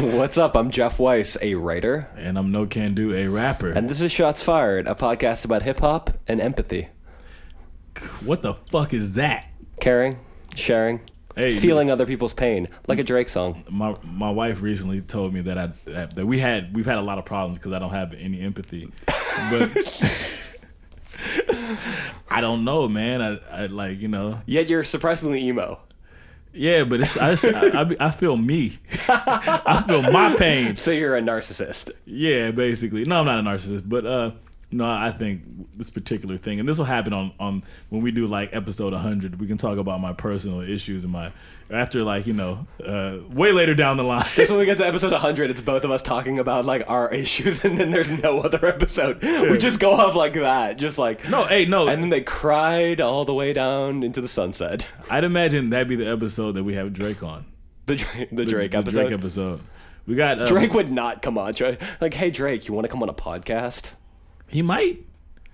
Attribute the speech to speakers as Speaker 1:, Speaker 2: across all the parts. Speaker 1: What's up? I'm Jeff Weiss, a writer,
Speaker 2: And I'm no can do a rapper.
Speaker 1: and this is Shots Fired, a podcast about hip hop and empathy,
Speaker 2: what the fuck is that?
Speaker 1: caring, sharing,
Speaker 2: Hey,
Speaker 1: feeling other people's pain, like a Drake song.
Speaker 2: My my wife recently told me that I that, that we had we've had a lot of problems because I don't have any empathy, but I don't know, man. I, I like you know
Speaker 1: Yet you're surprisingly emo.
Speaker 2: yeah, but it's, I, just, I, I be- I feel me, I feel my pain.
Speaker 1: So you're a narcissist.
Speaker 2: Yeah, basically. No, I'm not a narcissist, but uh, no, I think this particular thing, and this will happen on on when we do like episode 100. We can talk about my personal issues and my after like you know uh, way later down the line.
Speaker 1: Just when we get to episode 100, it's both of us talking about like our issues, and then there's no other episode. We just go off like that, just like
Speaker 2: No, hey, no.
Speaker 1: And then they cried all the way down into the sunset.
Speaker 2: I'd imagine that'd be the episode that we have Drake on.
Speaker 1: The Drake, the Drake
Speaker 2: the
Speaker 1: episode.
Speaker 2: Drake episode. We got uh,
Speaker 1: Drake would not come on. Dra- Like, hey Drake, you want to come on a podcast?
Speaker 2: He might.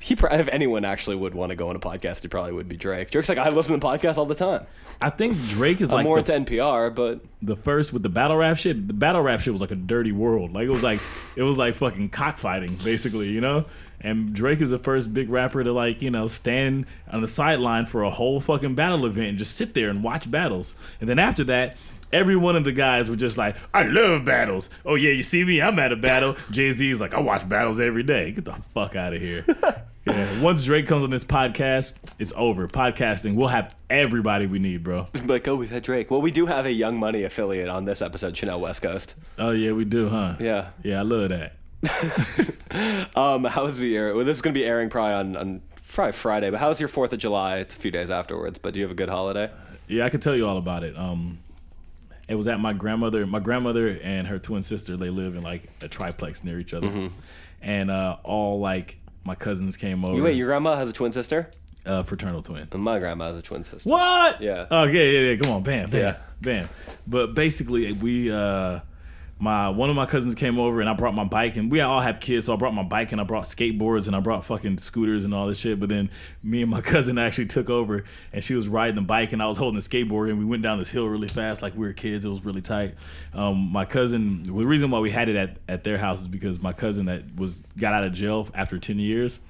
Speaker 1: He, pro- if anyone actually would want to go on a podcast, it probably would be Drake. Drake's like, I listen to podcasts all the time.
Speaker 2: I think Drake is
Speaker 1: I'm
Speaker 2: like
Speaker 1: more
Speaker 2: the
Speaker 1: into NPR, but
Speaker 2: the first with the battle rap shit, the battle rap shit was like a dirty world. Like it was like it was like fucking cockfighting, basically, you know? And Drake is the first big rapper to like, you know, stand on the sideline for a whole fucking battle event and just sit there and watch battles. And then after that, every one of the guys were just like, I love battles. Oh yeah, you see me, I'm at a battle. Jay-Z's like, I watch battles every day. Get the fuck out of here. Yeah, once Drake comes on this podcast, it's over. Podcasting, we'll have everybody we need, bro.
Speaker 1: like, oh, we had Drake. Well, we do have a Young Money affiliate on this episode, Chanel West Coast.
Speaker 2: Oh yeah, we do, huh?
Speaker 1: Yeah.
Speaker 2: Yeah, I love that.
Speaker 1: Um, how's the year? Well, this is gonna be airing probably on, on probably Friday. But how's your Fourth of July? It's a few days afterwards. But do you have a good holiday?
Speaker 2: Yeah, I could tell you all about it. Um, it was at my grandmother. My grandmother and her twin sister. They live in like a triplex near each other, and uh, all like my cousins came over.
Speaker 1: Wait, your grandma has a twin sister,
Speaker 2: uh, fraternal twin.
Speaker 1: and my grandma has a twin sister.
Speaker 2: What?
Speaker 1: Yeah.
Speaker 2: Oh yeah, yeah, yeah. Come on, bam, bam,
Speaker 1: Yeah.
Speaker 2: bam. But basically, we uh, my one of my cousins came over and I brought my bike and we all have kids, so I brought my bike and I brought skateboards and I brought fucking scooters and all this shit. But then me and my cousin actually took over and she was riding the bike and I was holding the skateboard and we went down this hill really fast like we were kids. It was really tight. Um, my cousin, the reason why we had it at at their house is because my cousin that was got out of jail after ten years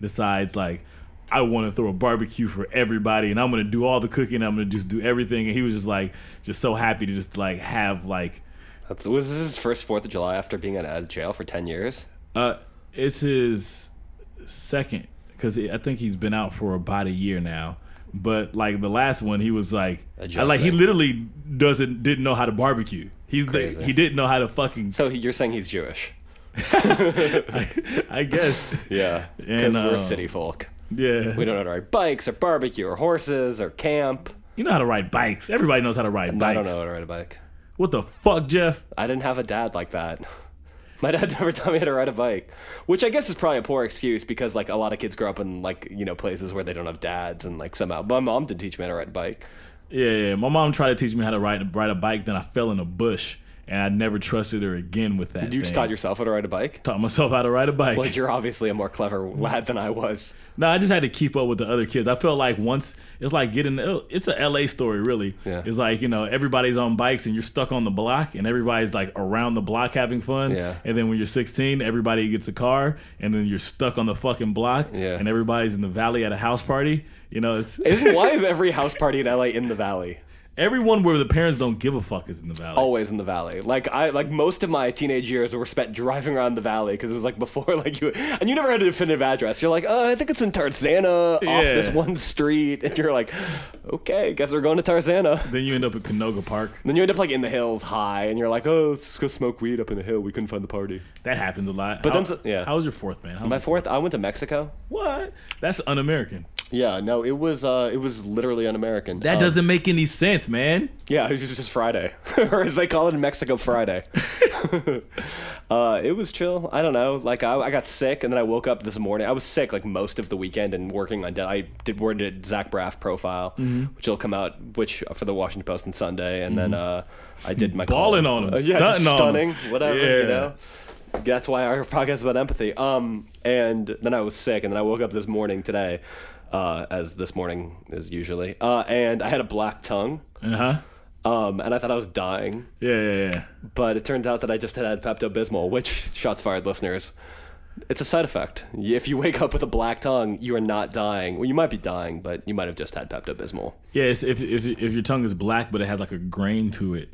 Speaker 2: decides like I want to throw a barbecue for everybody, and I'm gonna do all the cooking. I'm gonna just do everything. And he was just like, just so happy to just like have like,
Speaker 1: That's, was this his first Fourth of July after being out of jail for ten years?
Speaker 2: uh, it's his second because I think he's been out for about a year now. But like the last one, he was like, I, like he
Speaker 1: Adjusting.
Speaker 2: literally doesn't didn't know how to barbecue. He's
Speaker 1: Crazy.
Speaker 2: he didn't know how to fucking.
Speaker 1: So he- you're saying he's Jewish?
Speaker 2: I, I guess
Speaker 1: Yeah,
Speaker 2: And,
Speaker 1: because we're
Speaker 2: uh,
Speaker 1: city folk.
Speaker 2: yeah.
Speaker 1: We don't know how to ride bikes or barbecue or horses or camp.
Speaker 2: You know how to ride bikes. Everybody knows how to ride
Speaker 1: I
Speaker 2: bikes.
Speaker 1: don't know how to ride a bike.
Speaker 2: What the fuck, Jeff?
Speaker 1: I didn't have a dad like that. My dad never taught me how to ride a bike, which I guess is probably a poor excuse because like a lot of kids grow up in like you know places where they don't have dads and like somehow my mom did teach me how to ride a bike.
Speaker 2: Yeah, yeah. My mom tried to teach me how to ride ride a bike. Then I fell in a bush, and I never trusted her again with that.
Speaker 1: You
Speaker 2: thing.
Speaker 1: just taught yourself how to ride a bike?
Speaker 2: Taught myself how to ride a bike.
Speaker 1: Like you're obviously a more clever lad than I was.
Speaker 2: no, I just had to keep up with the other kids. I felt like once it's like getting oh, it's a LA story, really.
Speaker 1: Yeah.
Speaker 2: It's like you know everybody's on bikes and you're stuck on the block, and everybody's like around the block having fun.
Speaker 1: Yeah.
Speaker 2: And then when you're 16, everybody gets a car, and then you're stuck on the fucking block.
Speaker 1: Yeah.
Speaker 2: And everybody's in the valley at a house party. You know, it's
Speaker 1: Isn't why is every house party in LA in the valley?
Speaker 2: everyone where the parents don't give a fuck is in the valley.
Speaker 1: always in the valley. Like I like most of my teenage years were spent driving around the valley because it was like before like you and you never had a definitive address. You're like, uh, I think it's in Tarzana off
Speaker 2: Yeah.
Speaker 1: this one street, and you're like, okay, guess we're going to Tarzana.
Speaker 2: Then you end up at Canoga Park.
Speaker 1: Then you end up like in the hills high, and you're like, oh, let's just go smoke weed up in the hill. We couldn't find the party.
Speaker 2: That happens a lot.
Speaker 1: But
Speaker 2: how,
Speaker 1: then so- yeah.
Speaker 2: How was your fourth man? How was
Speaker 1: My
Speaker 2: your-
Speaker 1: fourth, I went to Mexico.
Speaker 2: what? That's un-American. Oh.
Speaker 1: Yeah, no, it was uh, it was literally un-American. Um,
Speaker 2: That doesn't make any sense, man.
Speaker 1: Yeah, it was just Friday, or as they call it in Mexico, Friday. uh, it was chill. I don't know. Like I, I got sick, and then I woke up this morning. I was sick like most of the weekend and working on. I did word did Zach Braff profile,
Speaker 2: Mm-hmm.
Speaker 1: which will come out which uh, for the Washington Post on Sunday, and then uh, I did my
Speaker 2: Mm-hmm. Balling
Speaker 1: column.
Speaker 2: on 'em,
Speaker 1: Uh, yeah, just
Speaker 2: stunting on 'em.
Speaker 1: stunning, whatever you
Speaker 2: Yeah.
Speaker 1: know. That's why our podcast is about empathy. Um, and then I was sick, and then I woke up this morning today, uh, as this morning is usually, uh, and I had a black tongue
Speaker 2: Uh huh.
Speaker 1: Um, and I thought I was dying,
Speaker 2: Yeah, yeah, yeah.
Speaker 1: but it turns out that I just had had Pepto Bismol, which, shots fired, listeners, it's a side effect. If you wake up with a black tongue, you are not dying. Well, you might be dying, but you might have just had Pepto Bismol.
Speaker 2: Yeah, it's, if, if if your tongue is black but it has like a grain to it,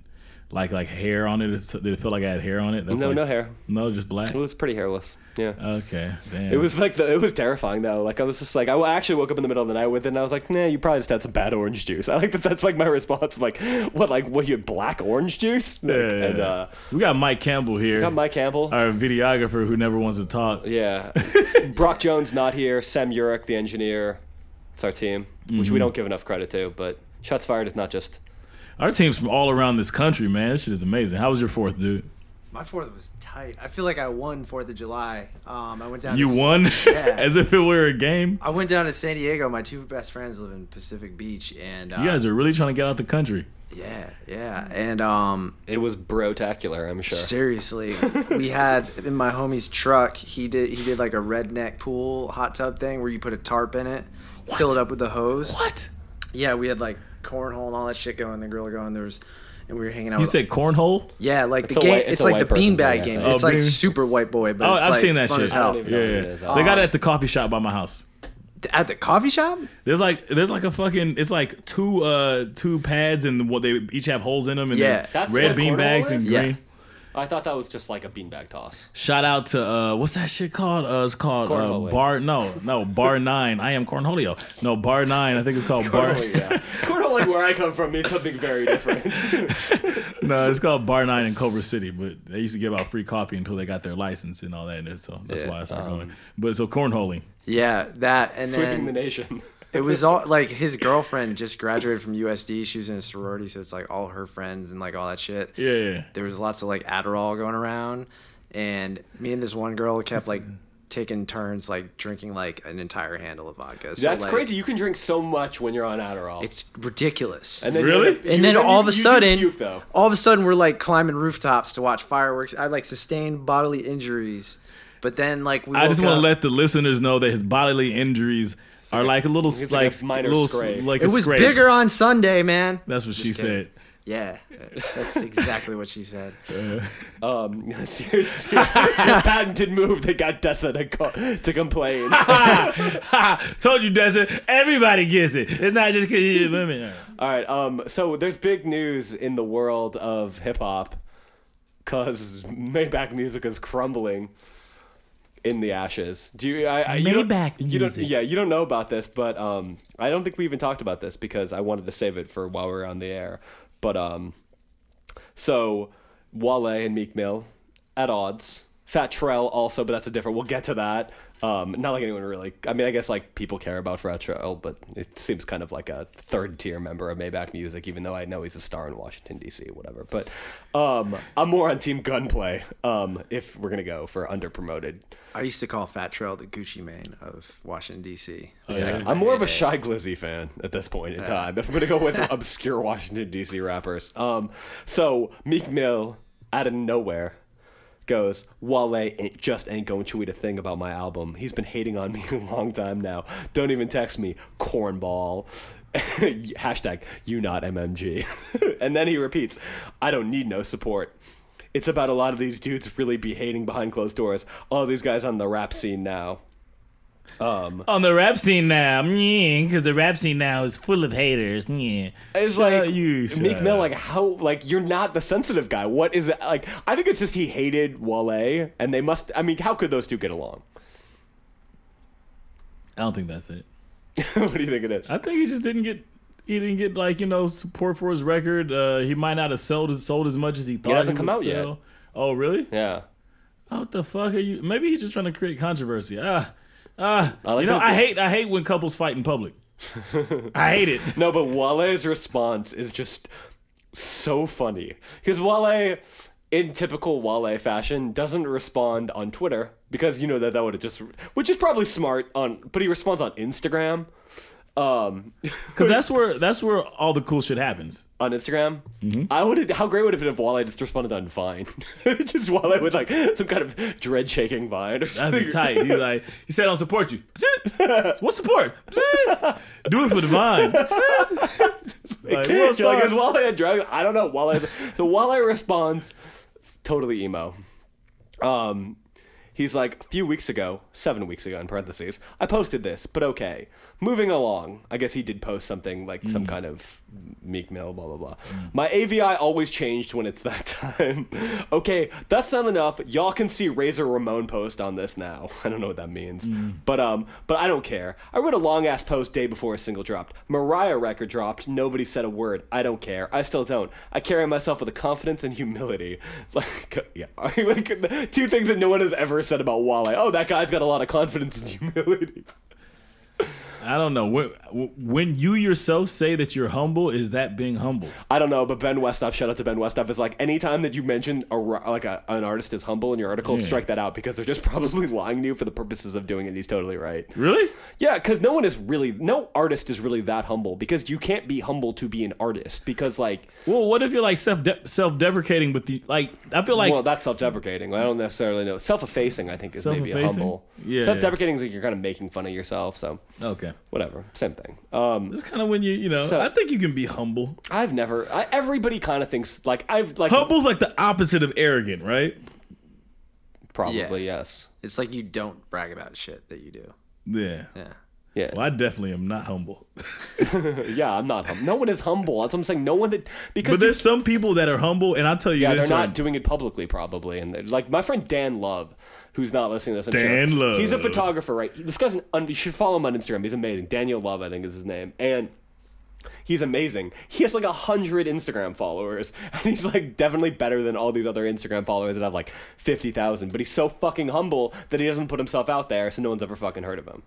Speaker 2: like like hair on it, it's- did it feel like I had hair on it? That's
Speaker 1: No,
Speaker 2: like-
Speaker 1: no hair.
Speaker 2: No, just black.
Speaker 1: It was pretty hairless. Yeah.
Speaker 2: Okay, damn.
Speaker 1: It was like the, it was terrifying though. Like I was just like I actually woke up in the middle of the night with it, and I was like, "Nah, you probably just had some bad orange juice." I like that. That's like my response. I'm like, what? Like what? You had black orange juice? Like,
Speaker 2: Yeah, yeah,
Speaker 1: And
Speaker 2: yeah.
Speaker 1: uh,
Speaker 2: we got Mike Campbell here,
Speaker 1: got Mike Campbell.
Speaker 2: our videographer who never wants to talk.
Speaker 1: yeah. Brock Jones not here. Sam Urich, the engineer. It's our team, which we don't give enough credit to. But shots fired is not just.
Speaker 2: Our team's from all around this country, man. This shit is amazing. How was your fourth, dude?
Speaker 3: My fourth was tight. I feel like I won Fourth of July. Um, I went down.
Speaker 2: You
Speaker 3: to,
Speaker 2: won
Speaker 3: Yeah.
Speaker 2: as if it were a game.
Speaker 3: I went down to San Diego. My two best friends live in Pacific Beach, and uh,
Speaker 2: You guys are really trying to get out the country.
Speaker 3: yeah, yeah, and um,
Speaker 1: It was brotacular. I'm sure.
Speaker 3: seriously, we had in my homie's truck. He did he did like a redneck pool hot tub thing where you put a tarp in it, fill it up with the hose.
Speaker 2: What?
Speaker 3: Yeah, we had like cornhole and all that shit going. The grill going. There was, and we were hanging out.
Speaker 2: You
Speaker 3: with,
Speaker 2: said cornhole?
Speaker 3: yeah, like the
Speaker 1: It's a
Speaker 3: game.
Speaker 1: white-
Speaker 3: it's,
Speaker 1: it's a
Speaker 3: like
Speaker 1: white
Speaker 3: the
Speaker 1: person
Speaker 3: beanbag
Speaker 1: thing, I
Speaker 3: game.
Speaker 1: think.
Speaker 3: It's
Speaker 2: Oh,
Speaker 3: like
Speaker 2: bean-
Speaker 3: super white boy, but
Speaker 2: Oh,
Speaker 3: it's
Speaker 2: I've
Speaker 3: like
Speaker 2: seen that
Speaker 3: fun
Speaker 2: shit.
Speaker 3: as
Speaker 1: I don't
Speaker 3: hell.
Speaker 1: even
Speaker 2: Yeah,
Speaker 1: know what it
Speaker 2: yeah.
Speaker 1: is.
Speaker 2: they got it at the coffee shop by my house.
Speaker 3: At the coffee shop?
Speaker 2: There's like there's like a fucking it's like two uh two pads and what they each have holes in them and
Speaker 3: Yeah.
Speaker 2: there's
Speaker 1: That's
Speaker 2: red
Speaker 1: what
Speaker 2: bean
Speaker 1: cornhole
Speaker 2: bags and
Speaker 1: is?
Speaker 3: Yeah.
Speaker 2: green.
Speaker 1: I thought that was just like a beanbag toss.
Speaker 2: Shout out to uh what's that shit called? Uh it's called uh,
Speaker 1: Cornhole.
Speaker 2: Bar no, no, Bar 9. I am Cornholio. No, Bar 9. I think it's called Bar
Speaker 1: Cornhole, yeah. Cornhole, where I come from, means something very different.
Speaker 2: No, it's called Bar Nine in Culver City, but they used to give out free coffee until they got their license and all that, and so that's
Speaker 3: Yeah,
Speaker 2: why I
Speaker 1: um,
Speaker 2: started going. But so cornholing,
Speaker 3: Yeah, that and
Speaker 1: Sweeping the
Speaker 3: then
Speaker 1: nation.
Speaker 3: it was all like his girlfriend just graduated from USD. She was in a sorority, so it's like all her friends and like all that shit.
Speaker 2: yeah, yeah.
Speaker 3: There was lots of like Adderall going around, and me and this one girl kept like taking turns like drinking like an entire handle of vodka. So,
Speaker 1: That's
Speaker 3: like,
Speaker 1: crazy. You can drink so much when you're on Adderall.
Speaker 3: It's ridiculous.
Speaker 1: and then you
Speaker 2: Really?
Speaker 1: end up- you-
Speaker 3: and then all
Speaker 1: you-
Speaker 3: of a
Speaker 1: you do
Speaker 3: sudden,
Speaker 1: puke, though.
Speaker 3: all of a sudden, we're like climbing rooftops to watch fireworks. I like sustained bodily injuries, but then like we
Speaker 2: I just
Speaker 3: woke
Speaker 2: want to
Speaker 3: up-
Speaker 2: let the listeners know that his bodily injuries are like a little, like,
Speaker 1: like a
Speaker 2: like
Speaker 1: minor
Speaker 2: little,
Speaker 1: scrape.
Speaker 2: like
Speaker 3: it
Speaker 2: a
Speaker 3: was
Speaker 2: scrape.
Speaker 3: bigger on Sunday, man.
Speaker 2: That's what she
Speaker 3: Just kidding.
Speaker 2: said.
Speaker 3: Yeah, that's exactly what she said.
Speaker 1: Um, that's your, it's your- it's your patented move that got Dessa to, co- to complain. all
Speaker 2: Ha! Told you, Desert. Everybody gets it. It's not just because you're women.
Speaker 1: right. Um, so there's big news in the world of hip hop because Maybach music is crumbling in the ashes. Do you? I, I, you don't-
Speaker 2: Maybach
Speaker 1: you don't-
Speaker 2: music.
Speaker 1: yeah, you don't know about this, but um, I don't think we even talked about this because I wanted to save it for while we were on the air. But um, so Wale and Meek Mill at odds. Fat Trell also, but that's a different. We'll get to that. Um, not like anyone really. I mean, I guess like people care about Fat Trell, but it seems kind of like a third tier member of Maybach Music, even though I know he's a star in Washington D.C. Whatever. But um, I'm more on Team Gunplay. Um, if we're gonna go for under promoted,
Speaker 3: I used to call Fat Trail the Gucci Mane of Washington D.C.
Speaker 2: yeah.
Speaker 1: I'm more of a shy Glizzy fan at this point in time. If I'm gonna go with obscure Washington D.C. rappers, um, so Meek Mill out of nowhere goes, Wale ain't, just ain't going to tweet a thing about my album. He's been hating on me a long time now. Don't even text me, cornball. Hashtag you not MMG. and then he repeats, I don't need no support. It's about a lot of these dudes really be hating behind closed doors. All these guys on the rap scene now.
Speaker 2: On the rap scene now, because the rap scene now is full of haters. Yeah.
Speaker 1: It's
Speaker 2: Shut
Speaker 1: like
Speaker 2: you,
Speaker 1: Meek
Speaker 2: shut
Speaker 1: Mill,
Speaker 2: up.
Speaker 1: like how like you're not the sensitive guy. What is that? like? I think it's just he hated Wale, and they must. I mean, how could those two get along?
Speaker 2: I don't think that's it.
Speaker 1: what do you think it is?
Speaker 2: I think he just didn't get he didn't get like you know support for his record. Uh, he might not have sold as, sold as much as he thought.
Speaker 1: hasn't
Speaker 2: he
Speaker 1: come
Speaker 2: would
Speaker 1: out yet.
Speaker 2: sell. Oh really?
Speaker 1: yeah,
Speaker 2: Oh, what the fuck are you? Maybe he's just trying to create controversy. Ah, ah.
Speaker 1: like
Speaker 2: you know
Speaker 1: those-
Speaker 2: I hate I hate when couples fight in public. I hate it.
Speaker 1: no, but Wale's response is just so funny because Wale, in typical Wale fashion, doesn't respond on Twitter because you know that that would have just, which is probably smart on, but he responds on Instagram. Um,
Speaker 2: Cause that's where that's where all the cool shit happens.
Speaker 1: on Instagram.
Speaker 2: Mm-hmm.
Speaker 1: I would. How great would it have been if Wale just responded on Vine, just Wale with like some kind of dread shaking Vine or something.
Speaker 2: That'd be tight. He's like, he said, "I don't support you." what support? Do it for the vine.
Speaker 1: Like,
Speaker 2: can't,
Speaker 1: you're like,
Speaker 2: dog.
Speaker 1: is Wale a drug? I don't know. Wale. Is, so Wale responds, it's totally emo. Um, he's like, a few weeks ago, seven weeks ago in parentheses, I posted this, but okay. Moving along. I guess he did post something like some kind of Meek Mill, blah, blah, blah. My AVI always changed when it's that time. okay, that's not enough. Y'all can see Razor Ramon post on this now. I don't know what that means. But um, but I don't care. I wrote a long ass post day before a single dropped. Mariah record dropped. Nobody said a word. I don't care. I still don't. I carry myself with a confidence and humility. Like yeah, like, two things that no one has ever said about Wale. Oh, that guy's got a lot of confidence and humility.
Speaker 2: I don't know. When, when you yourself say that you're humble, is that being humble?
Speaker 1: I don't know, but Ben Westup, shout out to Ben Westup, is like anytime that you mention a, ri- like a, an artist is humble in your article, strike that out because they're just probably lying to you for the purposes of doing it. He's totally right.
Speaker 2: Really?
Speaker 1: Yeah, because no one is really, no artist is really that humble because you can't be humble to be an artist because, like,
Speaker 2: Well, what if you're like self de- self deprecating with the like? I feel like
Speaker 1: well, that's self deprecating. I don't necessarily know. Self effacing, I think, is maybe a
Speaker 2: Self-effacing?
Speaker 1: humble.
Speaker 2: Yeah, yeah.
Speaker 1: Self deprecating is like you're kind of making fun of yourself, so
Speaker 2: okay.
Speaker 1: whatever. Same thing. Um,
Speaker 2: It's kind of when you you know.
Speaker 1: So-
Speaker 2: I think you can be humble.
Speaker 1: I've never, I, everybody kind of thinks, like, I've, like,
Speaker 2: Humble's like the opposite of arrogant, right?
Speaker 1: probably,
Speaker 3: Yeah.
Speaker 1: yes.
Speaker 3: It's like you don't brag about shit that you do.
Speaker 2: Yeah.
Speaker 3: Yeah.
Speaker 1: Yeah.
Speaker 2: Well, I definitely am not humble.
Speaker 1: Yeah, I'm not humble. No one is humble. That's what I'm saying. No one that because
Speaker 2: But there's some people that are humble, and I'll tell you
Speaker 1: yeah,
Speaker 2: this
Speaker 1: they're not
Speaker 2: right-
Speaker 1: doing it publicly probably. And they're- like my friend Dan Love, who's not listening to this, I'm
Speaker 2: Dan
Speaker 1: sure.
Speaker 2: Love.
Speaker 1: He's a photographer, right? This guy's an un- you should follow him on Instagram. He's amazing. Daniel Love, I think is his name, and he's amazing. He has like a hundred Instagram followers, and he's like definitely better than all these other Instagram followers that have like fifty thousand. But he's so fucking humble that he doesn't put himself out there, so no one's ever fucking heard of him.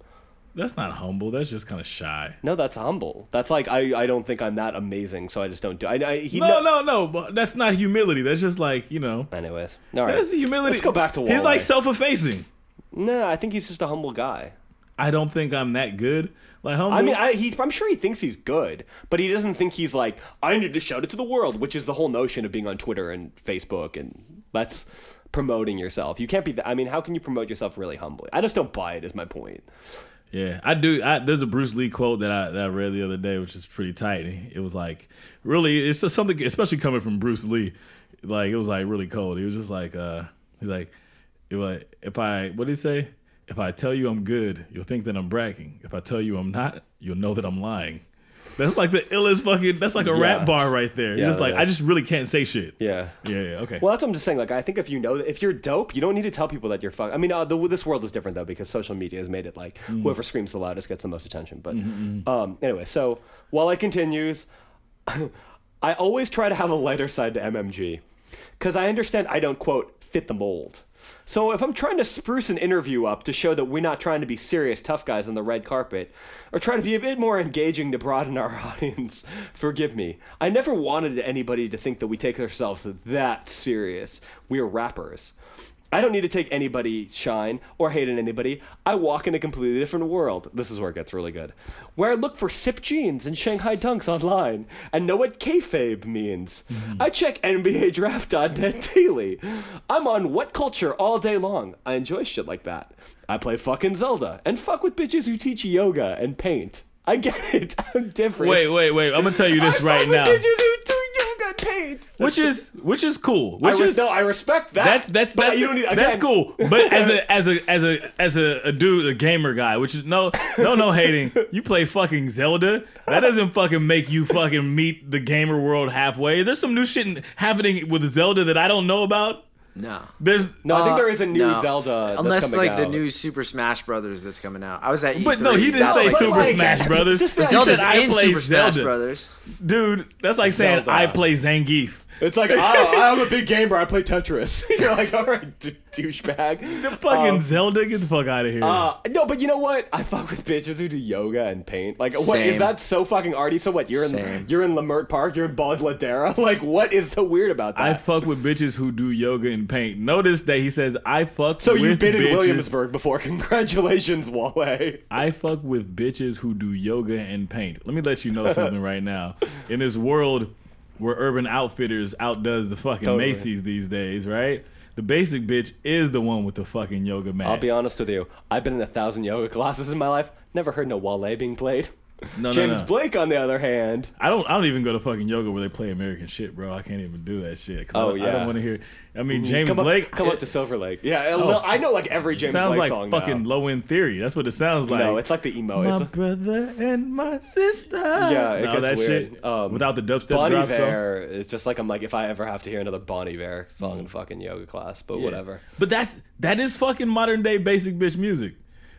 Speaker 2: That's not humble. That's just kind of shy.
Speaker 1: No, that's humble. That's like I, I don't think I'm that amazing, so I just don't do. I, I he
Speaker 2: No, no, no. But that's not humility. That's just like you know.
Speaker 1: Anyways, all right.
Speaker 2: That's humility.
Speaker 1: Let's go back to Wally.
Speaker 2: He's like self-effacing.
Speaker 1: no, I think he's just a humble guy.
Speaker 2: I don't think I'm that good. Like humble.
Speaker 1: I mean, I, he, I'm sure he thinks he's good, but he doesn't think he's like I need to shout it to the world, which is the whole notion of being on Twitter and Facebook and that's promoting yourself. You can't be. That, I mean, how can you promote yourself really humbly? I just don't buy it. Is my point.
Speaker 2: Yeah, I do. I, there's a Bruce Lee quote that I, that I read the other day, which is pretty tight. It was like, really, it's just something, especially coming from Bruce Lee. Like it was like really cold. He was just like, uh, he's like, it was, if I, what did he say? If I tell you I'm good, you'll think that I'm bragging. If I tell you I'm not, you'll know that I'm lying. That's like the illest fucking. That's like a
Speaker 1: Yeah.
Speaker 2: rap bar right there.
Speaker 1: Yeah,
Speaker 2: You're just
Speaker 1: that
Speaker 2: like, I
Speaker 1: is.
Speaker 2: just really can't say shit.
Speaker 1: Yeah.
Speaker 2: Yeah. yeah okay.
Speaker 1: Well, that's what I'm just saying. Like, I think if you know, if you're dope, you don't need to tell people that you're fuck. I mean, uh, the, this world is different though because social media has made it like whoever screams the loudest gets the most attention. But um, anyway, so while I continues, I always try to have a lighter side to MMG because I understand I don't quote fit the mold. So if I'm trying to spruce an interview up to show that we're not trying to be serious tough guys on the red carpet, or try to be a bit more engaging to broaden our audience, forgive me. I never wanted anybody to think that we take ourselves that serious. We're rappers. I don't need to take anybody shine or hate on anybody. I walk in a completely different world. This is where it gets really good. Where I look for sip jeans and Shanghai dunks online and know what kayfabe means.
Speaker 2: Mm-hmm.
Speaker 1: I check NBA draft.net daily. I'm on what culture all day long. I enjoy shit like that. I play fucking Zelda and fuck with bitches who teach yoga and paint. I get it. I'm different.
Speaker 2: wait, wait, wait. I'm gonna tell you
Speaker 1: I
Speaker 2: this
Speaker 1: fuck
Speaker 2: right
Speaker 1: with
Speaker 2: now,
Speaker 1: Bitches who do yoga and paint.
Speaker 2: which is which is cool.
Speaker 1: I
Speaker 2: Which
Speaker 1: res-
Speaker 2: is
Speaker 1: no, I respect that.
Speaker 2: That's that's
Speaker 1: But
Speaker 2: that's
Speaker 1: you don't need, again-
Speaker 2: that's cool. But as a as a as a as a, a dude, a gamer guy, which is no no no hating. You play fucking Zelda. That doesn't fucking make you fucking meet the gamer world halfway. There's some new shit in- happening with Zelda that I don't know about.
Speaker 3: No.
Speaker 2: There's
Speaker 1: No, I think
Speaker 3: Uh,
Speaker 1: there is a new
Speaker 3: no.
Speaker 1: Zelda. that's
Speaker 3: Unless
Speaker 1: coming
Speaker 3: like the
Speaker 1: out.
Speaker 3: new Super Smash Brothers that's coming out. I was at E3.
Speaker 2: But no, oh, he didn't
Speaker 3: That's
Speaker 2: say
Speaker 3: like-
Speaker 1: but
Speaker 2: Super
Speaker 1: like-
Speaker 2: Smash Brothers.
Speaker 1: Just that-
Speaker 2: He
Speaker 3: Zelda's
Speaker 2: said, I
Speaker 3: in
Speaker 2: play
Speaker 3: Super Smash
Speaker 2: Zelda."
Speaker 3: Brothers.
Speaker 2: Dude, that's like saying
Speaker 1: Zelda.
Speaker 2: I play Zangief.
Speaker 1: It's like I, I'm a big gamer. I play Tetris. You're like, all right, d- douchebag.
Speaker 2: Fucking
Speaker 1: Um,
Speaker 2: Zelda, get the fuck out of here.
Speaker 1: uh, no, but you know what? I fuck with bitches who do yoga and paint. Like, what is
Speaker 3: Same.
Speaker 1: that so fucking arty? So what? You're in
Speaker 3: Same.
Speaker 1: you're in Lamert Park. You're in Balladera. Like, what is so weird about that?
Speaker 2: I fuck with bitches who do yoga and paint. Notice that he says I fuck.
Speaker 1: so you've
Speaker 2: with
Speaker 1: been in
Speaker 2: bitches-
Speaker 1: Williamsburg before. Congratulations, Wale.
Speaker 2: I fuck with bitches who do yoga and paint. Let me let you know something right now. In this world where Urban Outfitters outdoes the fucking
Speaker 1: Totally.
Speaker 2: Macy's these days, right? The basic bitch is the one with the fucking yoga mat.
Speaker 1: I'll be honest with you. I've been in a thousand yoga classes in my life. Never heard no Wale being played.
Speaker 2: No,
Speaker 1: James
Speaker 2: no, no.
Speaker 1: Blake, on the other hand,
Speaker 2: I don't. I don't even go to fucking yoga where they play American shit, bro. I can't even do that shit. 'cause I
Speaker 1: Oh,
Speaker 2: don't- I
Speaker 1: yeah. Mm-hmm.
Speaker 2: don't want to hear. I mean, James
Speaker 1: come
Speaker 2: Blake
Speaker 1: up, come
Speaker 2: it
Speaker 1: up to Silver Lake. Yeah, a little- I know like every James
Speaker 2: sounds
Speaker 1: Blake
Speaker 2: like
Speaker 1: song. now.
Speaker 2: fucking low end theory. That's what it sounds like.
Speaker 1: no, it's like the emo.
Speaker 2: my
Speaker 1: It's a,
Speaker 2: brother and my sister. Yeah,
Speaker 1: it gets
Speaker 2: that
Speaker 1: weird.
Speaker 2: shit
Speaker 1: Um,
Speaker 2: without the dubstep
Speaker 1: Bon
Speaker 2: drop song.
Speaker 1: Iver. It's just like I'm like if I ever have to hear another Bon Iver song in fucking yoga class, but
Speaker 2: Yeah.
Speaker 1: whatever.
Speaker 2: But that's that is fucking modern day basic bitch music.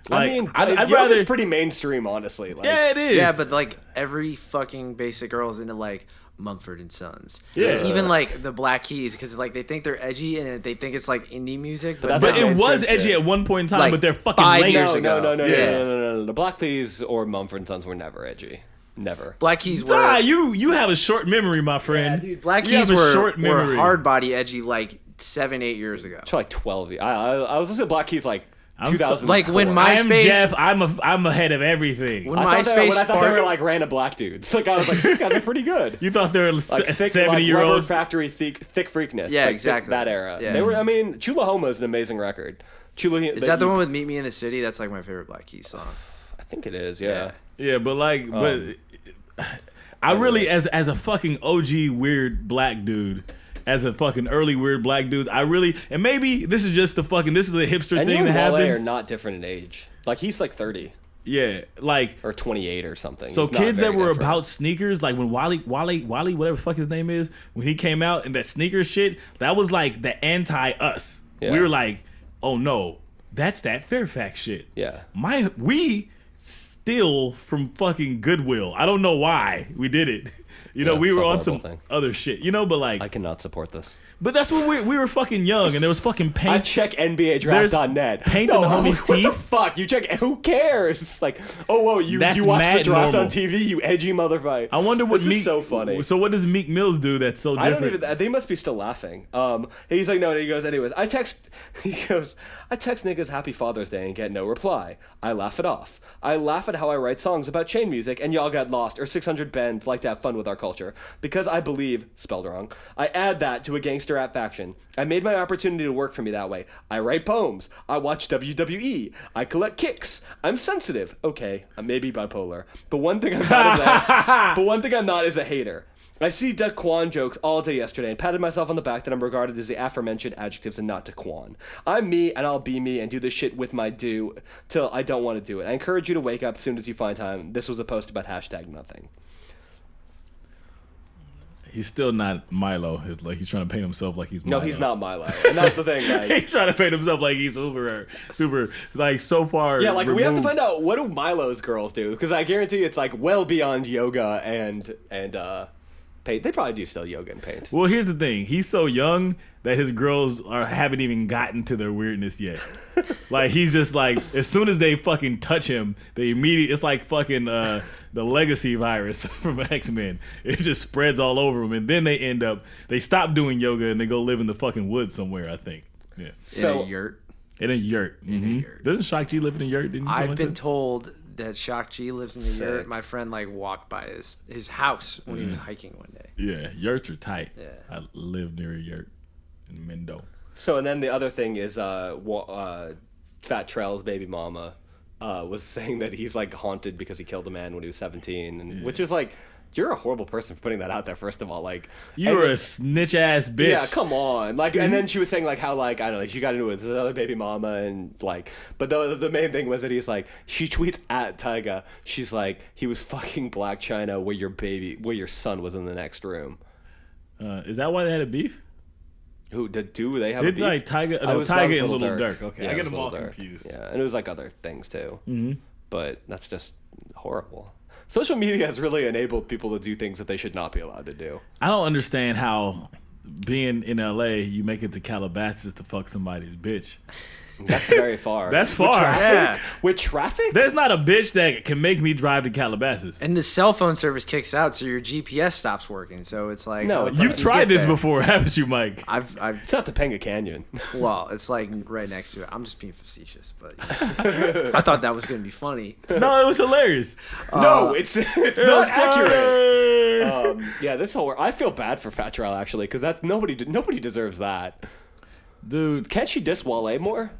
Speaker 2: Like,
Speaker 1: I mean,
Speaker 2: I'd, I'd
Speaker 1: yoga's
Speaker 2: rather.
Speaker 1: pretty mainstream, honestly. Like,
Speaker 2: yeah, it is.
Speaker 3: Yeah, but like every fucking basic girl is into like Mumford and Sons.
Speaker 2: Yeah.
Speaker 3: even like the Black Keys because like they think they're edgy and they think it's like indie music, but,
Speaker 1: that's
Speaker 2: But
Speaker 1: not
Speaker 2: it was
Speaker 1: mainstream
Speaker 2: edgy
Speaker 1: shit.
Speaker 2: at one point in time.
Speaker 3: Like,
Speaker 2: but they're fucking
Speaker 3: five
Speaker 2: late.
Speaker 3: years
Speaker 1: No,
Speaker 3: ago.
Speaker 1: no, no, no, no,
Speaker 3: Yeah.
Speaker 1: no, no, no, no. The Black Keys or Mumford and Sons were never edgy. Never.
Speaker 3: Black Keys were.
Speaker 2: Ah, you you have a short memory, my
Speaker 3: Yeah,
Speaker 2: friend.
Speaker 3: dude, Black
Speaker 2: You have
Speaker 3: Keys
Speaker 2: a
Speaker 3: were, were hard body edgy like seven, eight years ago.
Speaker 1: To like 12. I, I, I was listening to Black Keys like
Speaker 2: so-
Speaker 1: 2000.
Speaker 3: Like when
Speaker 2: I
Speaker 3: my
Speaker 2: am
Speaker 3: MySpace
Speaker 2: Jeff. I'm a I'm ahead of everything.
Speaker 3: When
Speaker 1: I thought, they,
Speaker 3: MySpace
Speaker 1: when I thought they were
Speaker 3: sparked-
Speaker 1: like random black dudes. Like I was like, these guys are pretty good.
Speaker 2: you thought they were
Speaker 1: Like
Speaker 2: a
Speaker 1: thick,
Speaker 2: seventy
Speaker 1: like,
Speaker 2: year
Speaker 1: Leopard
Speaker 2: old.
Speaker 1: factory thick, thick freakness.
Speaker 3: Yeah,
Speaker 1: like, thick-
Speaker 3: exactly.
Speaker 1: that era.
Speaker 3: Yeah.
Speaker 1: They were. I mean, Chula Homa is an amazing record. Chula.
Speaker 3: Is that the one with "Meet Me in the City"? That's like my favorite Black Keys song.
Speaker 1: I think it is. Yeah.
Speaker 2: Yeah, but like, but Oh. I really, as as a fucking OG weird black dude, as a fucking early weird black dude, I really, and maybe this is just the fucking, this is the hipster
Speaker 1: And you
Speaker 2: thing
Speaker 1: and
Speaker 2: that
Speaker 1: Wale are
Speaker 2: happens.
Speaker 1: not different in age. Like he's like 30
Speaker 2: yeah, like.
Speaker 1: or 28 or something.
Speaker 2: So
Speaker 1: He's not
Speaker 2: kids that
Speaker 1: very
Speaker 2: were
Speaker 1: different.
Speaker 2: about sneakers, like when Wally, Wally, Wally, whatever the fuck his name is, when he came out and that sneaker shit, that was like the anti us.
Speaker 1: Yeah.
Speaker 2: We were like, oh no, that's that Fairfax shit.
Speaker 1: Yeah.
Speaker 2: My we steal from fucking Goodwill. I don't know why we did it. You know,
Speaker 1: Yeah,
Speaker 2: we
Speaker 1: it's
Speaker 2: were
Speaker 1: a
Speaker 2: on
Speaker 1: horrible
Speaker 2: some
Speaker 1: thing.
Speaker 2: other shit. You know, but like,
Speaker 1: I cannot support this.
Speaker 2: but that's when we we were fucking young and there was fucking
Speaker 1: I
Speaker 2: paint.
Speaker 1: check NBA
Speaker 2: There's
Speaker 1: draft.net.
Speaker 2: paint
Speaker 1: no,
Speaker 2: on
Speaker 1: I mean,
Speaker 2: homies'
Speaker 1: What the
Speaker 2: teeth.
Speaker 1: fuck? You check. Who cares? It's like, oh whoa, you
Speaker 2: That's
Speaker 1: you watch the
Speaker 2: mad
Speaker 1: draft
Speaker 2: normal.
Speaker 1: on TV, you edgy motherfucker.
Speaker 2: I wonder what
Speaker 1: this
Speaker 2: Meek.
Speaker 1: is so funny.
Speaker 2: So what does Meek Mills do that's so
Speaker 1: I
Speaker 2: different?
Speaker 1: don't even. They must be still laughing. Um, he's like, no. And he goes, anyways. I text. He goes, I text niggas Happy Father's Day and get no reply. I laugh it off. I laugh at how I write songs about chain music and y'all got lost or 600 bends like to have fun with our culture because I believe spelled wrong. I add that to a gangster rap faction. I made my opportunity to work for me that way. I write poems. I watch WWE. I collect kicks. I'm sensitive. Okay, I may be bipolar, but one thing I'm not is a, but one thing I'm not is a hater. I see Daquan jokes all day yesterday and patted myself on the back that I'm regarded as the aforementioned adjectives and not Daquan. I'm me and I'll be me and do this shit with my due till I don't want to do it. I encourage you to wake up as soon as you find time. This was a post about hashtag nothing.
Speaker 2: He's still not Milo. He's like he's trying to paint himself like he's
Speaker 1: No,
Speaker 2: Milo.
Speaker 1: he's not Milo. And that's the thing, guys.
Speaker 2: he's trying to paint himself like he's super, super like so far.
Speaker 1: Yeah, like we have to find out what do Milo's girls do because I guarantee it's like well beyond yoga and and uh paint. They probably do still yoga and paint.
Speaker 2: Well, here's the thing. He's so young that his girls are haven't even gotten to their weirdness yet. like he's just like as soon as they fucking touch him, they immediately it's like fucking uh, the legacy virus from X Men. It just spreads all over him, and then they end up they stop doing yoga and they go live in the fucking woods somewhere. I think. Yeah,
Speaker 1: So
Speaker 3: in a yurt.
Speaker 2: in a yurt. Mhm.
Speaker 3: yurt.
Speaker 2: Doesn't Shock G live in a yurt? Didn't he?
Speaker 3: I've been
Speaker 2: that?
Speaker 3: told that Shock G lives in the
Speaker 1: Sick.
Speaker 3: yurt. My friend like walked by his his house when he
Speaker 2: Mm.
Speaker 3: was hiking one day.
Speaker 2: Yeah, yurts are tight.
Speaker 3: Yeah.
Speaker 2: I live near a yurt in Mendo.
Speaker 1: So and then the other thing is, uh, wa- uh Fat Trail's baby mama uh, was saying that he's like haunted because he killed a man when he was seventeen, and, which is like, you're a horrible person for putting that out there. First of all, like
Speaker 2: You
Speaker 1: and-
Speaker 2: are a snitch ass bitch.
Speaker 1: yeah, come on, like, and then she was saying like how like I don't know, like, she got into it with this other baby mama, and like, but the the main thing was that he's like, she tweets at Tyga, she's like, he was fucking Black China where your baby, where your son was in the next room.
Speaker 2: Uh, is that why they had a beef?
Speaker 1: Who did do they have a
Speaker 2: Did
Speaker 1: beef?
Speaker 2: like Tiger?
Speaker 1: I
Speaker 2: No,
Speaker 1: was- that was
Speaker 2: Tiger and Little Dirk. Okay,
Speaker 1: Yeah,
Speaker 2: I
Speaker 1: it
Speaker 2: get
Speaker 1: was
Speaker 2: them all
Speaker 1: Lil Durk.
Speaker 2: confused.
Speaker 1: Yeah, and it was like other things too. Mm-hmm. But that's just horrible. Social media has really enabled people to do things that they should not be allowed to do.
Speaker 2: I don't understand how being in LA, you make it to Calabasas to fuck somebody's bitch.
Speaker 1: That's very far.
Speaker 2: That's far.
Speaker 3: Yeah.
Speaker 1: with traffic.
Speaker 2: There's not a bitch that can make me drive to Calabasas.
Speaker 3: And the cell phone service kicks out, so your GPS stops working. So it's like
Speaker 1: No,
Speaker 3: how the
Speaker 1: it's
Speaker 3: fuck
Speaker 2: You've
Speaker 3: do you
Speaker 2: tried
Speaker 3: get
Speaker 2: this
Speaker 3: there?
Speaker 2: before, haven't you, Mike?
Speaker 3: I've, I've,
Speaker 1: it's not Topanga Canyon.
Speaker 3: well, it's like right next to it. I'm just being facetious, but I thought that was gonna be funny.
Speaker 2: no, it was hilarious. Uh,
Speaker 1: no, it's it's Uh, not accurate.
Speaker 2: accurate.
Speaker 1: Um, yeah, this whole I feel bad for Fat Trail actually because that's nobody de- nobody deserves that.
Speaker 2: Dude,
Speaker 1: Can't she diss Wale more?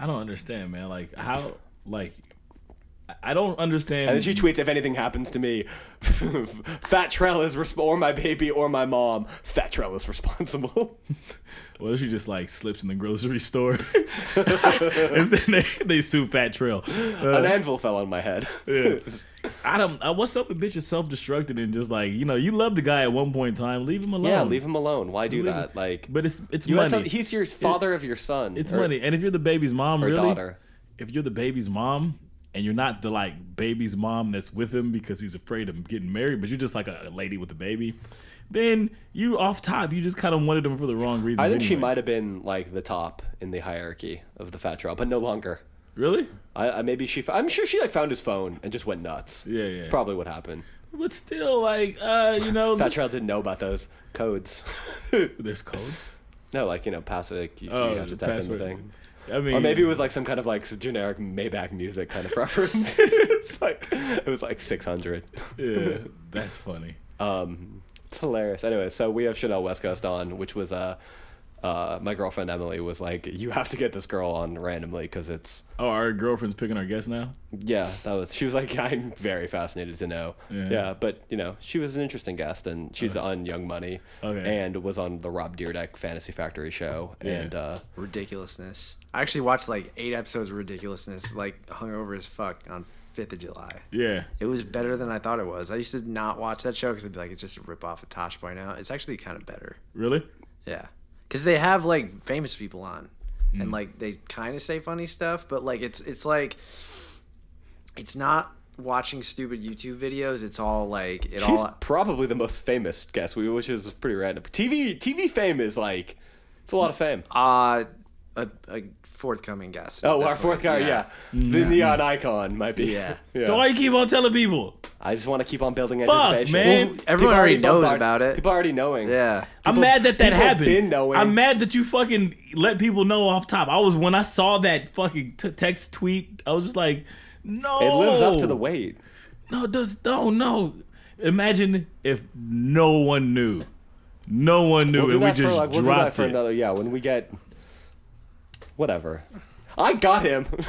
Speaker 2: I don't understand, man. Like how, like I don't understand.
Speaker 4: And then she tweets, if anything happens to me, Fat Trell is resp- or my baby or my mom. Fat Trell is responsible.
Speaker 2: What if she just like slips in the grocery store? and then they, they sue Fat Trail.
Speaker 4: An anvil fell on my head.
Speaker 2: Uh. Yeah. I don't. Uh, what's up with bitches self destructing and just like you know you love the guy at one point in time, leave him alone.
Speaker 4: yeah, leave him alone. Why do
Speaker 2: Leave him-
Speaker 4: that? Like,
Speaker 2: But it's it's
Speaker 4: you had some-
Speaker 2: money.
Speaker 4: he's your father of your son.
Speaker 2: it's
Speaker 4: or-
Speaker 2: money. And if you're the baby's mom,
Speaker 4: or
Speaker 2: really,
Speaker 4: daughter.
Speaker 2: if you're the baby's mom and you're not the like baby's mom that's with him because he's afraid of getting married, but you're just like a, a lady with a baby, then you off top you just kind of wanted him for the wrong reasons.
Speaker 4: I think she
Speaker 2: anyway.
Speaker 4: might have been like the top in the hierarchy of the Fat Trell, but no longer.
Speaker 2: really.
Speaker 4: I, I maybe she. I'm sure she like found his phone and just went nuts.
Speaker 2: Yeah, yeah,
Speaker 4: It's
Speaker 2: yeah.
Speaker 4: probably what happened.
Speaker 2: But still, like, uh, you know,
Speaker 4: Fat
Speaker 2: this-
Speaker 4: Trell didn't know about those codes.
Speaker 2: there's codes.
Speaker 4: no, like you know, password. You, you have to
Speaker 2: the
Speaker 4: type
Speaker 2: Oh, password.
Speaker 4: in the thing.
Speaker 2: I mean,
Speaker 4: Or maybe it was like some kind of like s- generic Maybach music kind of reference. it's like it was like 600.
Speaker 2: yeah, that's funny.
Speaker 4: Um, it's hilarious. Anyway, so we have Chanel West Coast on, which was uh, uh, my girlfriend Emily was like, you have to get this girl on randomly because it's
Speaker 2: Oh, our girlfriend's picking our guests now.
Speaker 4: yeah that was she was like I'm very fascinated to know
Speaker 2: Yeah.
Speaker 4: but you know she was an interesting guest and she's on Young Money
Speaker 2: Okay.
Speaker 4: and was on the Rob Deerdeck Fantasy Factory show and uh,
Speaker 3: Ridiculousness. I actually watched like eight episodes of Ridiculousness, like hungover as fuck on 5th of July.
Speaker 2: Yeah,
Speaker 3: It was better than I thought it was. I used to not watch that show because I'd be like, it's just a ripoff of Tosh by now. It's actually kind of better.
Speaker 2: really?
Speaker 3: Yeah. Because they have like famous people on and like they kind of say funny stuff, but like it's, it's like, it's not watching stupid YouTube videos. It's all like, it
Speaker 4: She's
Speaker 3: all.
Speaker 4: probably the most famous guest, we which is pretty random. TV TV fame is like it's a lot of fame.
Speaker 3: Uh, a, a forthcoming guest.
Speaker 4: Oh, our
Speaker 3: Definitely.
Speaker 4: fourth guy, yeah, the neon icon might be.
Speaker 3: Yeah.
Speaker 2: Don't I keep on telling people?
Speaker 4: I just want to keep on building anticipation.
Speaker 2: man.
Speaker 4: People
Speaker 3: Everyone already knows
Speaker 4: bombard-
Speaker 3: about it.
Speaker 4: People already knowing.
Speaker 3: Yeah.
Speaker 2: I'm
Speaker 4: People-
Speaker 2: mad that that
Speaker 4: people
Speaker 2: happened.
Speaker 4: been knowing.
Speaker 2: I'm mad that you fucking let people know off top. I was when I saw that fucking t- text tweet, I was just like, no.
Speaker 4: It lives up to
Speaker 3: Oh.
Speaker 4: the weight.
Speaker 2: No, it does no no. Imagine if no one knew, no one knew,
Speaker 4: We'll do
Speaker 2: and we
Speaker 4: that
Speaker 2: just
Speaker 4: for like we'll do that
Speaker 2: dropped
Speaker 4: for
Speaker 2: it.
Speaker 4: another. Yeah, when we get whatever. I got him. he was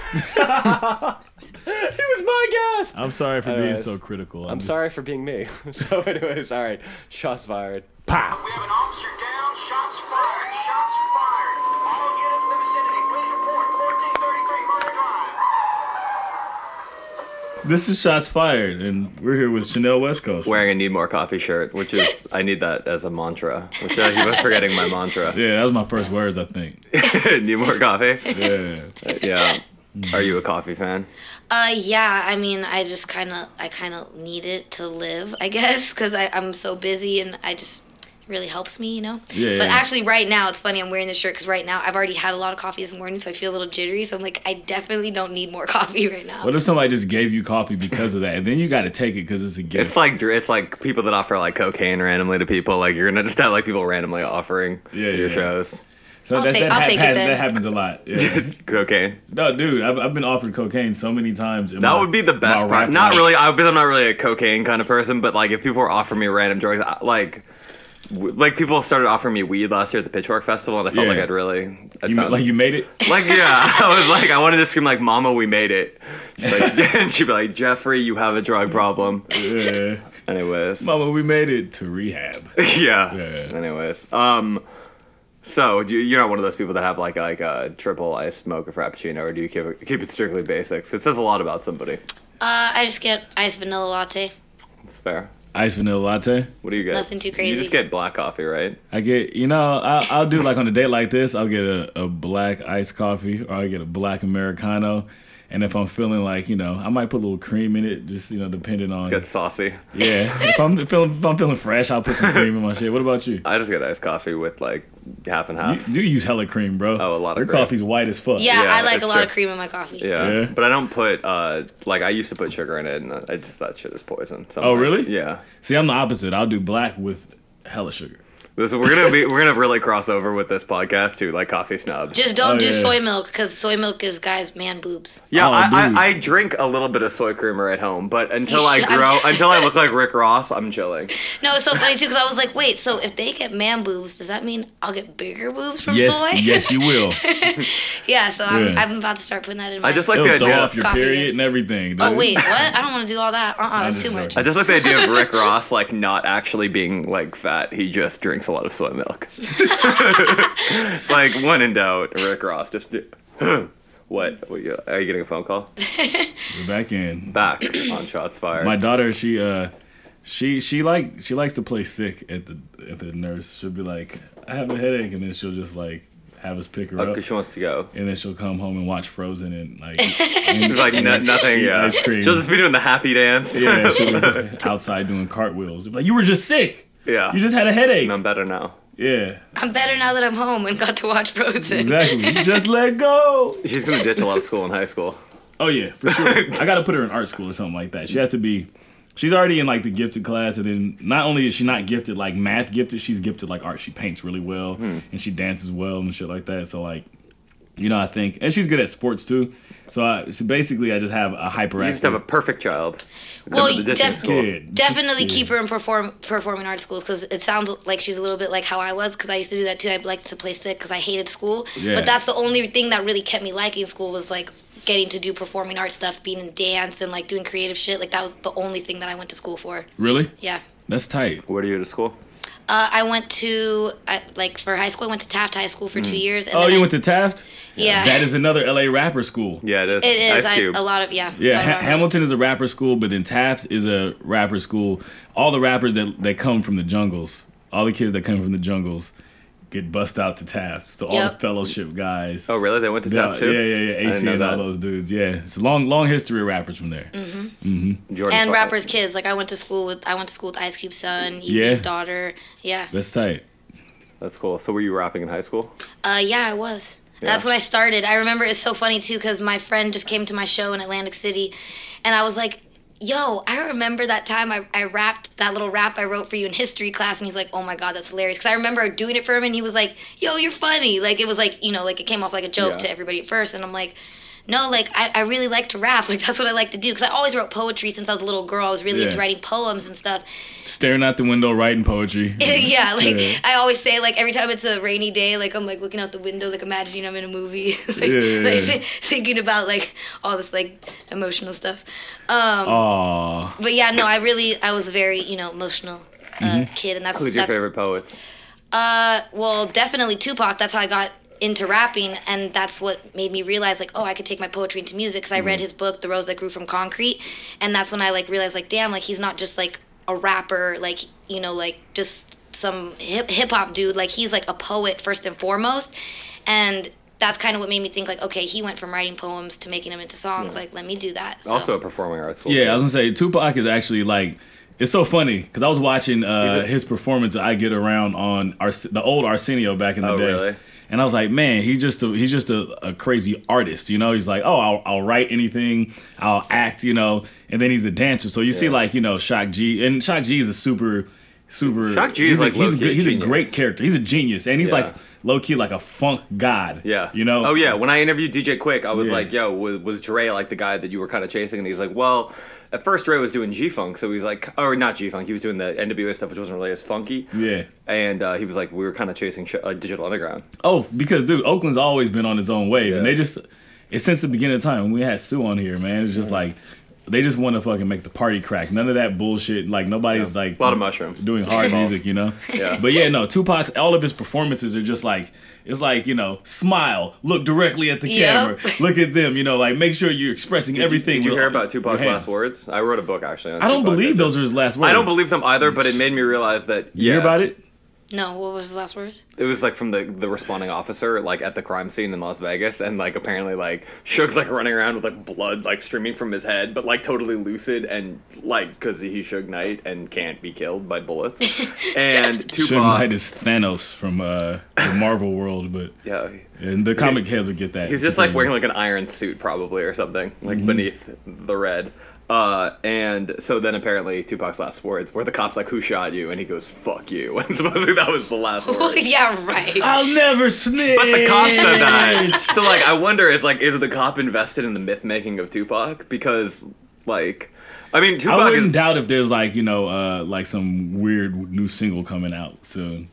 Speaker 4: my guest.
Speaker 2: I'm sorry for being
Speaker 4: Anyways,
Speaker 2: so critical.
Speaker 4: I'm
Speaker 2: just-
Speaker 4: sorry for being me. so, anyways, all right. Shots fired.
Speaker 2: Pow.
Speaker 5: We have an officer down. Shots fired. Shots fired. All units in the vicinity, please report. 1433 Murray Drive.
Speaker 2: This is Shots Fired, and we're here with Chanel West Coast.
Speaker 1: wearing a need more coffee shirt, which is I need that as a mantra. Which I keep on forgetting my mantra.
Speaker 2: Yeah, that was my first words, I think.
Speaker 1: need more coffee.
Speaker 2: Yeah.
Speaker 1: Yeah. Are you a coffee fan?
Speaker 6: Uh, yeah. I mean, I just kind of, I kind of need it to live, I guess, because I'm so busy and I just it really helps me, you know.
Speaker 2: Yeah,
Speaker 6: But
Speaker 2: yeah.
Speaker 6: actually, right now it's funny I'm wearing this shirt because right now I've already had a lot of coffee this morning, so I feel a little jittery. So I'm like, I definitely don't need more coffee right now.
Speaker 2: What if somebody just gave you coffee because of that, and then you got to take it because it's a gift?
Speaker 1: It's like dr- it's like people that offer like cocaine randomly to people. Like you're gonna just have like people randomly offering
Speaker 2: Yeah,
Speaker 1: at your
Speaker 2: yeah.
Speaker 1: shows
Speaker 2: so
Speaker 6: I'll take- I'll take it then.
Speaker 2: That happens a lot. Yeah.
Speaker 1: cocaine.
Speaker 2: no, dude, I've, I've been offered cocaine so many times. in
Speaker 1: That
Speaker 2: my-
Speaker 1: would be the
Speaker 2: my
Speaker 1: best
Speaker 2: rap
Speaker 1: part. Not
Speaker 2: life.
Speaker 1: really, I because I'm not really a cocaine kind of person. But like, if people were offering me random drugs, I- like, w- like people started offering me weed last year at the Pitchfork Festival, and I felt
Speaker 2: Yeah.
Speaker 1: like I'd really, I'd
Speaker 2: You, ma-
Speaker 1: found-
Speaker 2: like you made it.
Speaker 1: Like, yeah, I was like, I wanted to scream like, "Mama, we made it!" She's like, and she'd be like, "Jeffrey, you have a drug problem."
Speaker 2: Yeah.
Speaker 1: Anyways,
Speaker 2: Mama, we made it to rehab.
Speaker 1: yeah.
Speaker 2: Yeah.
Speaker 1: Anyways, um, so do you, you're not one of those people that have like like a triple iced mocha frappuccino, or do you keep it, keep it strictly basics? It says a lot about somebody.
Speaker 6: Uh, I just get iced vanilla
Speaker 2: Oh,
Speaker 6: latte.
Speaker 1: It's fair.
Speaker 2: Ice vanilla latte.
Speaker 1: What do you get?
Speaker 6: Nothing too
Speaker 1: You
Speaker 6: crazy.
Speaker 1: just get black coffee, right?
Speaker 2: I get, you know, I, I'll do like on a date like this, I'll get a, a black iced coffee or I get a black Americano. And if I'm feeling like, you know, I might put a little cream in it, just, you know, depending on.
Speaker 1: Get saucy.
Speaker 2: Yeah. If I'm feeling, if I'm feeling fresh, I'll put some cream in my shit. What about you?
Speaker 1: I just get iced coffee with like half and
Speaker 2: You
Speaker 1: half.
Speaker 2: do use hella cream,
Speaker 1: Uh,
Speaker 2: bro.
Speaker 1: Oh, a lot of
Speaker 2: Your
Speaker 1: cream.
Speaker 2: coffee's white as fuck.
Speaker 6: Yeah,
Speaker 1: Yeah,
Speaker 6: I like
Speaker 1: it's
Speaker 6: a lot of
Speaker 1: good.
Speaker 6: cream in my coffee.
Speaker 1: Yeah.
Speaker 2: Yeah.
Speaker 1: but I don't put uh like I used to put sugar in it, and I just that shit is poison. So I'm
Speaker 2: Oh,
Speaker 1: like-
Speaker 2: really?
Speaker 1: Yeah,
Speaker 2: See, I'm the opposite. I'll do black with hella sugar.
Speaker 1: This we're gonna be we're gonna really cross over with this podcast to like coffee snobs.
Speaker 6: Just don't
Speaker 2: Oh,
Speaker 6: do
Speaker 2: yeah.
Speaker 6: soy milk because soy milk is guys man boobs.
Speaker 1: yeah,
Speaker 2: Oh,
Speaker 1: I,
Speaker 2: dude.
Speaker 1: I, I drink a little bit of soy creamer at home, but until
Speaker 6: You
Speaker 1: I
Speaker 6: should- I'm
Speaker 1: grow,
Speaker 6: just-
Speaker 1: until I look like Rick Ross, I'm chilling.
Speaker 6: No, it's so funny too because I was like, wait, so if they get man boobs, does that mean I'll get bigger boobs from
Speaker 2: yes,
Speaker 6: soy?
Speaker 2: yes, you will.
Speaker 6: yeah. So I'm,
Speaker 2: Yeah.
Speaker 6: I'm about to start putting that in. My
Speaker 1: I just like the
Speaker 2: It'll throw
Speaker 1: idea.
Speaker 2: off your
Speaker 6: Coffee.
Speaker 2: period and everything. Dude.
Speaker 6: Oh wait, what? I don't want to do all that. Uh, uh that's
Speaker 2: just
Speaker 6: too much.
Speaker 1: I just like the idea of Rick Ross like not actually being like fat. He just drinks a lot of soy milk. like when in doubt, Rick Ross just. what? What you- Are you getting a phone call?
Speaker 2: We're back in.
Speaker 1: Back on shots fired.
Speaker 2: My daughter, she uh, she she like she likes to play sick at the at the nurse. She'll be like, I have a headache, and then she'll just like have us pick her up,
Speaker 1: Because she wants to go.
Speaker 2: and then she'll come home and watch Frozen and like. and-
Speaker 1: Like no, nothing. Yeah.
Speaker 2: Ice cream.
Speaker 1: She'll just be doing the happy dance.
Speaker 2: yeah, she'll be outside doing cartwheels. Like you were just sick.
Speaker 1: Yeah.
Speaker 2: You just had a headache.
Speaker 1: I'm better now.
Speaker 2: Yeah,
Speaker 6: I'm better now that I'm home and got to watch Frozen.
Speaker 2: exactly. You just let go.
Speaker 1: She's gonna ditch a lot of school in high school.
Speaker 2: Oh yeah, for sure. I gotta put her in art school or something like that. She has to be. She's already in like the gifted class, and then not only is she not gifted like math gifted, she's gifted like art. She paints really well,
Speaker 1: Hmm.
Speaker 2: and she dances well and shit like that. So like, you know, I think, and she's good at sports too. So, I, so basically, I just have a hyperactive
Speaker 1: You just have a perfect child. Except
Speaker 6: Well,
Speaker 1: for the
Speaker 6: you
Speaker 1: ditching
Speaker 6: def-
Speaker 1: school.
Speaker 2: kid.
Speaker 6: Definitely
Speaker 2: Yeah.
Speaker 6: keep her in perform performing arts schools because it sounds like she's a little bit like how I was because I used to do that too. I liked to play sick because I hated school,
Speaker 2: Yeah.
Speaker 6: but that's the only thing that really kept me liking school was like getting to do performing arts stuff, being in dance and like doing creative shit. Like that was the only thing that I went to school for.
Speaker 2: Really?
Speaker 6: Yeah,
Speaker 2: That's tight.
Speaker 1: Where do you go to school?
Speaker 6: uh, I went to I, like for high school. I went to Taft High School for two years. And
Speaker 2: Oh,
Speaker 6: then
Speaker 2: you
Speaker 6: I-
Speaker 2: went to Taft?
Speaker 6: Yeah.
Speaker 2: That is another LA rapper school.
Speaker 1: Yeah, it is.
Speaker 6: It
Speaker 1: Ice
Speaker 6: is I,
Speaker 1: Cube.
Speaker 6: a lot of yeah.
Speaker 2: Yeah,
Speaker 6: a lot of
Speaker 2: ha-
Speaker 6: art.
Speaker 2: Hamilton is a rapper school, but then Taft is a rapper school. All the rappers that, that come from the jungles, all the kids that come from the jungles, get bussed out to Taft. So all the
Speaker 6: Yep.
Speaker 2: fellowship guys.
Speaker 1: oh, really? They went to
Speaker 2: yeah,
Speaker 1: Taft too.
Speaker 2: yeah, yeah, yeah.
Speaker 1: I didn't
Speaker 2: AC
Speaker 1: know
Speaker 2: and all
Speaker 1: that.
Speaker 2: those dudes. Yeah, it's a long, long history of rappers from there.
Speaker 1: Jordan
Speaker 6: And
Speaker 1: Clark.
Speaker 6: rappers' kids. Like I went to school with I went to school with Ice Cube's son, Easy's
Speaker 2: Yeah.
Speaker 6: daughter. Yeah.
Speaker 2: That's tight.
Speaker 1: That's cool. So were you rapping in high school?
Speaker 6: Uh, yeah, I was. That's
Speaker 1: Yeah.
Speaker 6: when I started. I remember it's so funny too because my friend just came to my show in Atlantic City, and I was like, "Yo, I remember that time I, I rapped that little rap I wrote for you in history class," and he's like, "Oh my god, that's hilarious!" Because I remember doing it for him, and he was like, "Yo, you're funny!" Like it was like you know like it came off like a joke
Speaker 1: Yeah.
Speaker 6: to everybody at first, and I'm like. No, like I, I really like to rap. Like that's what I like to do. Cause I always wrote poetry since I was a little girl. I was really
Speaker 2: Yeah.
Speaker 6: into writing poems and stuff.
Speaker 2: Staring out the window, writing poetry.
Speaker 6: yeah, like
Speaker 2: Yeah.
Speaker 6: I always say, like every time it's a rainy day, like I'm like looking out the window, like imagining I'm in a movie, like,
Speaker 2: Yeah, yeah,
Speaker 6: like,
Speaker 2: yeah.
Speaker 6: thinking about like all this like emotional stuff. Um,
Speaker 2: Aw.
Speaker 6: but yeah, no, I really I was a very you know emotional uh,
Speaker 2: Mm-hmm.
Speaker 6: kid, and that's
Speaker 1: Who's your
Speaker 6: that's
Speaker 1: favorite poets?
Speaker 6: uh well definitely Tupac. That's how I got into rapping, and that's what made me realize like oh I could take my poetry into music because I read his book The Rose That Grew from Concrete, and that's when I like realized like damn like he's not just like a rapper like you know like just some hip hip hop dude like he's like a poet first and foremost, and that's kind of what made me think like okay he went from writing poems to making them into songs like let me do that. So-
Speaker 1: Also a performing arts school.
Speaker 2: Yeah, I was gonna say Tupac is actually like it's so funny because I was watching uh,
Speaker 1: He's a-
Speaker 2: his performance. I get around on Ars- the old Arsenio back in the
Speaker 1: Oh,
Speaker 2: day.
Speaker 1: really?
Speaker 2: And I was like, man, he's just a, he's just a, a crazy artist, you know. He's like, oh, I'll, I'll write anything, I'll act, you know. And then he's a dancer, so you see
Speaker 1: Yeah.
Speaker 2: like you know Shock G, and Shock G is a super, super.
Speaker 1: Shock G
Speaker 2: he's
Speaker 1: is,
Speaker 2: a-
Speaker 1: like,
Speaker 2: he's, a,
Speaker 1: low-key
Speaker 2: good- he's a
Speaker 1: genius.
Speaker 2: great character. He's a genius, and he's
Speaker 1: Yeah.
Speaker 2: like low key like a funk god.
Speaker 1: Yeah.
Speaker 2: you know.
Speaker 1: Oh yeah. When I interviewed DJ Quick, I was
Speaker 2: Yeah.
Speaker 1: like, "Yo, was, was Dre like the guy that you were kind of chasing?" And he's like, "Well, at first Dre was doing G Funk, so he's like, or not G Funk. He was doing the NWA stuff, which wasn't really as funky."
Speaker 2: Yeah.
Speaker 1: And uh, he was like, "We were kind of chasing sh- uh, Digital Underground."
Speaker 2: Oh, because dude, Oakland's always been on its own wave, and
Speaker 1: Yeah.
Speaker 2: they just it's since the beginning of time. When we had Sue on here, man, it's just like they just want to fucking make the party crack. None of that bullshit. Like nobody's like
Speaker 1: A lot of mushrooms.
Speaker 2: doing hard music, you know.
Speaker 1: Yeah.
Speaker 2: But yeah, no, Tupac's all of his performances are just like it's like you know, smile, look directly at the
Speaker 6: Yep.
Speaker 2: camera, look at them, you know, like make sure you're expressing everything.
Speaker 1: Did you
Speaker 2: with
Speaker 1: hear
Speaker 2: all
Speaker 1: about
Speaker 2: your
Speaker 1: Tupac's
Speaker 2: hands.
Speaker 1: last words? I wrote a book actually. On
Speaker 2: I don't
Speaker 1: Tupac.
Speaker 2: believe those are his last words.
Speaker 1: I don't believe them either, but it made me realize that.
Speaker 2: You hear
Speaker 1: yeah,
Speaker 2: about it?
Speaker 6: no, what was the last words?
Speaker 1: It was like from the the responding officer, like at the crime scene in Las Vegas, and like apparently like Suge's like running around with like blood like streaming from his head, but like totally lucid and like because he's Suge Knight and can't be killed by bullets. and
Speaker 2: Should Knight
Speaker 1: Tupac,
Speaker 2: is Thanos from uh, the Marvel world, but
Speaker 1: yeah,
Speaker 2: and the comic heads would get that.
Speaker 1: Mm. Mm-hmm. he's just like wearing like an iron suit probably or something like beneath the red. Uh, and so then apparently Tupac's last words were the cops like, "Who shot you?" And he goes, "Fuck you." And supposedly that was the last word.
Speaker 6: Oh, yeah, right.
Speaker 2: I'll never snitch.
Speaker 1: But the cop said that. So like, I wonder is like, is the cop invested in the myth making of Tupac? Because like, I mean,
Speaker 2: I
Speaker 1: Tupac
Speaker 2: wouldn't
Speaker 1: is
Speaker 2: doubt if there's like you know uh, like some weird new single coming out soon.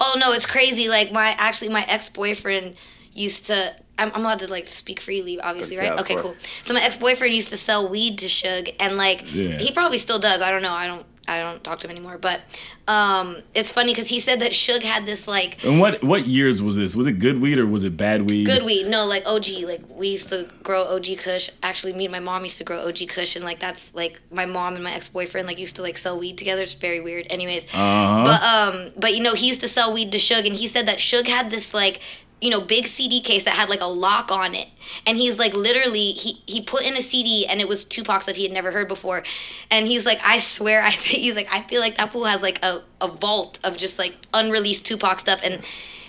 Speaker 6: Oh no, it's crazy. Like my actually my ex boyfriend used to. I'm, I'm allowed to like speak freely, obviously,
Speaker 1: Yeah,
Speaker 6: right?
Speaker 1: of
Speaker 6: okay,
Speaker 1: course.
Speaker 6: cool. So my ex boyfriend used to sell weed to Suge, and like
Speaker 2: Yeah.
Speaker 6: he probably still does. I don't know. I don't. I don't talk to him anymore. But um, it's funny because he said that Suge had this like
Speaker 2: And what what years was this? Was it good weed or was it bad weed?
Speaker 6: good weed. No, like OG. Like we used to grow OG Kush. Actually, me and my mom used to grow OG Kush, and like that's like my mom and my ex boyfriend like used to like sell weed together. It's very weird. Anyways,
Speaker 2: Uh-huh.
Speaker 6: but um, but you know he used to sell weed to Suge, and he said that Suge had this like. You know, big CD case that had like a lock on it, and he's like, literally, he he put in a CD, and it was Tupac stuff he had never heard before, and he's like, I swear, I think he's like, I feel like that fool has like a, a vault of just like unreleased Tupac stuff, and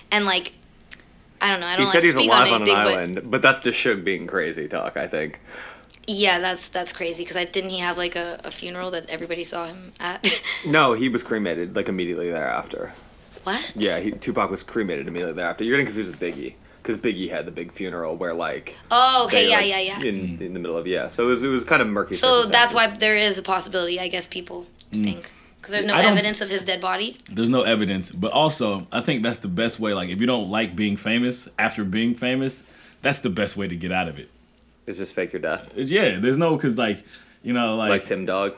Speaker 6: and like, I don't know, I don't
Speaker 1: he
Speaker 6: like
Speaker 1: said he's
Speaker 6: speak
Speaker 1: alive on,
Speaker 6: on anything,
Speaker 1: an
Speaker 6: but-
Speaker 1: island, but that's just Suge being crazy talk, I think.
Speaker 6: Yeah, that's that's crazy because I didn't he have like a, a funeral that everybody saw him at.
Speaker 1: No, he was cremated like immediately thereafter.
Speaker 6: what?
Speaker 1: Yeah, he, Tupac was cremated immediately thereafter. You're getting confused with Biggie because Biggie had the big funeral where like
Speaker 6: Oh,
Speaker 1: they,
Speaker 6: okay, yeah,
Speaker 1: like,
Speaker 6: yeah, yeah.
Speaker 1: in
Speaker 2: Mm.
Speaker 1: in the middle of yeah. So it was it was kind of murky.
Speaker 6: so that's
Speaker 1: circumstances.
Speaker 6: why there is a possibility, I guess, people think because there's no
Speaker 2: I don't-
Speaker 6: evidence of his dead body.
Speaker 2: There's no evidence, but also I think that's the best way. Like if you don't like being famous after being famous, that's the best way to get out of it.
Speaker 1: it's just fake your death,
Speaker 2: It's- yeah, there's no because like you know like,
Speaker 1: like Tim Dog.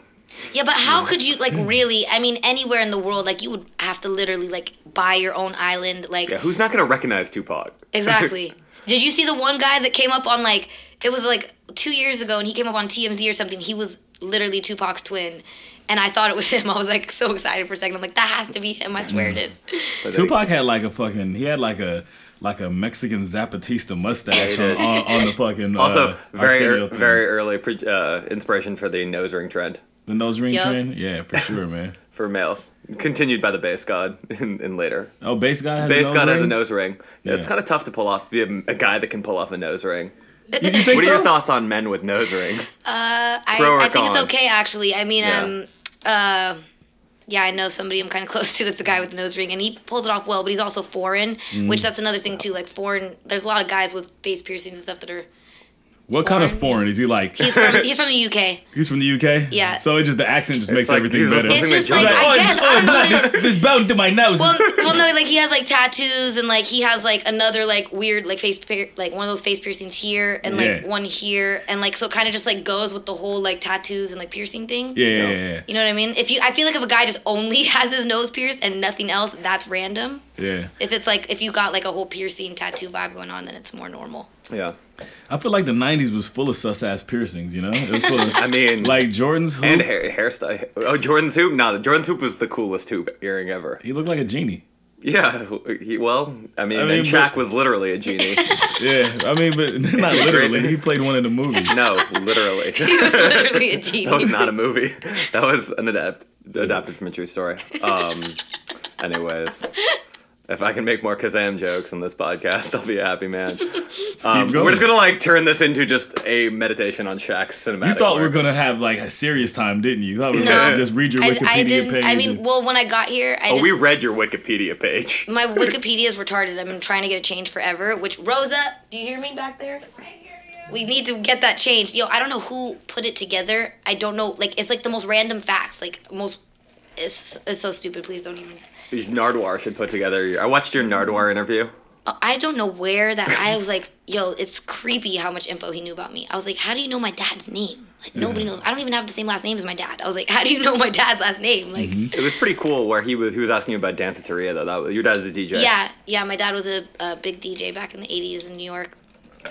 Speaker 6: Yeah, but how could you like really? I mean, anywhere in the world, like you would have to literally like buy your own island, like
Speaker 1: Yeah, who's not gonna recognize Tupac?
Speaker 6: Exactly. Did you see the one guy that came up on like it was like two years ago and he came up on TMZ or something? He was literally Tupac's twin, and I thought it was him. I was like so excited for a second. I'm like, that has to be him. I swear it is.
Speaker 1: But then he-
Speaker 2: Tupac had like a fucking he had like a like a Mexican Zapatista mustache
Speaker 1: did.
Speaker 2: on, on, on the fucking
Speaker 1: Also,
Speaker 2: uh,
Speaker 1: very
Speaker 2: Arsenio
Speaker 1: ear
Speaker 2: thing.
Speaker 1: very early pre- uh, inspiration for the nose ring trend
Speaker 2: the nose ring
Speaker 6: Yup.
Speaker 2: trend. Yeah, for sure, man.
Speaker 1: for males, continued by the bass god in, in later.
Speaker 2: Oh, bass guy has
Speaker 1: Bass
Speaker 2: a nose
Speaker 1: god
Speaker 2: ring?
Speaker 1: has a nose ring. Yeah, It's
Speaker 2: Yeah.
Speaker 1: kind of tough to pull off. Be a, a guy that can pull off a nose ring.
Speaker 2: You, you think
Speaker 1: What are
Speaker 2: so?
Speaker 1: your thoughts on men with nose rings?
Speaker 6: Uh,
Speaker 1: Pro
Speaker 6: I,
Speaker 1: or
Speaker 6: I think it's
Speaker 1: con?
Speaker 6: okay actually. I mean,
Speaker 1: Yeah.
Speaker 6: um, uh, yeah, I know somebody I'm kind of close to that's the guy with the nose ring, and he pulls it off well, but he's also foreign, which that's another thing too. Like foreign, there's a lot of guys with face piercings and stuff that are.
Speaker 2: What kind of foreign is he like?
Speaker 6: He's from he's from the UK.
Speaker 2: He's from the UK.
Speaker 6: Yeah.
Speaker 2: So it just the accent just makes
Speaker 1: like
Speaker 2: everything
Speaker 1: he's
Speaker 2: better. oh,
Speaker 1: listening
Speaker 6: It's
Speaker 1: Something
Speaker 6: just
Speaker 1: to
Speaker 6: like
Speaker 1: juggle.
Speaker 6: I guess I don't know. what it is.
Speaker 2: this, this bound to my nose.
Speaker 6: well, well, no, like he has like tattoos and like he has like another like weird like face pier- like one of those face piercings here and like
Speaker 2: Yeah.
Speaker 6: one here and like so kind of just like goes with the whole like tattoos and like piercing thing.
Speaker 2: yeah, yeah, yeah,
Speaker 6: You know what I mean? If you, I feel like if a guy just only has his nose pierced and nothing else, that's random.
Speaker 2: yeah.
Speaker 6: If it's like if you got like a whole piercing tattoo vibe going on, then it's more normal.
Speaker 1: Yeah,
Speaker 2: I feel like the '90s was full of sus ass piercings. You know, it was full of
Speaker 1: I mean,
Speaker 2: like Jordan's hoop.
Speaker 1: and hair, hairstyle. Oh, Jordan's hoop. No, Jordan's hoop was the coolest hoop earring ever.
Speaker 2: he looked like a genie.
Speaker 1: Yeah, he, well, I mean,
Speaker 2: I mean,
Speaker 1: and Shaq
Speaker 2: but-
Speaker 1: was literally a genie.
Speaker 2: Yeah, I mean, but not literally. He played one in the movie.
Speaker 1: no, literally.
Speaker 6: He was literally a genie.
Speaker 1: That was not a movie. That was an adapt adapted from a true story. Um, anyways, if I can make more Kazam jokes on this podcast, I'll be a happy man. Um,
Speaker 2: going.
Speaker 1: we're just gonna like turn this into just a meditation on Shaq's cinematic.
Speaker 2: You thought we were
Speaker 1: works.
Speaker 2: gonna have like a serious time, didn't you? You thought we were
Speaker 6: No.
Speaker 2: gonna just read your
Speaker 6: I,
Speaker 2: Wikipedia
Speaker 6: I didn't.
Speaker 2: page.
Speaker 6: I mean,
Speaker 2: and-
Speaker 6: well, when I got here, I
Speaker 1: Oh,
Speaker 6: just
Speaker 1: we read your Wikipedia page.
Speaker 6: My Wikipedia is retarded. I've been trying to get it changed forever. Which Rosa, do you hear me back there? We need to get that changed. Yo, I don't know who put it together. I don't know. Like it's like the most random facts. Like most. It's, it's so stupid. Please don't even.
Speaker 1: Nardwar should put together. Your, I watched your Nardwar interview.
Speaker 6: Uh, I don't know where that. I was like, yo, it's creepy how much info he knew about me. I was like, how do you know my dad's name? Like nobody knows. I don't even have the same last name as my dad. I was like, how do you know my dad's last name? Like.
Speaker 1: It was pretty cool where he was he was asking you about Danceteria though. That was, your dad's a DJ.
Speaker 6: Yeah, yeah. My dad was a, a big DJ back in the '80s in New York.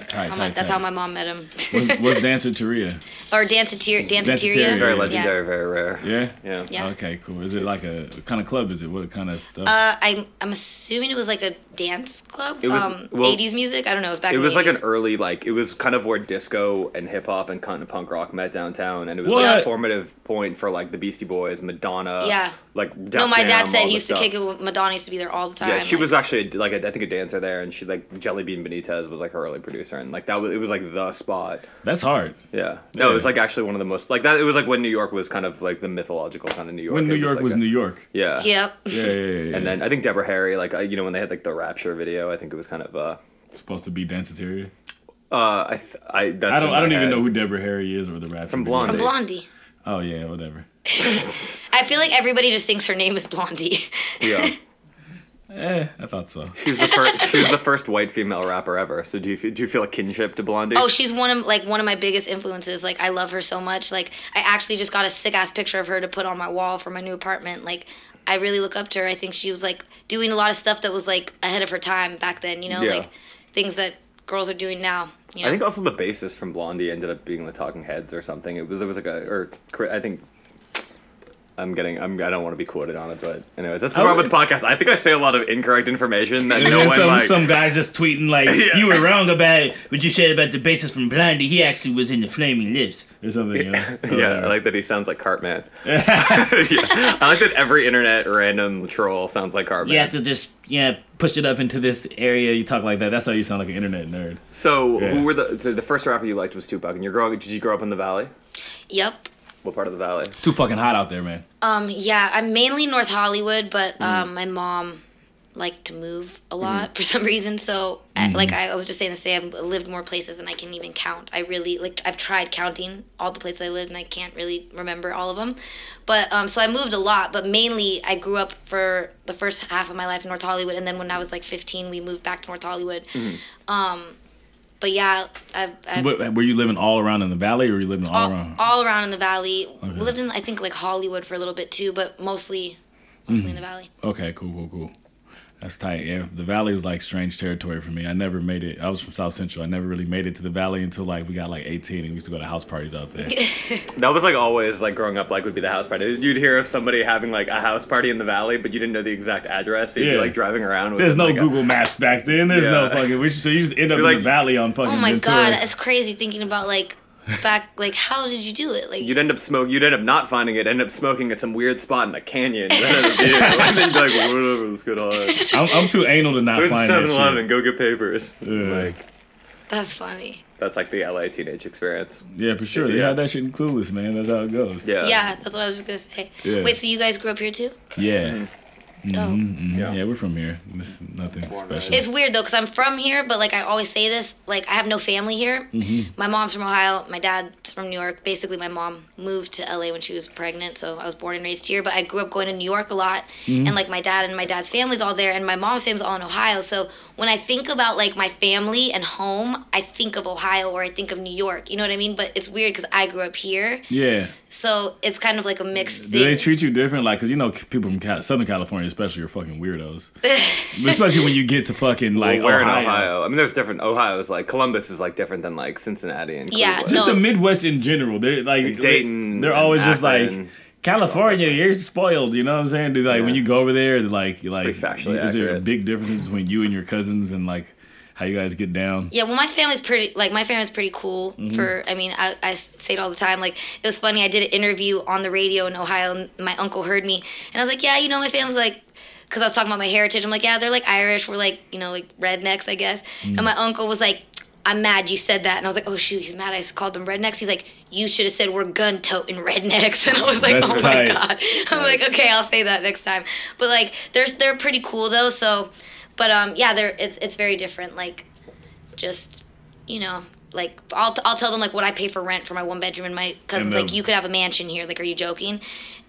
Speaker 2: Tight,
Speaker 6: How my-
Speaker 2: tight,
Speaker 6: that's
Speaker 2: tight.
Speaker 6: how my mom met him.
Speaker 2: What's, what's Dancer Taria?
Speaker 6: or danceteer, danceteria.
Speaker 2: Danceteria.
Speaker 1: Very
Speaker 2: Yeah.
Speaker 1: legendary, very rare.
Speaker 2: Yeah.
Speaker 1: Yeah.
Speaker 6: Yeah.
Speaker 2: Okay, cool. Is it like a what kind of club? Is it what kind of stuff?
Speaker 6: Uh, I'm I'm Uh, assuming it was like a dance club.
Speaker 1: It was-
Speaker 6: um,
Speaker 1: well,
Speaker 6: 80s music. I don't know. It was back.
Speaker 1: It
Speaker 6: in
Speaker 1: was
Speaker 6: the
Speaker 1: like
Speaker 6: 80s.
Speaker 1: an early, like it was kind of where disco and hip hop and kind of punk rock met downtown, and it was like
Speaker 2: What?
Speaker 1: a formative point for like the Beastie Boys, Madonna.
Speaker 6: Yeah.
Speaker 1: Like
Speaker 6: No,
Speaker 1: Def
Speaker 6: my dad
Speaker 1: Jam,
Speaker 6: said
Speaker 1: all
Speaker 6: he
Speaker 1: this
Speaker 6: used to
Speaker 1: stuff.
Speaker 6: kick it. with Madonna used to be there all the time.
Speaker 1: Yeah, she
Speaker 6: like-
Speaker 1: was actually like a, I think a dancer there, and she like Jellybean Benitez was like her early producer, and like that was it was like the spot.
Speaker 2: That's hard.
Speaker 1: Yeah. No, it was
Speaker 2: Yeah.
Speaker 1: like actually one of the most like that. It was like when New York was kind of like the mythological kind of New York.
Speaker 2: When New
Speaker 1: It
Speaker 2: York
Speaker 1: like,
Speaker 2: was
Speaker 1: a-
Speaker 2: New York.
Speaker 1: uh, Yeah.
Speaker 6: Yep.
Speaker 2: Yeah, yeah, yeah. yeah.
Speaker 1: And then I think Deborah Harry, like uh, you know when they had like the Rapture video, I think it was kind of uh,
Speaker 2: supposed to be Danceteria.
Speaker 1: uh I th- I that's
Speaker 2: I don't.
Speaker 1: in
Speaker 2: I don't
Speaker 1: my
Speaker 2: even
Speaker 1: head.
Speaker 2: know who Deborah Harry is or the rapper.
Speaker 1: From
Speaker 6: From
Speaker 1: Blondie.
Speaker 6: Blondie.
Speaker 2: Oh yeah, whatever.
Speaker 6: I feel like everybody just thinks her name is Blondie.
Speaker 1: Yeah.
Speaker 2: Eh, I thought so.
Speaker 1: She's the first. she was the first white female rapper ever. So do you fe- do you feel a kinship to Blondie?
Speaker 6: oh, she's one of like one of my biggest influences. Like I love her so much. Like I actually just got a sick ass picture of her to put on my wall for my new apartment. Like I really look up to her. I think she was like doing a lot of stuff that was like ahead of her time back then, you know,
Speaker 1: Yeah.
Speaker 6: like things that girls are doing now. You know?
Speaker 1: I think also the bassist from Blondie ended up being the Talking Heads or something. It was there was like a or Chri- I think. I'm getting. I'm. I don't want to be quoted on it, but anyways, that's the
Speaker 2: I
Speaker 1: problem with
Speaker 2: would-
Speaker 1: the podcast. I think I say a lot of incorrect information that
Speaker 2: And
Speaker 1: no
Speaker 2: then
Speaker 1: one
Speaker 2: some,
Speaker 1: like.
Speaker 7: some guy just tweeting like,
Speaker 1: Yeah.
Speaker 7: "You were wrong about what you said about the bassist from Blondie. He actually was in the Flaming Lips."
Speaker 2: Or something. You know?
Speaker 1: Yeah, I
Speaker 2: Whatever.
Speaker 1: like that he sounds like Cartman. yeah. I like that every internet random troll sounds like Cartman.
Speaker 7: You have to just yeah.
Speaker 2: push it up into this area. You talk like that. That's how you sound like an internet nerd.
Speaker 1: So
Speaker 2: Yeah.
Speaker 1: who were the so the first rapper you liked was Tupac, and you're growing. Did you grow up in the Valley?
Speaker 6: Yep.
Speaker 1: What part of the Valley?
Speaker 2: Too fucking hot out there, man.
Speaker 6: Um, yeah, I'm mainly North Hollywood, but um, my mom liked to move a lot for some reason. So, I, like I was just saying this day, I've lived more places than I can even count. I really like I've tried counting all the places I lived, and I can't really remember all of them. But um, so I moved a lot, but mainly I grew up for the first half of my life in North Hollywood, and then when I was like 15, we moved back to North Hollywood. Um, but yeah, I've, I've
Speaker 2: What, were you living all around in the valley, or were you living all,
Speaker 6: all,
Speaker 2: around?
Speaker 6: all around in the valley. We lived in I think like Hollywood for a little bit too, but mostly mostly
Speaker 2: Mm.
Speaker 6: in the valley.
Speaker 2: Okay, cool, cool, cool. That's tight. Yeah, the valley was like strange territory for me. I never made it. I was from South Central. I never really made it to the valley until like we got like 18 and we used to go to house parties out there.
Speaker 1: That was like always like growing up like would be the house party. You'd hear of somebody having like a house party in the valley, but you didn't know the exact address. So you'd be
Speaker 2: Yeah.
Speaker 1: like driving around. With
Speaker 2: There's
Speaker 1: them,
Speaker 2: no
Speaker 1: like, a-
Speaker 2: Google Maps back then. There's no
Speaker 1: Yeah.
Speaker 2: fucking. We should, so you just end up
Speaker 1: You're
Speaker 2: in
Speaker 1: like-
Speaker 2: the valley on fucking.
Speaker 6: Oh my
Speaker 2: Ventura.
Speaker 6: god, it's crazy thinking about like back like how did you do it? Like
Speaker 1: You'd end up smoke. You'd end up not finding it. End up smoking at some weird spot in a canyon. and then you'd be like, whatever, let's get on.
Speaker 2: I'm, I'm too anal to not
Speaker 1: There's
Speaker 2: find that
Speaker 1: 7-Eleven.
Speaker 2: shit.
Speaker 1: Go get papers.
Speaker 2: Ugh.
Speaker 6: that's funny.
Speaker 1: That's like the LA teenage experience.
Speaker 2: yeah, for sure. They
Speaker 1: Yeah.
Speaker 2: had that shit in Clueless, man. That's how it goes.
Speaker 1: Yeah.
Speaker 6: Yeah. that's what I was just gonna say.
Speaker 2: Yeah. Mm-hmm.
Speaker 6: Wait, so you guys grew up here too?
Speaker 2: Yeah.
Speaker 6: Oh.
Speaker 2: Mhm.
Speaker 1: Mm-hmm. Yeah.
Speaker 2: Yeah. we're from here. It's nothing special.
Speaker 6: It's weird though, cause I'm from here, but like I always say this, like I have no family here. My mom's from Ohio, my dad's from New York. Basically, my mom moved to LA when she was pregnant, so I was born and raised here. But I grew up going to New York a lot, and like my dad and my dad's family's all there, and my mom's family's all in Ohio. So when I think about like my family and home, I think of Ohio or I think of New York. You know what I mean? But it's weird because I grew up here,
Speaker 2: Yeah.
Speaker 6: so it's kind of like a mixed
Speaker 2: Do they
Speaker 6: thing.
Speaker 2: treat you different? Like, cause you know, c- people from Cal- Southern California, especially, are fucking weirdos. especially when you get to fucking like
Speaker 1: Well, we're
Speaker 2: Ohio.
Speaker 1: in Ohio. I mean, there's different. Ohio's like Columbus is like different than like Cincinnati and
Speaker 6: Yeah,
Speaker 1: Cleveland.
Speaker 2: Just
Speaker 6: No.
Speaker 2: the Midwest in general. They're like
Speaker 1: Dayton
Speaker 2: They're always
Speaker 1: and
Speaker 2: just like
Speaker 1: Akron.
Speaker 2: California. You're spoiled. You know what I'm saying? Dude, like when
Speaker 1: Yeah.
Speaker 2: you go over there, they're like you're like
Speaker 1: pretty factually
Speaker 2: is there a
Speaker 1: accurate.
Speaker 2: big difference between you and your cousins and like how you guys get down?
Speaker 6: Yeah, well, my family's pretty. Like, my family's pretty cool. For I mean, I, I say it all the time. Like, it was funny. I did an interview on the radio in Ohio, and my uncle heard me, and I was like, "Yeah, you know, my family's like." Cause I was talking about my heritage, I'm like, yeah, they're like Irish, we're like, you know, like rednecks, I guess. And my uncle was like, I'm mad you said that, and I was like, oh shoot, he's mad I called them rednecks. He's like, you should have said we're gun toting rednecks, and I was like,
Speaker 2: That's
Speaker 6: oh
Speaker 2: tight.
Speaker 6: my god. I'm like, okay, I'll say that next time. But like, they're they're pretty cool though. So, but um, yeah, they're it's it's very different. Like, just you know, like I'll I'll tell them like what I pay for rent for my one bedroom, and my cousin's
Speaker 2: And the-
Speaker 6: like, you could have a mansion here. Like, are you joking?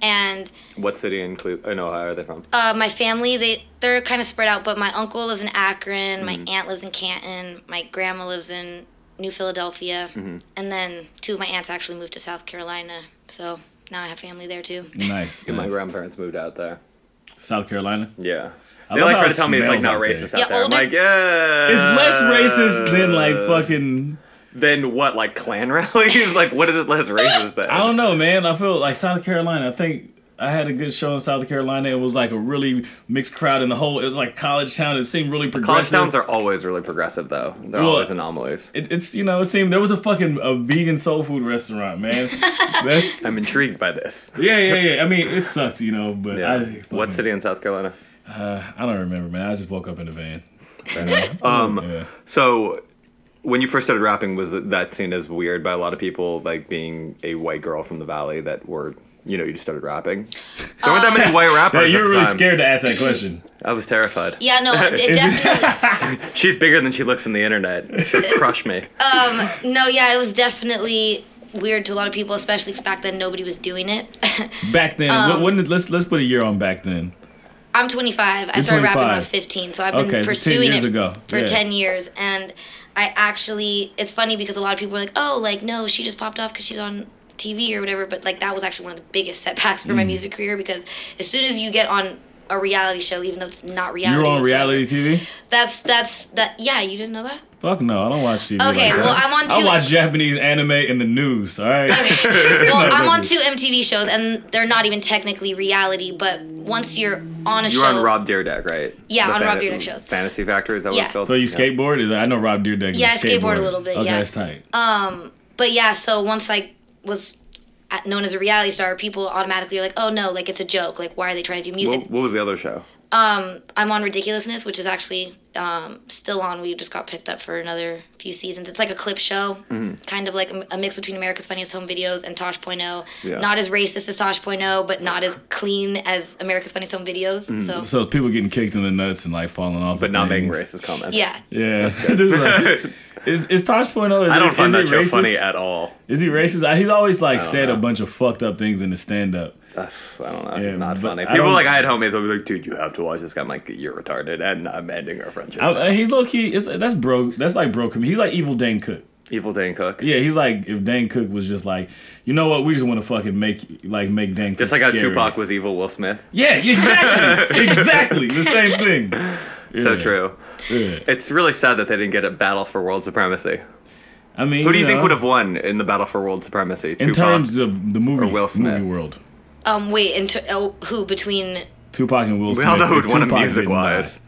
Speaker 6: And
Speaker 1: What city in Cleveland? In Ohio are they from?
Speaker 6: uh, my family they they're kind of spread out, but my uncle lives in Akron, my
Speaker 2: Mm-hmm.
Speaker 6: aunt lives in Canton, my grandma lives in New Philadelphia,
Speaker 2: Mm-hmm.
Speaker 6: and then two of my aunts actually moved to South Carolina. So now I have family there too.
Speaker 2: Nice.
Speaker 1: My
Speaker 2: nice.
Speaker 1: grandparents moved out there.
Speaker 2: South Carolina.
Speaker 1: Yeah.
Speaker 2: I
Speaker 1: They
Speaker 2: love
Speaker 1: like
Speaker 2: how
Speaker 1: try to
Speaker 2: it
Speaker 1: tell me it's like
Speaker 2: smells
Speaker 1: not
Speaker 2: out there.
Speaker 1: racist
Speaker 6: Yeah,
Speaker 1: out there. I'm
Speaker 6: older-
Speaker 1: like, yeah.
Speaker 2: It's less
Speaker 1: Uh,
Speaker 2: racist than like fucking.
Speaker 1: Than what? Like Klan rallies? like what is it less racist than?
Speaker 2: I don't know, man. I feel like South Carolina. I think I I had a good show in South Carolina. It was like a really mixed crowd, and the whole it was like college town. It seemed really
Speaker 1: College
Speaker 2: progressive.
Speaker 1: towns are always really progressive, though. They're
Speaker 2: Well,
Speaker 1: always anomalies.
Speaker 2: It, it's you know it seemed there was a fucking a vegan soul food restaurant, man. That's,
Speaker 1: I'm intrigued by this.
Speaker 2: yeah, yeah, yeah. I mean, it sucked, you know, but
Speaker 1: Yeah.
Speaker 2: I
Speaker 1: what
Speaker 2: fucking-
Speaker 1: city in South Carolina?
Speaker 2: Uh, I don't remember, man. I just woke up in the van.
Speaker 1: Um,
Speaker 2: Yeah.
Speaker 1: So, when you first started rapping, was that, that seen as weird by a lot of people, like being a white girl from the valley that were, you know, you just started rapping? There weren't
Speaker 6: Uh,
Speaker 1: that many white
Speaker 2: Yeah,
Speaker 1: rappers.
Speaker 2: you were
Speaker 1: at the
Speaker 2: really
Speaker 1: time.
Speaker 2: scared to ask that question.
Speaker 1: I was terrified.
Speaker 6: Yeah, no, it
Speaker 2: Is it-
Speaker 6: definitely.
Speaker 1: She's bigger than she looks on the internet. She'll crush me.
Speaker 6: Oh, No, yeah, it was definitely weird to a lot of people, especially 'cause back then nobody was doing it.
Speaker 2: Back then,
Speaker 6: Um,
Speaker 2: what, when did, let's let's put a year on back then.
Speaker 6: I'm 25. I started rapping when I was
Speaker 2: 25.
Speaker 6: 15, so I've been
Speaker 2: Okay, so 10
Speaker 6: pursuing
Speaker 2: years
Speaker 6: it
Speaker 2: ago.
Speaker 6: for
Speaker 2: Yeah.
Speaker 6: 10 years. And I actually, it's funny because a lot of people were like, "Oh, like no, she just popped off because she's on TV or whatever." But like that was actually one of the biggest setbacks
Speaker 2: Mm.
Speaker 6: for my music career because as soon as you get on a reality show, even though it's not reality,
Speaker 2: You're on
Speaker 6: whatsoever,
Speaker 2: reality TV?
Speaker 6: That's that's that. Yeah, you didn't know that.
Speaker 2: Fuck no, I don't watch TV.
Speaker 6: Okay,
Speaker 2: like that.
Speaker 6: well, I'm on
Speaker 2: I
Speaker 6: two-
Speaker 2: watch Japanese anime and the news. All right.
Speaker 6: well, I'm on two MTV shows, and they're not even technically reality. But once you're on a
Speaker 1: You
Speaker 6: show,
Speaker 1: were on Rob Deerdeck, right?
Speaker 6: Yeah, on Rob
Speaker 1: Fanta-
Speaker 6: Dyrdek shows.
Speaker 1: Fantasy Factory, is that what
Speaker 6: Yeah.
Speaker 1: it's called?
Speaker 2: so you
Speaker 1: Yeah.
Speaker 2: skateboard? Is that, I know Rob Deerdeck.
Speaker 6: Yeah, I
Speaker 2: is
Speaker 6: skateboard a
Speaker 2: skateboarder.
Speaker 6: little bit,
Speaker 2: Okay,
Speaker 6: yeah.
Speaker 2: that's tight.
Speaker 6: but yeah, so once I was at, known as a reality star, people automatically are like, "Oh no, like it's a joke. Like why are they trying to do music?" Um,
Speaker 1: What, what was the other show?
Speaker 6: I'm on Ridiculousness, which is actually um, still on. We just got picked up for another few seasons. It's like a clip show, kind of like a, a mix between America's Funniest Home Videos and Tosh.0.
Speaker 1: Yeah.
Speaker 6: Not as racist as Tosh.0, but not as clean as America's Funniest Home Videos. So
Speaker 2: So people getting kicked in the nuts and like falling off.
Speaker 1: But
Speaker 2: of
Speaker 1: not making
Speaker 2: things.
Speaker 1: racist comments.
Speaker 6: yeah,
Speaker 2: Yeah. Just like- is is Tosh Point oh, is
Speaker 1: I
Speaker 2: it-
Speaker 1: don't find that
Speaker 2: is it
Speaker 1: show
Speaker 2: racist?
Speaker 1: funny at all.
Speaker 2: Is he racist? I- He's always like said
Speaker 1: know.
Speaker 2: a bunch of fucked up things in the stand up.
Speaker 1: That's, I don't know.
Speaker 2: Yeah,
Speaker 1: it's not
Speaker 2: but
Speaker 1: funny.
Speaker 2: I
Speaker 1: People
Speaker 2: don't-
Speaker 1: like I had homies. I'll be like, dude, you have to watch this guy. I'm like, you're retarded, and I'm ending our friendship.
Speaker 2: He's low key. It's, that's bro. That's like bro. comedy. He's like evil Dane Cook.
Speaker 1: Evil Dan Cook.
Speaker 2: Yeah, he's like if Dane Cook was just like, you know what? We just want to fucking make like make Dane Cook.
Speaker 1: Just like how
Speaker 2: scary.
Speaker 1: Tupac was evil Will Smith.
Speaker 2: Yeah, exactly, exactly the same thing.
Speaker 1: So
Speaker 2: Yeah,
Speaker 1: true.
Speaker 2: yeah.
Speaker 1: It's really sad that they didn't get a battle for world supremacy.
Speaker 2: I mean,
Speaker 1: Who do you think
Speaker 2: know,
Speaker 1: would have won in the battle for world supremacy?
Speaker 2: in terms of the movie
Speaker 1: or Will Smith?
Speaker 2: movie world?
Speaker 6: um, wait, and to, oh, who between?
Speaker 2: Tupac and Will
Speaker 1: we
Speaker 2: Smith.
Speaker 1: all know
Speaker 2: if
Speaker 1: who'd won
Speaker 2: Tupac
Speaker 1: music
Speaker 2: didn't die.
Speaker 1: wise.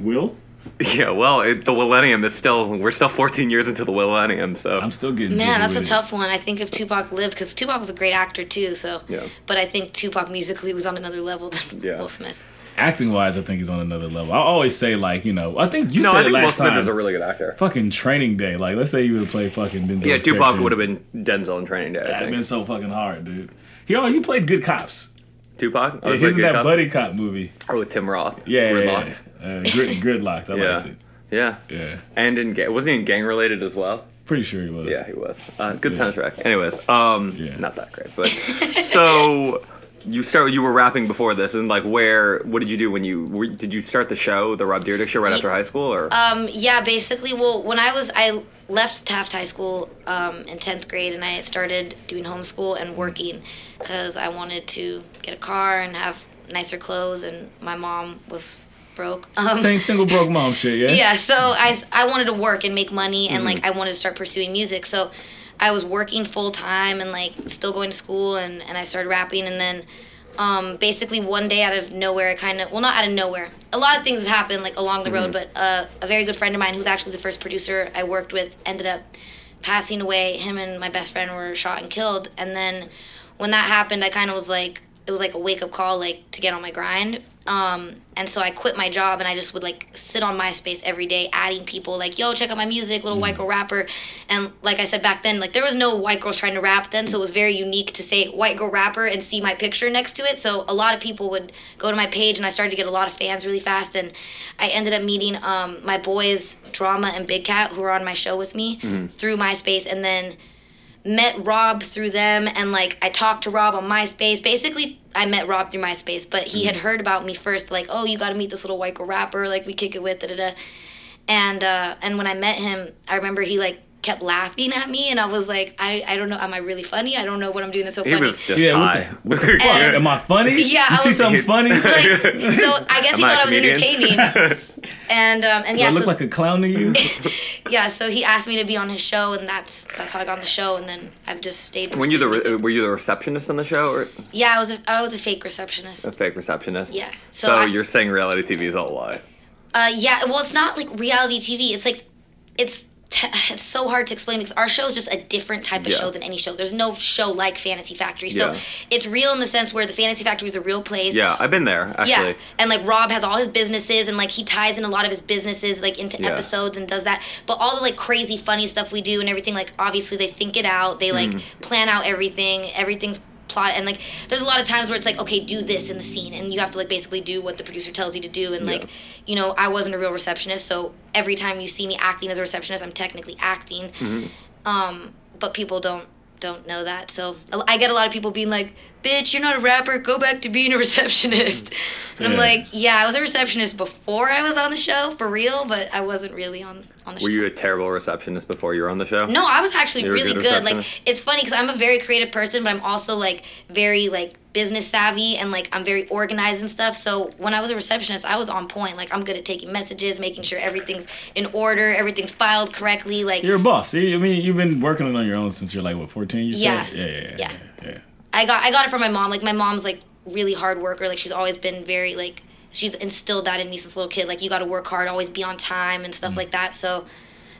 Speaker 2: Will?
Speaker 1: Yeah, well, it, the millennium is still we're still 14 years into the millennium, so
Speaker 2: I'm still getting.
Speaker 6: Man,
Speaker 2: jiggy
Speaker 6: that's
Speaker 2: with
Speaker 6: a
Speaker 2: it.
Speaker 6: tough one. I think if Tupac lived, because Tupac was a great actor too. So,
Speaker 1: Yeah.
Speaker 6: but I think Tupac musically was on another level than
Speaker 1: Yeah.
Speaker 6: Will Smith.
Speaker 2: Acting wise, I think he's on another level. I always say like, you know, I think you
Speaker 1: no,
Speaker 2: said
Speaker 1: I
Speaker 2: it
Speaker 1: think
Speaker 2: last
Speaker 1: Will Smith
Speaker 2: time.
Speaker 1: is a really good actor.
Speaker 2: fucking Training Day. Like, let's say you would play fucking Denzel's
Speaker 1: Yeah, Tupac
Speaker 2: character.
Speaker 1: would have been Denzel in Training Day. I
Speaker 2: That'd
Speaker 1: think.
Speaker 2: been so fucking hard, dude. He oh, he played Good Cops.
Speaker 1: Tupac. I
Speaker 2: Yeah,
Speaker 1: was
Speaker 2: he's in
Speaker 1: like, Oh, good
Speaker 2: that
Speaker 1: cop.
Speaker 2: buddy cop movie.
Speaker 1: Or with Tim Roth.
Speaker 2: Yeah, yeah,
Speaker 1: Gridlocked.
Speaker 2: yeah. Uh, grid, gridlocked. I liked
Speaker 1: Yeah.
Speaker 2: it.
Speaker 1: Yeah.
Speaker 2: Yeah,
Speaker 1: And in gang, wasn't he in gang related as well?
Speaker 2: pretty sure he was.
Speaker 1: Yeah, he was. Uh, good soundtrack. Anyways, um,
Speaker 2: Yeah.
Speaker 1: not that great, but so you start. You were rapping before this, and like, where? What did you do when you? Were, did you start the show, the Rob Dyrdek show, right after high school, or?
Speaker 6: Um, yeah, basically. Well, when I was, I left Taft High School um, in 10th grade and I started doing homeschool and working because I wanted to get a car and have nicer clothes, and my mom was broke. Um,
Speaker 2: Same single broke mom shit. Yeah.
Speaker 6: yeah so I, I wanted to work and make money and like i wanted to start pursuing music so i was working full time and like still going to school and, and i started rapping and then um, basically one day out of nowhere i kind of well not out of nowhere a lot of things have happened like along the road but uh, a very good friend of mine who's actually the first producer i worked with ended up passing away him and my best friend were shot and killed and then when that happened i kind of was like it was like a wake up call like to get on my grind um, and so I quit my job and I just would like sit on MySpace every day, adding people like, "Yo, check out my music, little white girl rapper." And like I said back then, like there was no white girls trying to rap then, so it was very unique to say white girl rapper and see my picture next to it. So a lot of people would go to my page, and I started to get a lot of fans really fast. And I ended up meeting um, my boys Drama and Big Cat, who were on my show with me, through MySpace, and then met Rob through them and like I talked to Rob on MySpace. Basically, I met Rob through MySpace, but he
Speaker 1: Mm-hmm.
Speaker 6: had heard about me first, like, oh, you got to meet this little white girl rapper, like we kick it with, da da da. And uh, and when I met him, I remember he like kept laughing at me, and I was like, I, I don't know, am I really funny? I don't know what I'm doing that's so
Speaker 1: he
Speaker 6: funny.
Speaker 1: was just
Speaker 2: Yeah, what
Speaker 1: high.
Speaker 2: the- what the fuck? Am I funny?
Speaker 6: Yeah,
Speaker 2: You
Speaker 6: I
Speaker 2: see
Speaker 6: was-
Speaker 2: something funny?
Speaker 6: like, so I guess he
Speaker 1: Am I a
Speaker 6: thought I was
Speaker 1: comedian?
Speaker 6: entertaining. And um, and
Speaker 2: Do I
Speaker 6: yeah,
Speaker 2: look
Speaker 6: so,
Speaker 2: like a clown to you?
Speaker 6: yeah, so he asked me to be on his show, and that's that's how I got on the show, and then I've just stayed.
Speaker 1: When you the re- uh,
Speaker 6: music.
Speaker 1: were you the receptionist on the show or
Speaker 6: yeah, I was a, I was a fake receptionist.
Speaker 1: a fake receptionist?
Speaker 6: Yeah.
Speaker 1: So,
Speaker 6: So I-
Speaker 1: you're saying reality TV is all a lie.
Speaker 6: Uh, yeah, well, it's not like reality TV. It's like, it's t- it's so hard to explain because our show is just a different type of
Speaker 1: Yeah.
Speaker 6: show than any show. There's no show like Fantasy Factory, so
Speaker 1: Yeah.
Speaker 6: it's real in the sense where the Fantasy Factory is a real place.
Speaker 1: Yeah, I've been there actually.
Speaker 6: Yeah, and like Rob has all his businesses, and like he ties in a lot of his businesses like into
Speaker 1: Yeah.
Speaker 6: episodes and does that. But all the like crazy funny stuff we do and everything, like obviously they think it out, they like
Speaker 1: Mm-hmm.
Speaker 6: plan out everything, everything's plot, and like there's a lot of times where it's like, okay, do this in the scene, and you have to like basically do what the producer tells you to do, and like, you know, I wasn't a real receptionist, so every time you see me acting as a receptionist, I'm technically acting, um, but people don't don't know that so I- i get a lot of people being like bitch you're not a rapper go back to being a receptionist and i'm
Speaker 2: Yeah.
Speaker 6: like yeah i was a receptionist before i was on the show for real but i wasn't really on on the show
Speaker 1: Were you a terrible receptionist before you were on the show?
Speaker 6: no i was actually
Speaker 1: You were a
Speaker 6: really
Speaker 1: good
Speaker 6: good, like
Speaker 1: receptionist?
Speaker 6: it's funny because i'm a very creative person but i'm also like very like business savvy and like i'm very organized and stuff so when i was a receptionist i was on point like i'm good at taking messages making sure everything's in order everything's filed correctly like
Speaker 2: You're a boss. See, I mean, you've been working it on your own since you're like what 14. You
Speaker 6: Yeah.
Speaker 2: said? Yeah, yeah, yeah, yeah. yeah.
Speaker 6: I got I got it from my mom. Like my mom's like really hard worker. Like she's always been very like she's instilled that in me since a little kid. Like you got to work hard, always be on time and stuff
Speaker 1: Mm-hmm.
Speaker 6: like that. So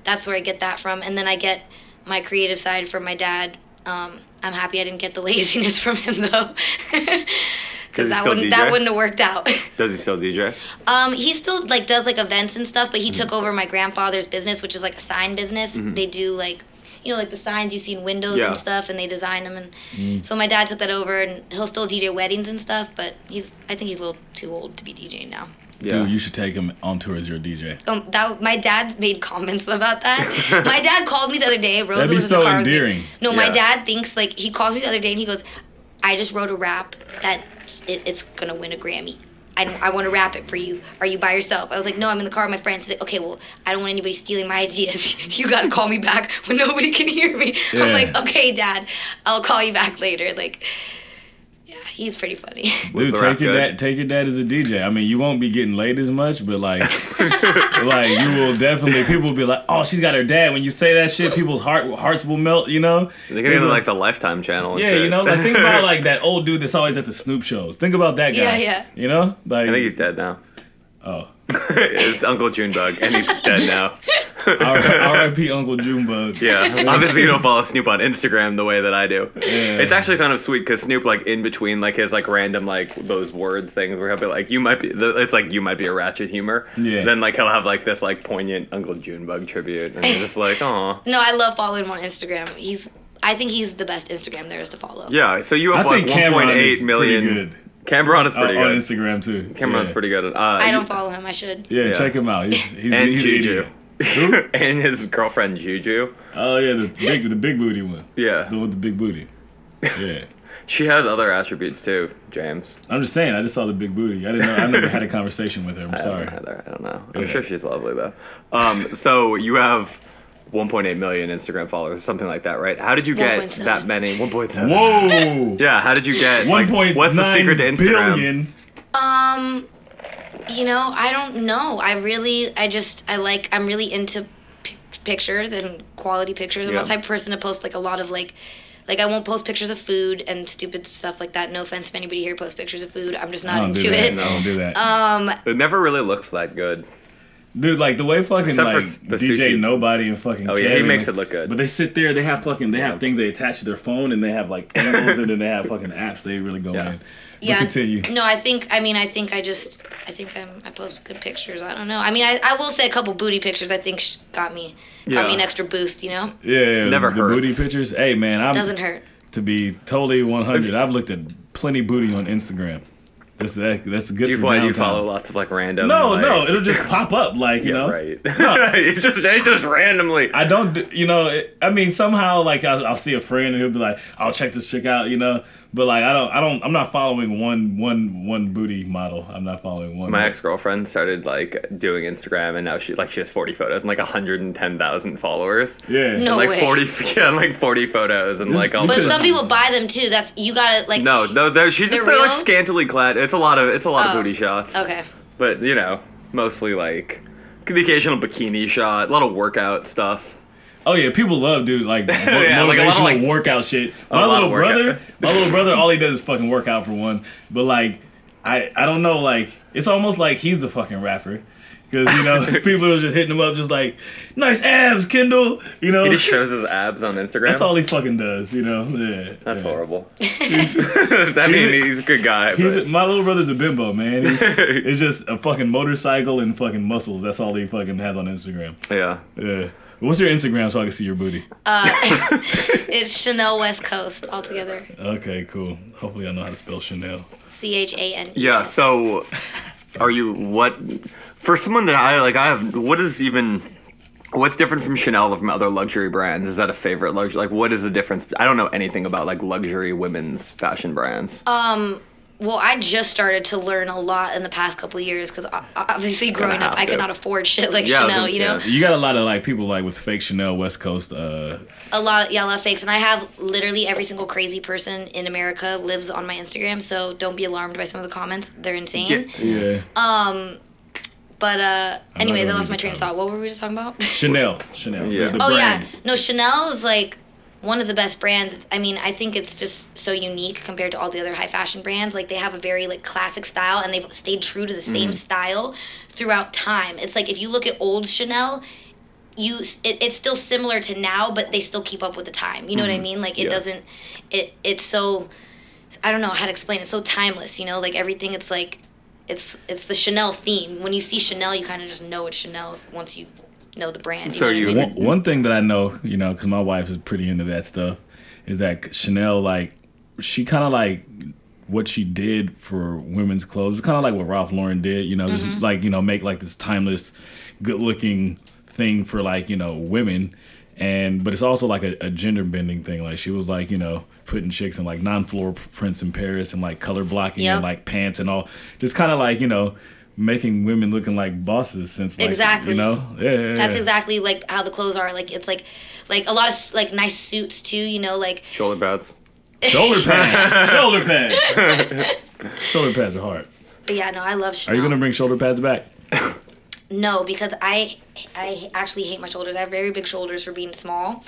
Speaker 6: that's where I get that from. And then I get my creative side from my dad. Um, I'm happy I didn't get the laziness from him though.
Speaker 1: Does he
Speaker 6: Because that
Speaker 1: still
Speaker 6: wouldn't
Speaker 1: DJ?
Speaker 6: that wouldn't have worked out.
Speaker 1: Does he still DJ?
Speaker 6: Um, he still like does like events and stuff, but he took over my grandfather's business, which is like a sign business. They do like, you know, like the signs you see in windows
Speaker 1: Yeah.
Speaker 6: and stuff, and they design them. And so my dad took that over, and he'll still DJ weddings and stuff, but he's I think he's a little too old to be DJing now.
Speaker 1: Yeah.
Speaker 2: Dude, you should take him on tour as your DJ.
Speaker 6: Um, that my dad's made comments about that. my dad called me the other day. Rosa
Speaker 2: That'd be
Speaker 6: was in
Speaker 2: so
Speaker 6: the car with me.
Speaker 2: endearing.
Speaker 6: No, my
Speaker 1: Yeah.
Speaker 6: dad thinks like he calls me the other day and he goes, "I just wrote a rap that it, it's gonna win a Grammy." I, I want to rap it for you. Are you by yourself? I was like, no, I'm in the car with my friends. He's like, okay, well, I don't want anybody stealing my ideas. you gotta call me back when nobody can hear me. I'm
Speaker 2: Yeah.
Speaker 6: like, okay, dad, I'll call you back later. Like, yeah, he's pretty funny.
Speaker 1: Was
Speaker 2: Dude,
Speaker 1: the rap
Speaker 2: take your
Speaker 1: good?
Speaker 2: dad. Take your dad as a DJ. I mean, you won't be getting laid as much, but like, like you will definitely. People will be like, "Oh, she's got her dad." When you say that shit, people's heart hearts will melt. You know.
Speaker 1: They're gonna
Speaker 2: People-
Speaker 1: like the Lifetime channel. And
Speaker 2: yeah,
Speaker 1: shit.
Speaker 2: you know. Like think about like that old dude that's always at the Snoop shows. Think about that guy.
Speaker 6: Yeah, yeah.
Speaker 2: You know, like.
Speaker 1: I think he's dead now.
Speaker 2: oh,
Speaker 1: it's Uncle Junebug, and he's dead now.
Speaker 2: R- R.I.P. Uncle Junebug.
Speaker 1: Yeah, obviously you don't follow Snoop on Instagram the way that I do. It's actually kind of sweet because Snoop, like in between, like his like random like those words things where he'll be like, "You might be," the- it's like you might be a ratchet humor.
Speaker 2: Yeah.
Speaker 1: Then like he'll have like this like poignant Uncle Junebug tribute, and you're just like, "Aw."
Speaker 6: no, I love following him on Instagram. He's, I think he's the best Instagram there is to follow.
Speaker 1: Yeah. So you
Speaker 2: I
Speaker 1: have like
Speaker 2: think Cameron is
Speaker 1: 1.8 million.
Speaker 2: pretty good.
Speaker 1: Cameron is
Speaker 2: On,
Speaker 1: pretty
Speaker 2: on
Speaker 1: good.
Speaker 2: Instagram too.
Speaker 1: Cameron's
Speaker 2: yeah.
Speaker 1: pretty good. At, uh,
Speaker 6: I don't follow him. I should.
Speaker 2: Yeah,
Speaker 1: Yeah.
Speaker 2: check him out. He's he's,
Speaker 1: And
Speaker 2: he's an
Speaker 1: Juju.
Speaker 2: idiot.
Speaker 1: and his girlfriend Juju.
Speaker 2: Oh yeah, the big the big booty one.
Speaker 1: Yeah.
Speaker 2: The one with the big booty. Yeah.
Speaker 1: She has other attributes too, James.
Speaker 2: I'm just saying, I just saw the big booty. I didn't know. I never had a conversation with her. I'm
Speaker 1: I
Speaker 2: sorry.
Speaker 1: don't know either. I don't know. I'm
Speaker 2: Yeah.
Speaker 1: sure she's lovely though. Um, so you have 1.8 million Instagram followers, something like that, right? How did you get
Speaker 6: 1.7.
Speaker 1: that many? 1.7.
Speaker 2: Whoa.
Speaker 1: Yeah. How did you get?
Speaker 2: One
Speaker 1: like,
Speaker 2: point
Speaker 1: What's the secret to Instagram?
Speaker 6: Um, you know, I don't know. I really, I just, I like, I'm really into pic pictures and quality pictures. I'm
Speaker 1: Yeah.
Speaker 6: the type of person to post like a lot of like, like I won't post pictures of food and stupid stuff like that. No offense if anybody here posts pictures of food. I'm just
Speaker 2: I
Speaker 6: not
Speaker 2: don't
Speaker 6: into
Speaker 2: do that.
Speaker 6: it.
Speaker 2: I don't do that.
Speaker 6: Um,
Speaker 1: It never really looks that good.
Speaker 2: Dude, like the way fucking
Speaker 1: Except for
Speaker 2: like
Speaker 1: s- the
Speaker 2: DJ
Speaker 1: sushi.
Speaker 2: Nobody and fucking
Speaker 1: Oh, yeah, he
Speaker 2: Kevin,
Speaker 1: makes
Speaker 2: like-
Speaker 1: it look good.
Speaker 2: But they sit there, they have fucking, they have things they attach to their phone, and they have like angles, and then they have fucking apps. They really go
Speaker 1: Yeah.
Speaker 2: in. But
Speaker 6: yeah. Mm.
Speaker 2: continue.
Speaker 6: No, I think, I mean, I think I just, I think I'm, I post good pictures. I don't know. I mean, I, I will say a couple booty pictures. I think sh- got me, got
Speaker 1: Yeah.
Speaker 6: me an extra boost. You know,
Speaker 2: Yeah, yeah,
Speaker 1: Never
Speaker 2: the booty
Speaker 1: hurts.
Speaker 2: pictures. Hey man, I'm
Speaker 6: doesn't hurt.
Speaker 2: to be totally 100. I've looked at plenty booty on Instagram. That's that, that's good.
Speaker 1: Do you,
Speaker 2: for
Speaker 1: why do you
Speaker 2: downtime.
Speaker 1: follow lots of like random?
Speaker 2: No,
Speaker 1: like-
Speaker 2: no, it'll just pop up like you
Speaker 1: Yeah,
Speaker 2: know.
Speaker 1: right.
Speaker 2: No.
Speaker 1: it's just it just randomly.
Speaker 2: I don't, do, you know. it- I mean, somehow, like I'll, I'll see a friend and he'll be like, "I'll check this chick out," you know. But like, I don't, I don't, I'm not following one, one, one booty model. I'm not following one.
Speaker 1: My ex girlfriend started like doing Instagram, and now she like she has 40 photos and like 110,000 followers.
Speaker 2: Yeah.
Speaker 6: No
Speaker 1: like
Speaker 6: way.
Speaker 1: 40 yeah, like 40 photos and like all
Speaker 2: But
Speaker 6: But
Speaker 1: this
Speaker 6: some people buy them too. That's you gotta like.
Speaker 1: no no they're, she just
Speaker 6: They're
Speaker 1: they're like
Speaker 6: real?
Speaker 1: scantily clad it's a lot of it's a lot
Speaker 6: Oh,
Speaker 1: of booty shots
Speaker 6: Okay.
Speaker 1: but you know mostly like the occasional bikini shot, a lot of workout stuff.
Speaker 2: Oh yeah, people love dude like mo-
Speaker 1: Yeah,
Speaker 2: motivational
Speaker 1: like a lot of, like-
Speaker 2: workout shit.
Speaker 1: lot
Speaker 2: My
Speaker 1: of
Speaker 2: little
Speaker 1: workout.
Speaker 2: brother, my little brother, all he does is fucking work out for one. But like, I I don't know, like it's almost like he's the fucking rapper. Cause you know people are just hitting him up, just like nice abs, Kendall. You know
Speaker 1: He just shows his abs on Instagram.
Speaker 2: that's all he fucking does. You know, yeah.
Speaker 1: That's
Speaker 2: yeah.
Speaker 1: horrible. I mean, he's a good guy.
Speaker 2: He's
Speaker 1: but-
Speaker 2: my little brother's a bimbo, man. He's, it's just a fucking motorcycle and fucking muscles. That's all he fucking has on Instagram.
Speaker 1: yeah.
Speaker 2: Yeah. What's your Instagram so I can see your booty?
Speaker 6: It's Chanel West Coast altogether.
Speaker 2: Okay, cool. Hopefully I know how to spell Chanel.
Speaker 6: C H A N. E.
Speaker 1: Yeah. So, are you what? For someone that I like, I have what is even what's different from Chanel from other luxury brands? Is that a favorite luxury? Like, what is the difference? I don't know anything about like luxury women's fashion brands.
Speaker 6: Uh, Um, Well, I just started to learn a lot in the past couple years because obviously growing up,
Speaker 1: have
Speaker 6: I could
Speaker 1: to.
Speaker 6: not afford shit like
Speaker 1: Yeah, I was
Speaker 6: Chanel,
Speaker 1: gonna-
Speaker 6: you know?
Speaker 1: yeah.
Speaker 2: You got a lot of like people like with fake Chanel West Coast. Uh,
Speaker 6: a lot of yeah, a lot of fakes, and I have literally every single crazy person in America lives on my Instagram. So don't be alarmed by some of the comments; they're insane.
Speaker 2: yeah.
Speaker 6: But uh,
Speaker 2: not
Speaker 6: anyways, I
Speaker 2: gonna read
Speaker 6: lost
Speaker 2: the
Speaker 6: my train of thought. What were we just talking about?
Speaker 2: Chanel. Chanel.
Speaker 1: Yeah.
Speaker 2: The
Speaker 6: oh
Speaker 2: brand.
Speaker 6: yeah, no, Chanel is like one of the best brands. It's- I mean, I think it's just so unique compared to all the other high fashion brands. Like they have a very like classic style, and they've stayed true to the same
Speaker 1: Mm.
Speaker 6: style throughout time. It's like if you look at old Chanel. You, it, it's still similar to now, but they still keep up with the time. You know what I mean? Like
Speaker 1: Mm.
Speaker 6: it
Speaker 1: Yeah.
Speaker 6: doesn't, it it's so I don't know how to explain it. It's so timeless, you know, like everything. It's like, it's it's the Chanel theme. When you see Chanel, you kind of just know it's Chanel once you know the brand.
Speaker 1: So
Speaker 6: know what I
Speaker 1: you-
Speaker 6: mean?
Speaker 2: One, one thing that I know, you know, because my wife is pretty into that stuff, is that Chanel, like, she kind of like what she did for women's clothes. It's kind of like what Ralph Lauren did, you know,
Speaker 6: Mm-hmm.
Speaker 2: just like, you know, make like this timeless, good looking thing for like, you know, women. And, but it's also like a, a gender bending thing. Like, she was like, you know, putting chicks in like non floral prints in Paris and like color blocking and
Speaker 6: Yep.
Speaker 2: like pants and all. Just kind of like, you know, making women looking like bosses since like,
Speaker 6: Exactly.
Speaker 2: you know? Yeah, yeah,
Speaker 6: That's
Speaker 2: yeah.
Speaker 6: exactly like how the clothes are. Like it's like, like a lot of s- like nice suits too. You know, like
Speaker 1: Shoulder pads.
Speaker 2: Shoulder pads. shoulder pads. shoulder pads are hard.
Speaker 6: but yeah. No, I love
Speaker 2: Are
Speaker 6: Chanel.
Speaker 2: you gonna bring shoulder pads back?
Speaker 6: No, because I I actually hate my shoulders. I have very big shoulders for being small.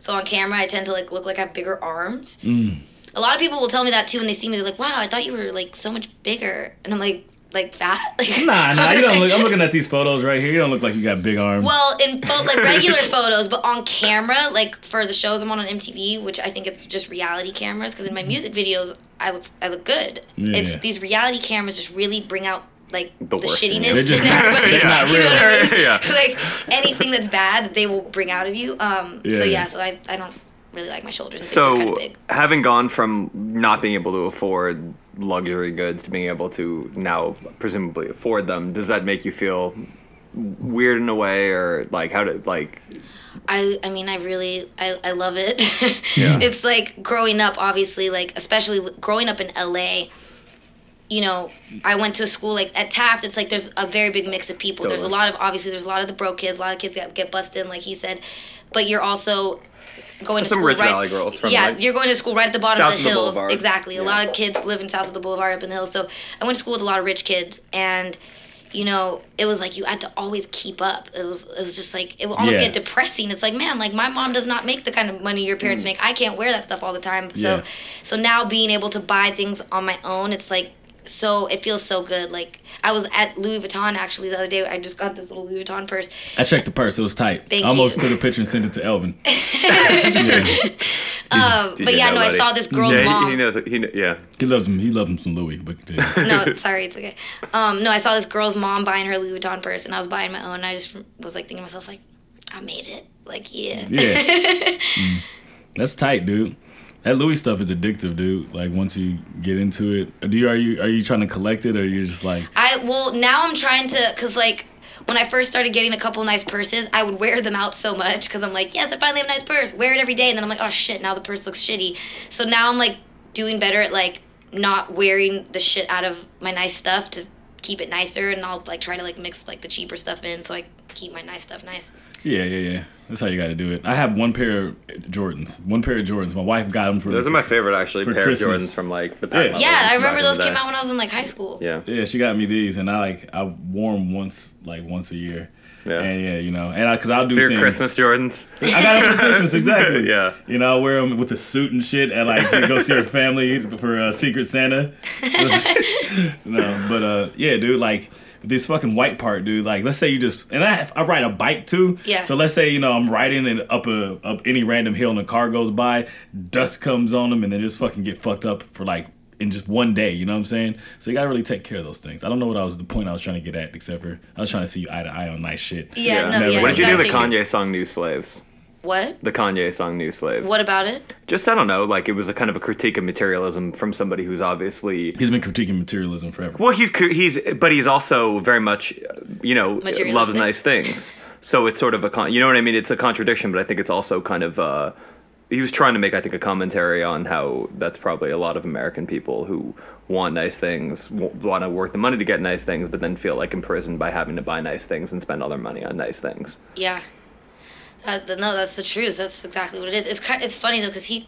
Speaker 6: So on camera, I tend to like look like I have bigger arms.
Speaker 2: Mm.
Speaker 6: A lot of people will tell me that too when they see me. They're like, "Wow, I thought you were like so much bigger," and I'm like, "Like fat?" Like,
Speaker 2: Nah, nah. You don't look. I'm looking at these photos right here. You don't look like you got big arms.
Speaker 6: Well, in both like regular photos, but on camera, like for the shows I'm on on MTV, which I think it's just reality cameras, because in my music videos, I look I look good.
Speaker 2: Yeah.
Speaker 6: It's these reality cameras just really bring out like
Speaker 1: The
Speaker 6: the,
Speaker 1: worst in you.
Speaker 6: shittiness.
Speaker 2: They're just
Speaker 6: in
Speaker 2: not-
Speaker 6: everybody.
Speaker 2: they're not
Speaker 6: You know what I
Speaker 1: real.
Speaker 6: mean?
Speaker 1: Yeah.
Speaker 6: Like anything that's bad, they will bring out of you. Um.
Speaker 2: Yeah,
Speaker 6: so yeah.
Speaker 2: yeah.
Speaker 6: So I I don't really like my shoulders. I think they're kinda
Speaker 1: So,
Speaker 6: big.
Speaker 1: having gone from not being able to afford luxury goods to being able to now presumably afford them, does that make you feel weird in a way, or like how did like
Speaker 6: I I mean I really I, I love it. it's like growing up obviously like especially l- growing up in LA you know, I went to a school like at Taft. It's like there's a very big mix of people. There's a
Speaker 1: Totally.
Speaker 6: lot of obviously there's a lot of the broke kids. A lot of kids get, get busted, in, like he said, but you're also going to
Speaker 1: Some
Speaker 6: school
Speaker 1: Rich
Speaker 6: right.
Speaker 1: Valley girls from,
Speaker 6: yeah,
Speaker 1: like,
Speaker 6: you're going to school right at the bottom
Speaker 1: south
Speaker 6: of
Speaker 1: of the
Speaker 6: the hills.
Speaker 1: boulevard.
Speaker 6: exactly. A
Speaker 1: Yeah.
Speaker 6: lot of kids living south of the boulevard up in the hills. So I went to school with a lot of rich kids and. You know, it was like you had to always keep up. It was, it was just like it would almost
Speaker 2: Yeah.
Speaker 6: get depressing. It's like, man, like my mom does not make the kind of money your parents make. I can't wear that stuff all the time. So,
Speaker 2: Mm. Yeah.
Speaker 6: so now being able to buy things on my own, it's like so it feels so good. Like I was at Louis Vuitton actually the other day. I just got this little Louis Vuitton purse.
Speaker 2: I checked the purse. It was tight.
Speaker 6: Thank
Speaker 2: I almost
Speaker 6: you.
Speaker 2: took a picture and sent it to Elvin.
Speaker 6: Um,
Speaker 1: DJ
Speaker 6: but yeah, no, I
Speaker 1: Nobody.
Speaker 6: saw this girl's
Speaker 1: yeah, he-
Speaker 6: mom.
Speaker 1: He, knows. He kn- yeah.
Speaker 2: He loves him. He loves him some Louis. But continue.
Speaker 6: no, sorry, it's okay. Um, no, I saw this girl's mom buying her Louis Vuitton purse, and I was buying my own. And I just was like thinking to myself, like, I made it. Like, yeah.
Speaker 2: yeah, Mm. that's tight, dude. That Louis stuff is addictive, dude. Like once you get into it, do you are you are you trying to collect it or you're just like
Speaker 6: I well now I'm trying to because like when I first started getting a couple nice purses, I would wear them out so much because I'm like, yes, I finally have a nice purse. Wear it every day, and then I'm like, oh shit, now the purse looks shitty. So now I'm like doing better at like not wearing the shit out of my nice stuff to keep it nicer, and I'll like try to like mix like the cheaper stuff in so I keep my nice stuff nice.
Speaker 2: yeah yeah yeah. That's how you got to do it. I have one pair of Jordans. One pair of Jordans. My wife got them for
Speaker 1: Those are my favorite actually
Speaker 2: For
Speaker 1: pair of
Speaker 2: Christmas.
Speaker 1: Jordans from like the Pat
Speaker 2: Yeah.
Speaker 1: Level
Speaker 6: Yeah,
Speaker 1: back
Speaker 6: I
Speaker 1: in
Speaker 6: remember
Speaker 1: the
Speaker 6: those came
Speaker 1: day.
Speaker 6: out when I was in like high school.
Speaker 1: Yeah.
Speaker 2: Yeah, she got me these, and I like I wore them once, like once a year,
Speaker 1: Yeah.
Speaker 2: And yeah, you know, and I because I'll do
Speaker 1: So your
Speaker 2: things.
Speaker 1: Christmas Jordans.
Speaker 2: I got it for Christmas, exactly.
Speaker 1: Yeah.
Speaker 2: You know, I wear them with a suit and shit, and like go see her family for uh, Secret Santa. no, but uh, yeah, dude, like this fucking white part, dude. Like, let's say you just and I I ride a bike too.
Speaker 6: Yeah.
Speaker 2: So let's say you know I'm riding and up a up any random hill and a car goes by, dust comes on them, and they just fucking get fucked up for like. In just one day, you know what I'm saying? So you gotta really take care of those things. I don't know what I was the point I was trying to get at, except for I was trying to see you eye to eye on nice shit.
Speaker 6: Yeah, no,
Speaker 2: Never
Speaker 6: yeah.
Speaker 1: What did you do
Speaker 6: gotta
Speaker 1: the
Speaker 6: take-
Speaker 1: Kanye song "New Slaves"?
Speaker 6: What?
Speaker 1: The Kanye song "New Slaves."
Speaker 6: What about it?
Speaker 1: Just I don't know. Like it was a kind of a critique of materialism from somebody who's obviously
Speaker 2: He's been critiquing materialism forever.
Speaker 1: well, he's cr- he's but he's also very much you know loves
Speaker 6: Materialistic.
Speaker 1: nice things. So it's sort of a con- you know what I mean. It's a contradiction, but I think it's also kind of. Uh, he was trying to make, I think, a commentary on how that's probably a lot of American people who want nice things, want to work the money to get nice things, but then feel like imprisoned by having to buy nice things and spend all their money on nice things.
Speaker 6: Yeah. Uh, th- no, that's the truth. That's exactly what it is. It's kind, it's funny though because he,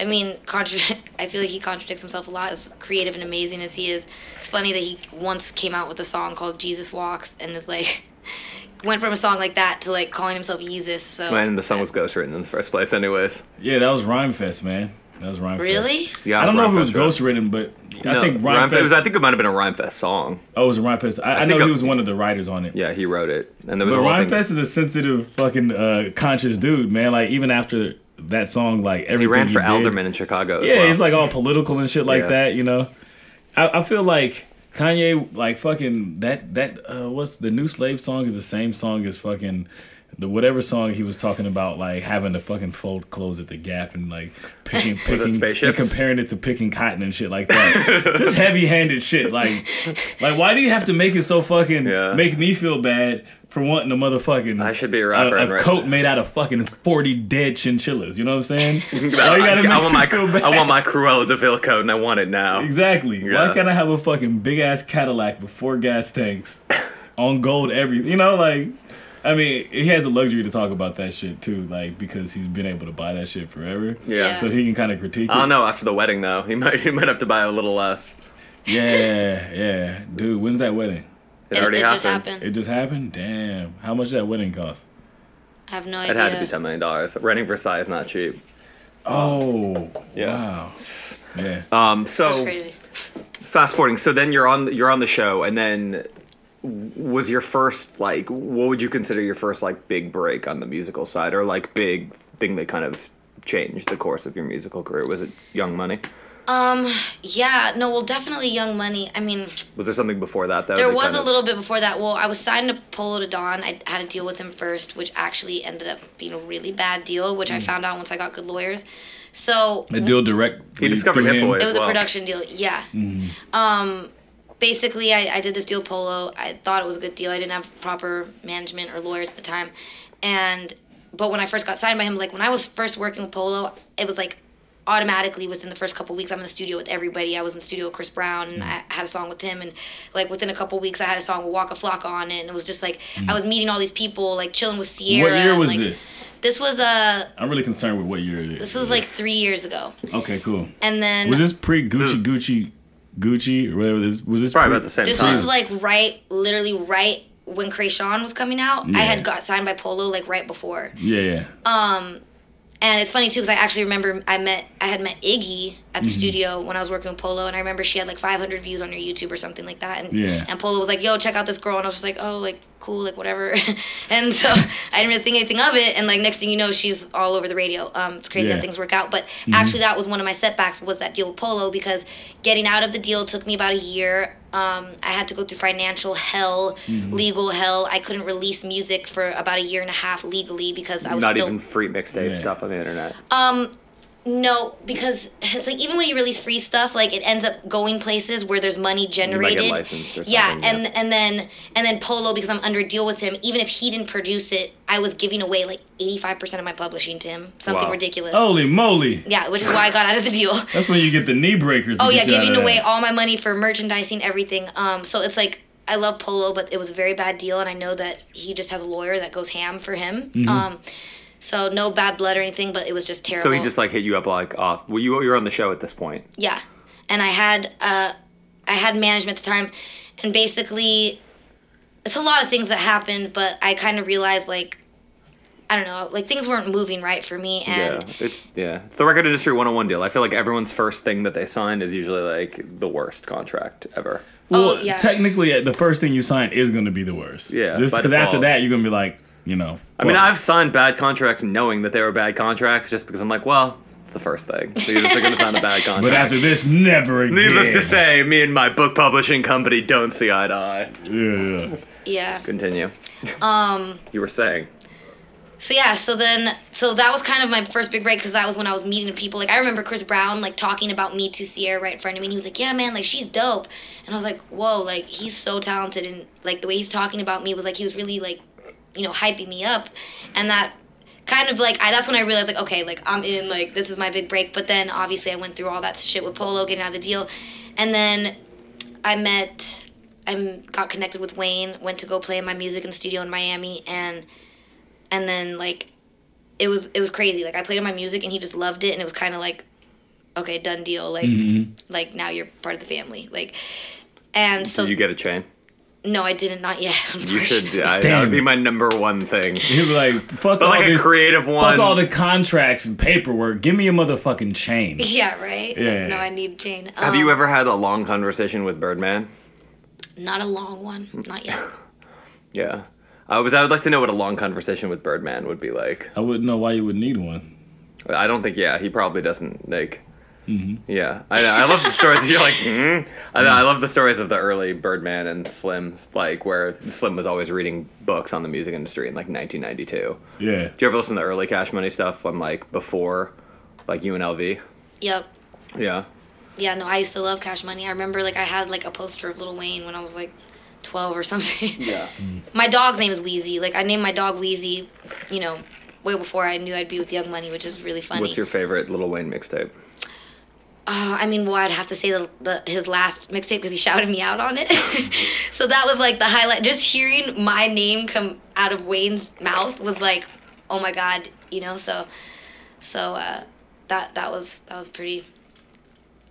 Speaker 6: I mean, contradict. I feel like he contradicts himself a lot. As creative and amazing as he is, it's funny that he once came out with a song called "Jesus Walks" and is like, went from a song like that to like calling himself Yeezus. So
Speaker 1: And the song was ghostwritten in the first place, anyways.
Speaker 2: Yeah, that was Rhyme Fest, man. That was Rhyme Fest.
Speaker 6: really,
Speaker 1: Yeah,
Speaker 2: I don't know if
Speaker 1: Rhyme
Speaker 2: it was
Speaker 1: Fest, right?
Speaker 2: ghostwritten, but I
Speaker 1: No,
Speaker 2: think
Speaker 1: Rhyme
Speaker 2: Rhyme
Speaker 1: Fest- it was-
Speaker 2: Fest.
Speaker 1: I think it might have been a Rhyme Fest song.
Speaker 2: Oh, it was Rhyme Fest. I, I,
Speaker 1: think
Speaker 2: know
Speaker 1: a-
Speaker 2: he was one of the writers on it.
Speaker 1: Yeah, he wrote it, and there was
Speaker 2: But
Speaker 1: a whole
Speaker 2: Rhyme
Speaker 1: thing.
Speaker 2: Fest is a sensitive, fucking uh, conscious dude, man. Like even after that song, like everything
Speaker 1: he ran
Speaker 2: you
Speaker 1: for
Speaker 2: did-
Speaker 1: alderman in Chicago. as
Speaker 2: Yeah,
Speaker 1: well.
Speaker 2: it's like all political and shit like
Speaker 1: Yeah.
Speaker 2: that. You know, I, I feel like Kanye, like fucking that that uh, what's the new slave song is the same song as fucking. The whatever song he was talking about, like having to fucking fold clothes at the gap and like picking, picking, and
Speaker 1: spaceships?
Speaker 2: comparing it to picking cotton and shit like that. Just heavy-handed shit. Like, like why do you have to make it so fucking
Speaker 1: Yeah.
Speaker 2: make me feel bad for wanting a motherfucking
Speaker 1: I should be a rapper
Speaker 2: a,
Speaker 1: and rap.
Speaker 2: coat made out of fucking forty dead chinchillas? You know what I'm saying? Why you
Speaker 1: I,
Speaker 2: gotta
Speaker 1: I
Speaker 2: make
Speaker 1: want
Speaker 2: me
Speaker 1: my
Speaker 2: feel bad?
Speaker 1: I want my Cruella Deville coat, and I want it now.
Speaker 2: Exactly.
Speaker 1: Yeah.
Speaker 2: Why can't I have a fucking big ass Cadillac with four gas tanks on gold every you know, like I mean, he has the luxury to talk about that shit too, like because he's been able to buy that shit forever.
Speaker 1: Yeah. Um,
Speaker 2: So he can kind of critique
Speaker 1: I
Speaker 2: it.
Speaker 1: don't know. After the wedding, though, he might he might have to buy a little less.
Speaker 2: Yeah, yeah. Dude, when's that wedding?
Speaker 1: It, already happened.
Speaker 6: just happened.
Speaker 2: It just happened? Damn. How much did that wedding cost?
Speaker 6: I have no
Speaker 1: It
Speaker 6: idea.
Speaker 1: had to be ten million dollars. Renting Versailles is not cheap.
Speaker 2: Oh.
Speaker 1: Yeah.
Speaker 2: Wow. Yeah.
Speaker 1: Um,
Speaker 6: That's
Speaker 1: so
Speaker 6: crazy.
Speaker 1: fast forwarding. So then you're on you're on the show, and then was your first like what would you consider your first like big break on the musical side, or like big thing that kind of changed the course of your musical career? Was it Young Money?
Speaker 6: Um, yeah, no, well, definitely Young Money. I mean,
Speaker 1: Was there something before that though?
Speaker 6: There
Speaker 1: that
Speaker 6: was
Speaker 1: kind
Speaker 6: a
Speaker 1: of-
Speaker 6: little bit before that. Well, I was signed to Polo to Don. I had a deal with him first, which actually ended up being a really bad deal, which I
Speaker 1: Hmm.
Speaker 6: found out once I got good lawyers. So
Speaker 2: The deal direct.
Speaker 1: He discovered Hit Boy.
Speaker 6: it was
Speaker 1: Wow.
Speaker 6: a production deal, yeah.
Speaker 2: Mm.
Speaker 6: Um, basically, I, I did this deal Polo. I thought it was a good deal. I didn't have proper management or lawyers at the time, and but when I first got signed by him, like when I was first working with Polo, it was like automatically within the first couple weeks I'm in the studio with everybody. I was in the studio with Chris Brown
Speaker 2: Mm.
Speaker 6: and I had a song with him and like within a couple weeks I had a song with Waka Flocka on it and it was just like I was meeting all these people, like chilling with Sierra.
Speaker 2: Mm. What year
Speaker 6: and,
Speaker 2: was
Speaker 6: uh, like,
Speaker 2: this?
Speaker 6: This was uh
Speaker 2: I'm really concerned with what year it is.
Speaker 6: this was like three years ago.
Speaker 2: Okay, cool.
Speaker 6: And then
Speaker 2: Was this pre Gucci Gucci Gucci or whatever this was this
Speaker 1: Mm. probably
Speaker 2: pre-
Speaker 1: about the same
Speaker 6: This
Speaker 1: time.
Speaker 6: was like right, literally right when Krayshawn was coming out. I
Speaker 2: Yeah.
Speaker 6: had got signed by Polo like right before.
Speaker 2: Yeah, yeah.
Speaker 6: Uh, And it's funny too because I actually remember I met I had met Iggy at the studio when I was working with Polo, and I remember she had like 500 views on her YouTube or something like that. And
Speaker 2: Yeah.
Speaker 6: and Polo was like, "Yo, check out this girl," and I was just like, "Oh, like cool, like whatever." and so I didn't really think anything of it. And like next thing you know, she's all over the radio. Um, it's crazy
Speaker 2: Yeah.
Speaker 6: how things work out. But actually, that was one of my setbacks was that deal with Polo because getting out of the deal took me about a year. Um, I had to go through financial hell, legal hell. I couldn't release music for about a year and a half legally because I was
Speaker 1: not
Speaker 6: still Uh,
Speaker 1: even free mixtape
Speaker 2: Yeah.
Speaker 1: stuff on the internet.
Speaker 6: no, because it's like even when you release free stuff, like it ends up going places where there's money
Speaker 1: might
Speaker 6: generated.
Speaker 1: get licensed or
Speaker 6: yeah,
Speaker 1: something,
Speaker 6: and and then and then Polo because I'm under a deal with him. Even if he didn't produce it, I was giving away like 85 percent of my publishing to him. Something
Speaker 1: Wow.
Speaker 6: ridiculous.
Speaker 2: Holy moly!
Speaker 6: Yeah, which is why I got out of the deal.
Speaker 2: That's when you get the knee breakers. to
Speaker 6: Oh yeah,
Speaker 2: get uh, you out of
Speaker 6: giving
Speaker 2: that.
Speaker 6: away all my money for merchandising, everything. Um, so it's like I love Polo, but it was a very bad deal, and I know that he just has a lawyer that goes ham for him. Um, so no bad blood or anything, but it was just terrible.
Speaker 1: Mm-hmm. So he just like hit you up like off. Well, you you were on the show at this point.
Speaker 6: Yeah, and I had uh, I had management at the time, and basically, it's a lot of things that happened, but I kind of realized like I don't know, like things weren't moving right for me and
Speaker 1: yeah, it's yeah, it's the record industry 101 deal. I feel like everyone's first thing that they sign is usually like the worst contract ever.
Speaker 6: Oh,
Speaker 2: Well,
Speaker 6: yeah.
Speaker 2: technically, uh, the first thing you sign is going to be the worst.
Speaker 1: Yeah,
Speaker 2: Just
Speaker 1: by
Speaker 2: because after
Speaker 1: default.
Speaker 2: that, you're going to be like, you know.
Speaker 1: I mean,
Speaker 2: well,
Speaker 1: I've signed bad contracts knowing that they were bad contracts just because I'm like, well, it's the first thing. So you're just going to sign a bad contract.
Speaker 2: But after this, never again.
Speaker 1: Needless to say, me and my book publishing company don't see eye to eye.
Speaker 2: Yeah, yeah.
Speaker 6: yeah.
Speaker 1: Continue.
Speaker 6: Um
Speaker 1: You were saying.
Speaker 6: So yeah, so then so that was kind of my first big break because that was when I was meeting people. Like I remember Chris Brown like talking about me to Sierra right in front of me, and he was like, "Yeah, man, like she's dope," and I was like, "Whoa, like he's so talented," and like the way he's talking about me was like he was really like, you know, hyping me up, and that kind of like I, that's when I realized like okay, like I'm in, like this is my big break. But then obviously I went through all that shit with Polo getting out of the deal, and then I met, I got connected with Wayne, went to go play my music in the studio in Miami, and and then like it was it was crazy like i played my music and he just loved it and it was kind of like okay done deal like
Speaker 1: Mm-hmm.
Speaker 6: like now you're part of the family like and so
Speaker 1: Did you get a chain?
Speaker 6: no i didn't not yet
Speaker 1: You should. Yeah, that
Speaker 2: Damn.
Speaker 1: would be my number one thing.
Speaker 2: He'd be like, fuck
Speaker 1: But
Speaker 2: all
Speaker 1: like a
Speaker 2: this.
Speaker 1: creative
Speaker 2: Fuck
Speaker 1: one.
Speaker 2: all the contracts and paperwork. Give me a motherfucking chain.
Speaker 6: yeah right
Speaker 2: Yeah.
Speaker 6: no i need jane
Speaker 1: Have
Speaker 6: Um,
Speaker 1: you ever had a long conversation with Birdman?
Speaker 6: not a long one not yet
Speaker 1: Yeah. I was. I would like to know what a long conversation with Birdman would be like.
Speaker 2: I wouldn't know why you would need one.
Speaker 1: I don't think. Yeah, he probably doesn't like. Yeah, I, know. I love the stories. You're like, mm. I, know, I love the stories of the early Birdman and Slim's, like where Slim was always reading books on the music industry in like 1992.
Speaker 2: Yeah.
Speaker 1: Do you ever listen to the early Cash Money stuff on like before, like UNLV?
Speaker 6: yep
Speaker 1: Yeah.
Speaker 6: yeah no i used to love cash money i remember like i had like a poster of little wayne when i was like 12 or something
Speaker 1: Yeah.
Speaker 6: my dog's name is Wheezy. Like I named my dog Wheezy, you know, way before I knew I'd be with Young Money, which is really funny.
Speaker 1: What's your favorite Little Wayne mixtape?
Speaker 6: Uh, I mean, well, I'd have to say the, the his last mixtape because he shouted me out on it.
Speaker 1: Mm-hmm.
Speaker 6: so that was like the highlight. Just hearing my name come out of Wayne's mouth was like, oh my god, you know. So, so uh, that that was that was pretty,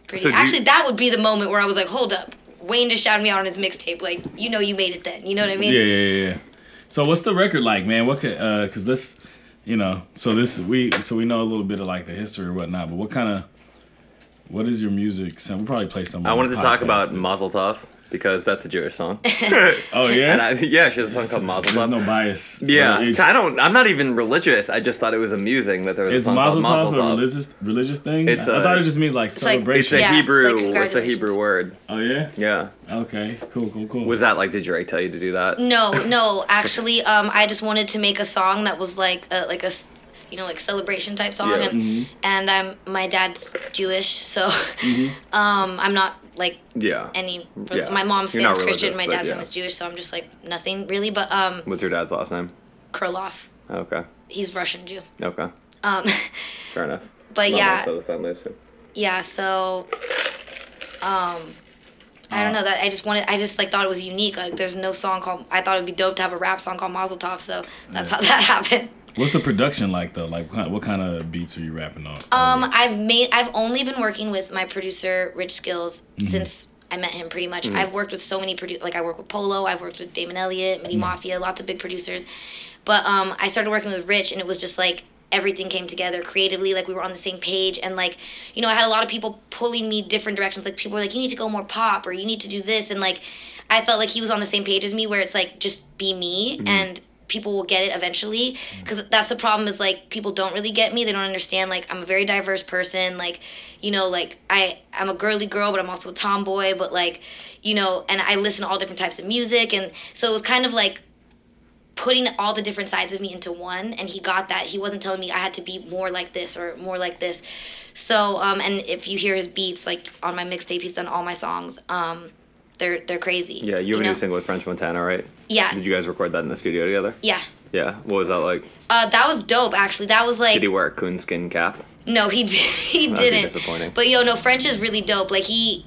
Speaker 6: pretty.
Speaker 1: So do you-
Speaker 6: Actually, that would be the moment where I was like, hold up, Wayne just shouted me out on his mixtape. Like, you know, you made it then. You know what I mean?
Speaker 2: Yeah, yeah, yeah. So what's the record like, man? What could uh 'cause cause this, you know, so this we so we know a little bit of like the history or whatnot, but what kind of what is your music? So we'll probably play some.
Speaker 1: I
Speaker 2: on
Speaker 1: wanted
Speaker 2: the
Speaker 1: to talk
Speaker 2: podcast.
Speaker 1: about Mazel Tov because that's a Jewish song.
Speaker 2: Oh yeah.
Speaker 1: And I, yeah, she has a song called Mazel
Speaker 2: There's
Speaker 1: Tov.
Speaker 2: no bias.
Speaker 1: yeah,
Speaker 2: It's,
Speaker 1: I don't. I'm not even religious. I just thought it was amusing that there was a
Speaker 2: is
Speaker 1: song
Speaker 2: Mazel
Speaker 1: called Mazel
Speaker 2: Tov a
Speaker 1: Tov.
Speaker 2: religious religious thing?
Speaker 1: It's
Speaker 2: I I
Speaker 1: a-
Speaker 2: thought it just meant like
Speaker 6: like-
Speaker 1: It's
Speaker 2: celebration.
Speaker 1: a
Speaker 6: Yeah, it's like
Speaker 1: Hebrew. It's, a
Speaker 6: congratulations.
Speaker 1: Hebrew word.
Speaker 2: oh yeah.
Speaker 1: Yeah.
Speaker 2: Okay. Cool. Cool. Cool.
Speaker 1: Was that like? Did Drake tell you to do that?
Speaker 6: No, no. Actually, um, I just wanted to make a song that was like a, like a, s- you know, like celebration type song,
Speaker 1: Yeah.
Speaker 6: and and I'm my dad's Jewish, so um, I'm not like
Speaker 1: Yeah.
Speaker 6: any.
Speaker 1: Mm-hmm. Yeah.
Speaker 6: My mom's
Speaker 1: You're
Speaker 6: family's
Speaker 1: not
Speaker 6: Christian,
Speaker 1: religious,
Speaker 6: my
Speaker 1: but
Speaker 6: dad's
Speaker 1: yeah.
Speaker 6: family's Jewish, so I'm just like nothing really. But um,
Speaker 1: What's your dad's last name?
Speaker 6: Kurloff,
Speaker 1: Okay.
Speaker 6: he's Russian Jew.
Speaker 1: Okay.
Speaker 6: Um,
Speaker 1: Fair enough.
Speaker 6: but
Speaker 1: My
Speaker 6: yeah,
Speaker 1: mom's side of the family is-
Speaker 6: yeah. So, um. I
Speaker 1: Uh.
Speaker 6: don't know that I just wanted. I just like thought it was unique. Like, there's no song called. I thought it'd be dope to have a rap song called Mazel Tov. So that's how that happened.
Speaker 2: What's the production like though? Like what kind, what kind of beats are you rapping on?
Speaker 6: Um, I've made. I've only been working with my producer Rich Skills since I met him. Pretty much, I've worked with so many producers. Like I work with Polo. I've worked with Damon Elliott, Mini Mafia, lots of big producers. But um, I started working with Rich, and it was just like everything came together creatively. Like we were on the same page, and like you know, I had a lot of people pulling me different directions. Like people were like, "You need to go more pop," or "You need to do this," and like I felt like he was on the same page as me, where it's like just be me and people will get it eventually because that's the problem is like people don't really get me they don't understand like i'm a very diverse person like you know like i i'm a girly girl but i'm also a tomboy but like you know and i listen to all different types of music and so it was kind of like putting all the different sides of me into one and he got that he wasn't telling me i had to be more like this or more like this so um and if you hear his beats like on my mixtape he's done all my songs um they're they're crazy
Speaker 1: Yeah, you have a
Speaker 6: know?
Speaker 1: new single with French Montana, right?
Speaker 6: yeah
Speaker 1: Did you guys record that in the studio together?
Speaker 6: yeah
Speaker 1: Yeah. What was that like?
Speaker 6: Uh, that was dope. Actually, that was like
Speaker 1: Did he wear a coonskin cap?
Speaker 6: no, he did, he
Speaker 1: That'd be
Speaker 6: didn't.
Speaker 1: disappointing.
Speaker 6: But yo, no, French is really dope. Like he,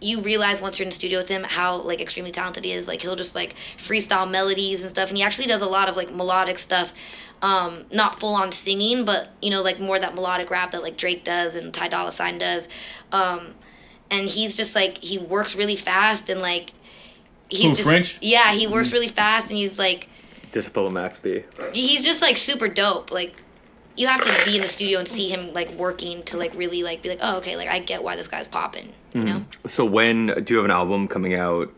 Speaker 6: you realize once you're in the studio with him how like extremely talented he is. Like he'll just like freestyle melodies and stuff, and he actually does a lot of like melodic stuff. Um, not full on singing, but you know, like more that melodic rap that like Drake does and Ty Dolla Sign does. Um, and he's just like he works really fast and like he's
Speaker 7: Who,
Speaker 6: just
Speaker 7: French? Mm.
Speaker 6: yeah he works really fast and he's like
Speaker 1: Discipline Max B.
Speaker 6: he's just like super dope like you have to be in the studio and see him like working to like really like be like oh okay like i get why this guy's popping you know
Speaker 1: So when do you have an album coming out?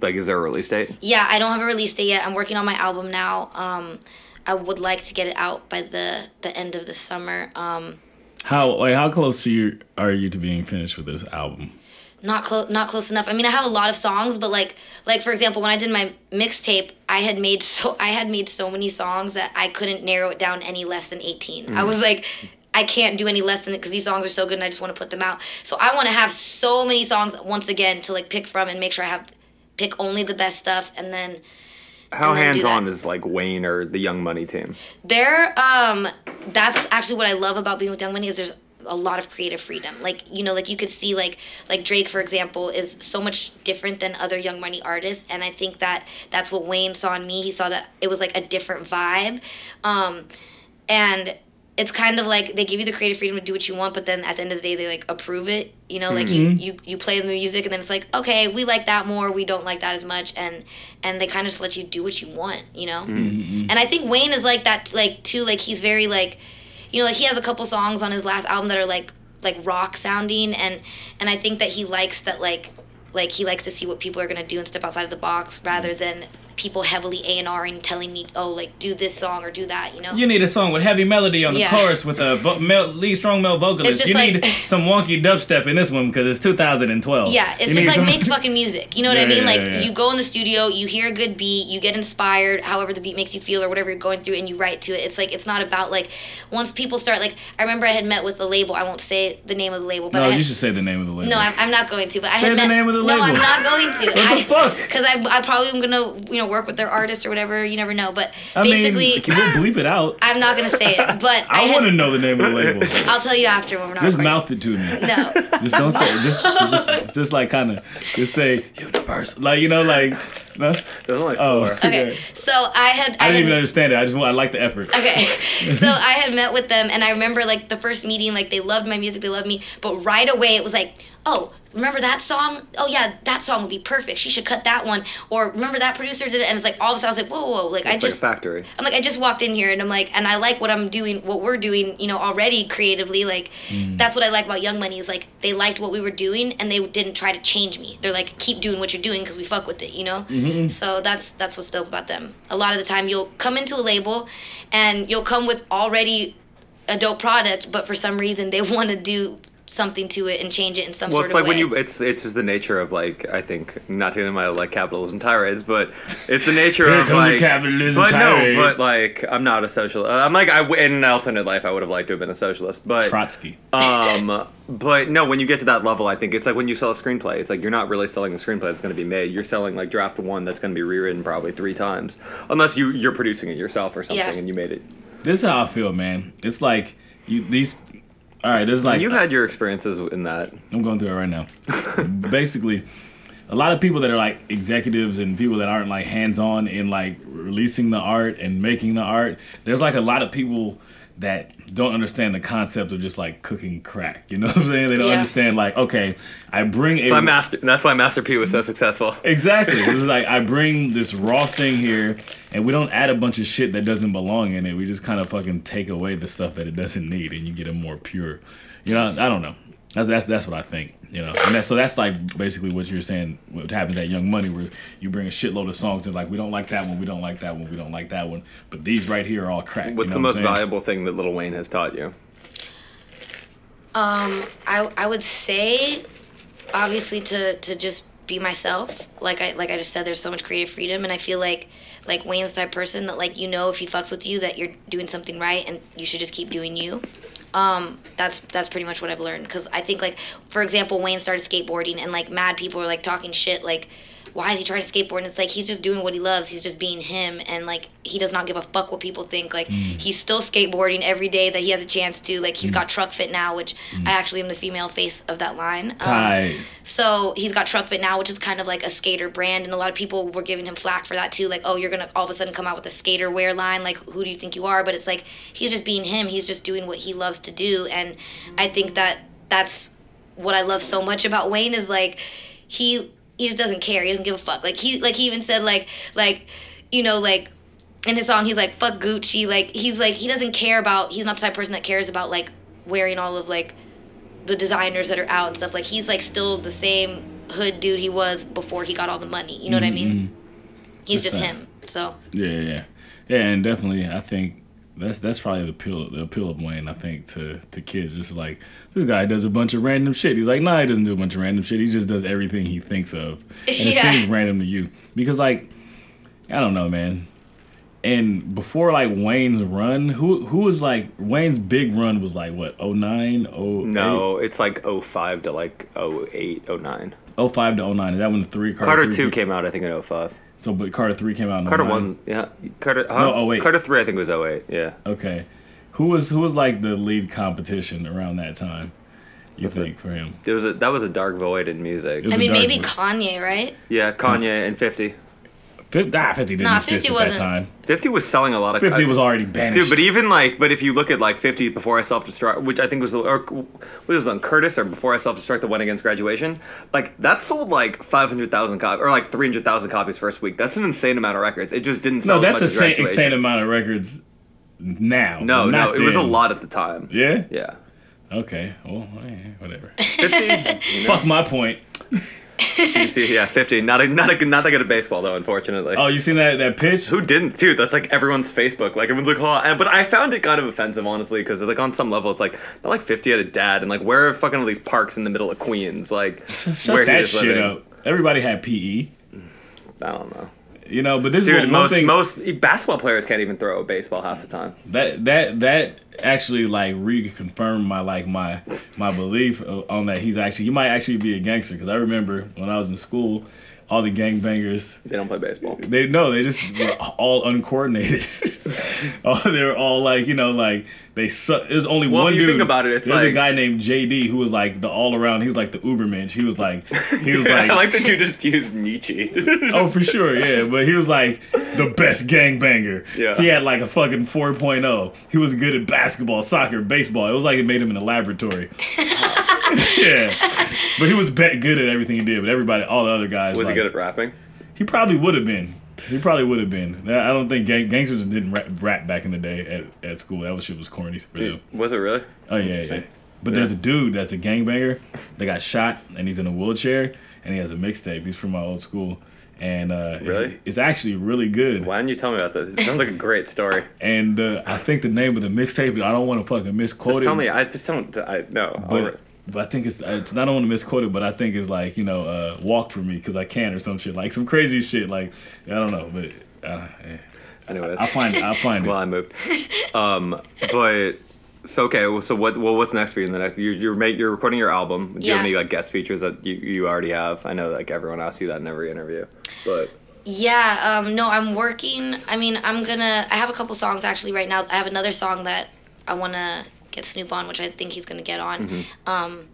Speaker 1: Like, is there a release date?
Speaker 6: yeah i don't have a release date yet i'm working on my album now um i would like to get it out by the the end of the summer um
Speaker 2: How like how close are you are you to being finished with this album?
Speaker 6: not close not close enough i mean i have a lot of songs but like like for example when i did my mixtape i had made so i had made so many songs that i couldn't narrow it down any less than 18 i was like i can't do any less than it because these songs are so good and i just want to put them out so i want to have so many songs once again to like pick from and make sure i have pick only the best stuff and then
Speaker 1: How
Speaker 6: I'm gonna do
Speaker 1: hands on
Speaker 6: that.
Speaker 1: is like Wayne or the Young Money team?
Speaker 6: there um that's actually what i love about being with young money is there's a lot of creative freedom like you know like you could see like like drake for example is so much different than other young money artists and i think that that's what wayne saw in me he saw that it was like a different vibe um and it's kind of like they give you the creative freedom to do what you want but then at the end of the day they like approve it you know like you, you you play the music and then it's like okay we like that more we don't like that as much and and they kind of just let you do what you want you know and i think wayne is like that like too like he's very like you know like he has a couple songs on his last album that are like like rock sounding and and i think that he likes that like like he likes to see what people are going to do and step outside of the box rather than people heavily a&ring telling me oh like do this song or do that you know
Speaker 7: You need a song with heavy melody on the
Speaker 6: Yeah.
Speaker 7: chorus with a vo- male, lead strong male
Speaker 6: It's
Speaker 7: vocalist.
Speaker 6: just
Speaker 7: You
Speaker 6: like-
Speaker 7: need some wonky dubstep in this one because it's 2012.
Speaker 6: Yeah, it's
Speaker 7: You need
Speaker 6: just like
Speaker 7: some-
Speaker 6: make fucking music. You know what
Speaker 7: Yeah,
Speaker 6: I mean?
Speaker 7: yeah,
Speaker 6: like
Speaker 7: yeah, yeah.
Speaker 6: you go in the studio, you hear a good beat, you get inspired, however the beat makes you feel or whatever you're going through, and you write to it. It's like it's not about like once people start like I remember I had met with the label. I won't say the name of the label, but
Speaker 2: No,
Speaker 6: I had,
Speaker 2: you should say the name of the label.
Speaker 6: no, I'm, I'm not going to. But
Speaker 2: Say
Speaker 6: I had
Speaker 2: the
Speaker 6: met,
Speaker 2: name of the
Speaker 6: No, I'm
Speaker 2: label.
Speaker 6: not going to.
Speaker 7: What the fuck?
Speaker 6: Because I, I probably am gonna you know work with their artist or whatever. You never know. But
Speaker 2: I
Speaker 6: basically,
Speaker 2: mean, can we bleep it out? I,
Speaker 6: I'm not gonna say it. But I, had,
Speaker 2: want to know the name of the label.
Speaker 6: I'll tell you after when we're not
Speaker 2: just
Speaker 6: recording.
Speaker 2: mouth it to me.
Speaker 6: No.
Speaker 2: Just don't say. Just, just, just like kind of, just say universe. Like you know, like. No?
Speaker 1: There's only four.
Speaker 2: Oh,
Speaker 6: Okay. So I had.
Speaker 2: I
Speaker 6: had-
Speaker 2: didn't even understand it. I just want. I like the effort.
Speaker 6: Okay. So I had met with them and I remember like the first meeting, like they loved my music, they loved me, but right away it was like, Oh, remember that song? Oh yeah, that song would be perfect. She should cut that one. Or remember that producer did it and it's like all of a sudden I was like, Whoa, whoa, whoa. like I
Speaker 1: It's
Speaker 6: just
Speaker 1: like a factory.
Speaker 6: I'm like, I just walked in here and I'm like, and I like what I'm doing, what we're doing, you know, already creatively. Like,
Speaker 1: Mm.
Speaker 6: that's what I like about Young Money is like, they liked what we were doing and they didn't try to change me. They're like, keep doing what you're doing because we fuck with it, you know?
Speaker 1: Mm-hmm.
Speaker 6: So that's that's what's dope about them. A lot of the time, you'll come into a label and you'll come with already a dope product, but for some reason, they want to do something to it and change it in some
Speaker 1: Well,
Speaker 6: sort
Speaker 1: it's
Speaker 6: of
Speaker 1: like
Speaker 6: way.
Speaker 1: when you it's it's just the nature of like I think not to get into my like capitalism tirades, but it's the nature
Speaker 2: Here
Speaker 1: of
Speaker 2: comes the
Speaker 1: like
Speaker 2: capitalism
Speaker 1: But
Speaker 2: tirade.
Speaker 1: no, but like I'm not a socialist. Uh, I'm like I w- in an alternate life I would have liked to have been a socialist, but
Speaker 2: Trotsky.
Speaker 1: um, but no, when you get to that level, I think it's like when you sell a screenplay. It's like you're not really selling the screenplay that's going to be made. You're selling like draft one that's going to be rewritten probably three times, unless you you're producing it yourself or something
Speaker 6: Yeah.
Speaker 1: and you made it.
Speaker 2: This is how I feel, man. It's like you these. All right, there's like
Speaker 1: You had your experiences in that.
Speaker 2: I'm going through it right now. Basically, a lot of people that are like executives and people that aren't like hands-on in like releasing the art and making the art. There's like a lot of people that don't understand the concept of just like cooking crack. You know what I'm saying? They don't
Speaker 6: Yeah.
Speaker 2: understand like okay, I bring a
Speaker 1: So I master. That's why Master P was so successful.
Speaker 2: Exactly. This is like I bring this raw thing here, and we don't add a bunch of shit that doesn't belong in it. We just kind of fucking take away the stuff that it doesn't need, and you get a more pure. You know, I don't know. That's that's that's what I think. You know, and that's, so that's like basically what you're saying. What happens at Young Money, where you bring a shitload of songs and like we don't like that one, we don't like that one, we don't like that one, but these right here are all crack.
Speaker 1: What's
Speaker 2: you know
Speaker 1: the
Speaker 2: what
Speaker 1: most
Speaker 2: I'm saying?
Speaker 1: valuable thing that Little Wayne has taught you?
Speaker 6: Um, I I would say, obviously, to to just be myself. Like I like I just said, there's so much creative freedom, and I feel like like Wayne's the type of person that like you know if he fucks with you that you're doing something right, and you should just keep doing you. Um, that's that's pretty much what I've learned. Cause I think like, for example, Wayne started skateboarding, and like mad people are like talking shit like. Why is he trying to skateboard? And it's like he's just doing what he loves. He's just being him, and like he does not give a fuck what people think. Like he's still skateboarding every day that he has a chance to. Like he's got Truck Fit now, which I actually am the female face of that line. Um,
Speaker 2: Tight.
Speaker 6: so he's got Truck Fit now, which is kind of like a skater brand, and a lot of people were giving him flack for that too. Like, oh, you're gonna all of a sudden come out with a skater wear line. Like, who do you think you are? But it's like he's just being him. He's just doing what he loves to do, and I think that that's what I love so much about Wayne is like he he just doesn't care. He doesn't give a fuck. Like he like he even said like like you know like in his song he's like fuck Gucci. Like he's like he doesn't care about. He's not the type of person that cares about like wearing all of like the designers that are out and stuff. Like he's like still the same hood dude he was before he got all the money. You know what I mean?
Speaker 2: Mm-hmm. That's
Speaker 6: He's just
Speaker 2: fact.
Speaker 6: him. So
Speaker 2: Yeah, yeah, yeah. yeah, and definitely, I think that's that's probably the appeal the appeal of Wayne. I think to to kids, just like this guy does a bunch of random shit. He's like, nah, he doesn't do a bunch of random shit. He just does everything he thinks of, and
Speaker 6: Yeah.
Speaker 2: it seems random to you because, like, I don't know, man. And before like Wayne's run, who who was like Wayne's big run was like what 09, 08,
Speaker 1: No, it's like 05 to like 08, 09.
Speaker 2: 05 to 09. Is that when the three Carter,
Speaker 1: Carter
Speaker 2: three
Speaker 1: 2
Speaker 2: came-
Speaker 1: came out, I think, in 05.
Speaker 2: So, but Carter three came out. In
Speaker 1: Carter
Speaker 2: 09.
Speaker 1: 1, yeah. Carter,
Speaker 2: No, 08.
Speaker 1: Carter 3, I think, was 08, yeah.
Speaker 2: Okay, who was who was like the lead competition around that time? You think for him?
Speaker 1: There was a, that was a dark void in music.
Speaker 2: It was
Speaker 6: I
Speaker 2: a
Speaker 6: mean
Speaker 2: dark
Speaker 6: maybe
Speaker 2: one.
Speaker 6: Kanye right?
Speaker 1: Yeah, Kanye and 50.
Speaker 2: Fif- ah, 50 didn't
Speaker 6: Nah,
Speaker 2: exist
Speaker 6: 50
Speaker 2: at
Speaker 6: wasn't.
Speaker 2: that time.
Speaker 1: 50 was selling a lot of
Speaker 2: 50
Speaker 1: I-
Speaker 2: was already banished.
Speaker 1: Dude, but even like, but if you look at like 50 before I self destruct, which I think was, or what was on Curtis or before I self destruct that went against graduation, like that sold like 500,000 copies or like 300,000 copies first week. That's an insane amount of records. It just didn't sell.
Speaker 2: no,
Speaker 1: as
Speaker 2: that's
Speaker 1: much
Speaker 2: the
Speaker 1: as
Speaker 2: same,
Speaker 1: Graduation.
Speaker 2: insane amount of records now.
Speaker 1: No,
Speaker 2: not
Speaker 1: no, it was a
Speaker 2: then.
Speaker 1: lot at the time.
Speaker 2: Yeah?
Speaker 1: Yeah.
Speaker 2: Okay. Well, eh, whatever.
Speaker 1: 50,
Speaker 2: Fuck my point.
Speaker 1: you see, yeah, 50. Not a, not a, not that good at baseball though, unfortunately.
Speaker 2: Oh, you seen that, that pitch?
Speaker 1: Who didn't, dude? That's like everyone's Facebook. Like everyone's like, oh, and, but I found it kind of offensive, honestly, because like on some level, it's like not like fifty had a dad, and like where are fucking all these parks in the middle of Queens? Like where
Speaker 2: Shut
Speaker 1: he
Speaker 2: that
Speaker 1: was
Speaker 2: shit
Speaker 1: living.
Speaker 2: up. Everybody had PE.
Speaker 1: I don't know,
Speaker 2: You know, but this is
Speaker 1: dude.
Speaker 2: one, one
Speaker 1: most
Speaker 2: thing
Speaker 1: most e, basketball players can't even throw a baseball half the time.
Speaker 2: that that that actually like reconfirmed my like my my belief o- on that he's actually he might actually be a gangster because I remember when I was in school, all the gangbangers
Speaker 1: They don't play baseball.
Speaker 2: They no, they just were all uncoordinated. oh, they were all like you know like they su- there's only
Speaker 1: Well, if
Speaker 2: one
Speaker 1: you
Speaker 2: dude.
Speaker 1: think about it, it's
Speaker 2: there's
Speaker 1: like-
Speaker 2: a guy named JD who was like the all around. He was like the Ubermensch. He was like he was
Speaker 1: Dude,
Speaker 2: like,
Speaker 1: I like that you just used Nietzsche.
Speaker 2: oh for sure yeah, but he was like the best gangbanger.
Speaker 1: Yeah.
Speaker 2: he had like a fucking 4.0. He was good at basketball, soccer, baseball. It was like it made him in a laboratory. yeah, but he was bet good at everything he did. But everybody, all the other guys
Speaker 1: was he
Speaker 2: like-
Speaker 1: good at rapping?
Speaker 2: he probably would have been. He probably would have been. I don't think gang- gangsters didn't rap, rap back in the day at, at school. That was shit was corny for them.
Speaker 1: Was it really?
Speaker 2: Oh yeah, yeah. But there's a dude that's a gangbanger that got shot and he's in a wheelchair and he has a mixtape. He's from my old school and uh, it's-
Speaker 1: Really?
Speaker 2: it's, actually really good.
Speaker 1: Why didn't you tell me about this? It sounds like a great story.
Speaker 2: And uh, I think the name of the mixtape I don't want to fucking misquote
Speaker 1: Just
Speaker 2: it.
Speaker 1: tell me. I just don't. I no. I'll re-
Speaker 2: but, but I think it's uh, it's not want to misquote it, but I think it's like you know uh, walk for me because I can or some shit like some crazy shit like I don't know but uh, eh.
Speaker 1: Anyways,
Speaker 2: I find I find it.
Speaker 1: Well, I moved. Um, but so okay. well, So what? Well, what's next for you? In the next, you're you're, make, you're recording your album. Do you have
Speaker 6: Yeah.
Speaker 1: any like guest features that you, you already have? I know like everyone asks you that in every interview, but
Speaker 6: Yeah, um, no, I'm working. I mean, I'm gonna. I have a couple songs actually right now. I have another song that I wanna get Snoop on, which I think he's gonna get on. Um,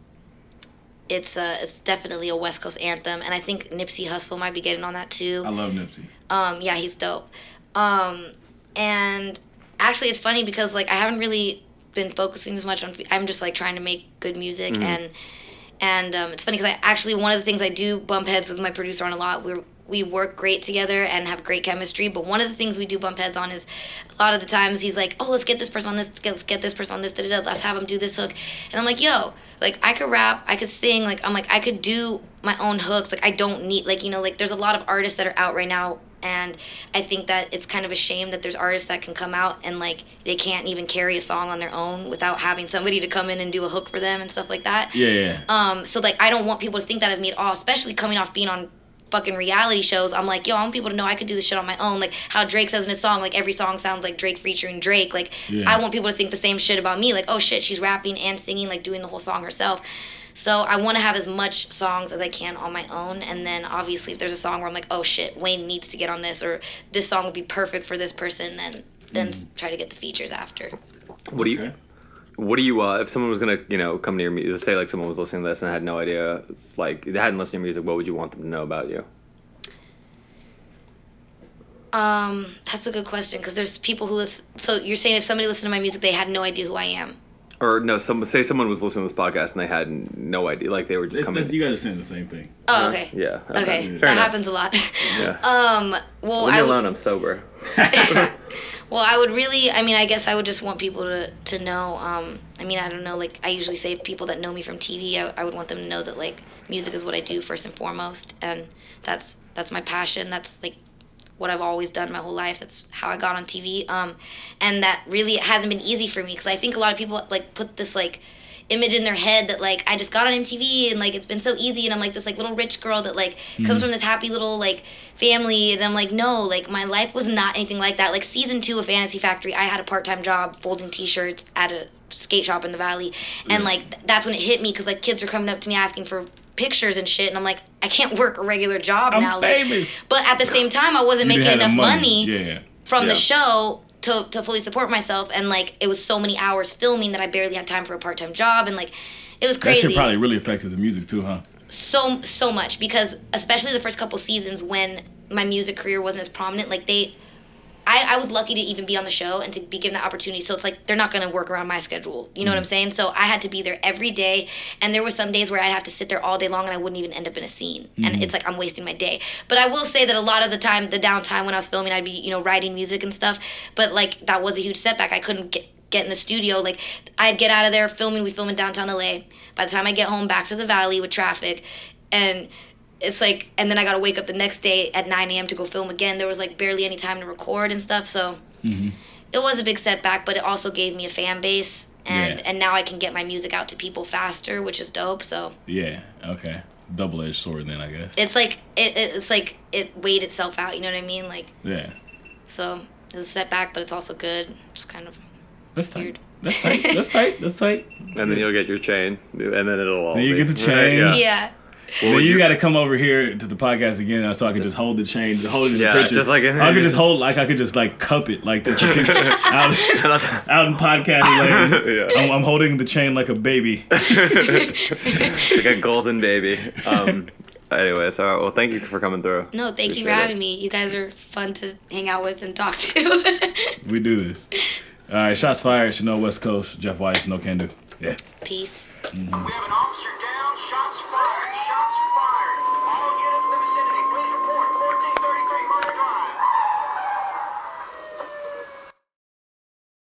Speaker 6: it's uh, it's definitely a West Coast anthem, and I think Nipsey Hussle might be getting on that too.
Speaker 2: I love Nipsey.
Speaker 6: Um, yeah, he's dope. Um, and actually, it's funny because like I haven't really been focusing as much on. I'm just like trying to make good music, and and um, it's funny because I actually one of the things I do bump heads with my producer on a lot. We we work great together and have great chemistry. But one of the things we do bump heads on is a lot of the times he's like, "Oh, let's get this person on this. Let's get this person on this. Da, da, da, let's have him do this hook." And I'm like, "Yo, like I could rap, I could sing. Like I'm like I could do my own hooks. Like I don't need like you know like there's a lot of artists that are out right now." And I think that it's kind of a shame that there's artists that can come out and like they can't even carry a song on their own without having somebody to come in and do a hook for them and stuff like that.
Speaker 2: Yeah, yeah.
Speaker 6: Um, so like I don't want people to think that of me at all, especially coming off being on fucking reality shows. I'm like, yo, I want people to know I could do this shit on my own. Like how Drake says in his song, like every song sounds like Drake featuring Drake. Like
Speaker 2: Yeah.
Speaker 6: I want people to think the same shit about me. Like, oh shit, she's rapping and singing, like doing the whole song herself. So I want to have as much songs as I can on my own, and then obviously if there's a song where I'm like, oh shit, Wayne needs to get on this, or this song would be perfect for this person, then then s- try to get the features after.
Speaker 1: what do you? What do you? Uh, if someone was gonna, you know, come to your music, say like someone was listening to this and had no idea, like they hadn't listened to your music, what would you want them to know about you?
Speaker 6: Um, that's a good question because there's people who listen. So you're saying if somebody listened to my music, they had no idea who I am.
Speaker 1: or no, some say someone was listening to this podcast and they had no idea, like they were just
Speaker 8: It's-
Speaker 1: coming.
Speaker 8: it's- you guys are saying the same thing.
Speaker 6: Oh, okay.
Speaker 1: yeah. Fair
Speaker 6: Okay, that
Speaker 1: enough.
Speaker 6: happens a lot.
Speaker 1: Yeah.
Speaker 6: um, well,
Speaker 1: Leave
Speaker 6: I
Speaker 1: me
Speaker 6: would-
Speaker 1: alone. I'm sober.
Speaker 6: Well, I would really, I mean, I guess I would just want people to, to know. Um, I mean, I don't know, like, I usually say people that know me from TV, I, I would want them to know that, like, music is what I do first and foremost. And that's, that's my passion. That's, like, what I've always done my whole life. That's how I got on TV. Um, and that really hasn't been easy for me because I think a lot of people, like, put this, like, image in their head that like I just got on MTV and like it's been so easy and I'm like this like little rich girl that like
Speaker 2: Mm-hmm.
Speaker 6: comes from this happy little like family and I'm like no like my life was not anything like that like season 2 of Fantasy Factory I had a part-time job folding t-shirts at a skate shop in the valley and like th- that's when it hit me cuz like kids were coming up to me asking for pictures and shit and I'm like I can't work a regular job
Speaker 2: I'm
Speaker 6: now
Speaker 2: famous.
Speaker 6: like but at the same time I wasn't
Speaker 8: You
Speaker 6: making
Speaker 8: didn't have
Speaker 6: enough
Speaker 8: the
Speaker 6: money,
Speaker 8: Yeah.
Speaker 6: from
Speaker 1: Yeah.
Speaker 6: the show to, to fully support myself and like it was so many hours filming that i barely had time for a part-time job and like it was
Speaker 8: That
Speaker 6: crazy
Speaker 8: shit probably really affected the music too, huh?
Speaker 6: so so much because especially the first couple seasons when my music career wasn't as prominent like they I, I was lucky to even be on the show and to be given the opportunity. So it's like they're not going to work around my schedule. You know what I'm saying? So I had to be there every day. And there were some days where I'd have to sit there all day long and I wouldn't even end up in a scene. And it's like I'm wasting my day. But I will say that a lot of the time, the downtime when I was filming, I'd be, you know, writing music and stuff. But like that was a huge setback. I couldn't get get in the studio like i'd get out of there filming we film in downtown la by the time i get home back to the valley with traffic and it's like and then i gotta wake up the next day at 9 a.m to go film again there was like barely any time to record and stuff so
Speaker 1: Mm-hmm.
Speaker 6: it was a big setback but it also gave me a fan base and
Speaker 8: Yeah.
Speaker 6: and now i can get my music out to people faster which is dope so
Speaker 8: Yeah. Okay. Double edged sword then, I guess.
Speaker 6: it's like it, it- it's like it weighed itself out you know what i mean like
Speaker 8: Yeah.
Speaker 6: so it was a setback but it's also good just kind of
Speaker 8: That's tight.
Speaker 6: Weird.
Speaker 8: That's tight. That's tight. That's tight.
Speaker 1: And then you'll get your chain, and then it'll all.
Speaker 8: Then you
Speaker 1: be-
Speaker 8: get the chain.
Speaker 1: Yeah.
Speaker 6: yeah
Speaker 1: What
Speaker 8: then
Speaker 1: would
Speaker 8: you,
Speaker 1: you-
Speaker 8: got to come over here to the podcast again, uh, so I can just, hold the chain, hold it as
Speaker 1: Yeah,
Speaker 8: a picture.
Speaker 1: just like in-
Speaker 8: I could just hold, like I could just like cup it like this. I could- out, out in podcast land,
Speaker 1: yeah.
Speaker 8: I'm, I'm holding the chain like a baby.
Speaker 1: like a golden baby. Um. anyway, so well, thank you for coming through.
Speaker 6: no thank
Speaker 1: Appreciate
Speaker 6: you for
Speaker 1: it.
Speaker 6: having me you guys are fun to hang out with and talk to
Speaker 8: We do this. All right, shots fired. Chanel West Coast, Jeff Weiss, no can do. Yeah.
Speaker 6: peace
Speaker 5: We have an all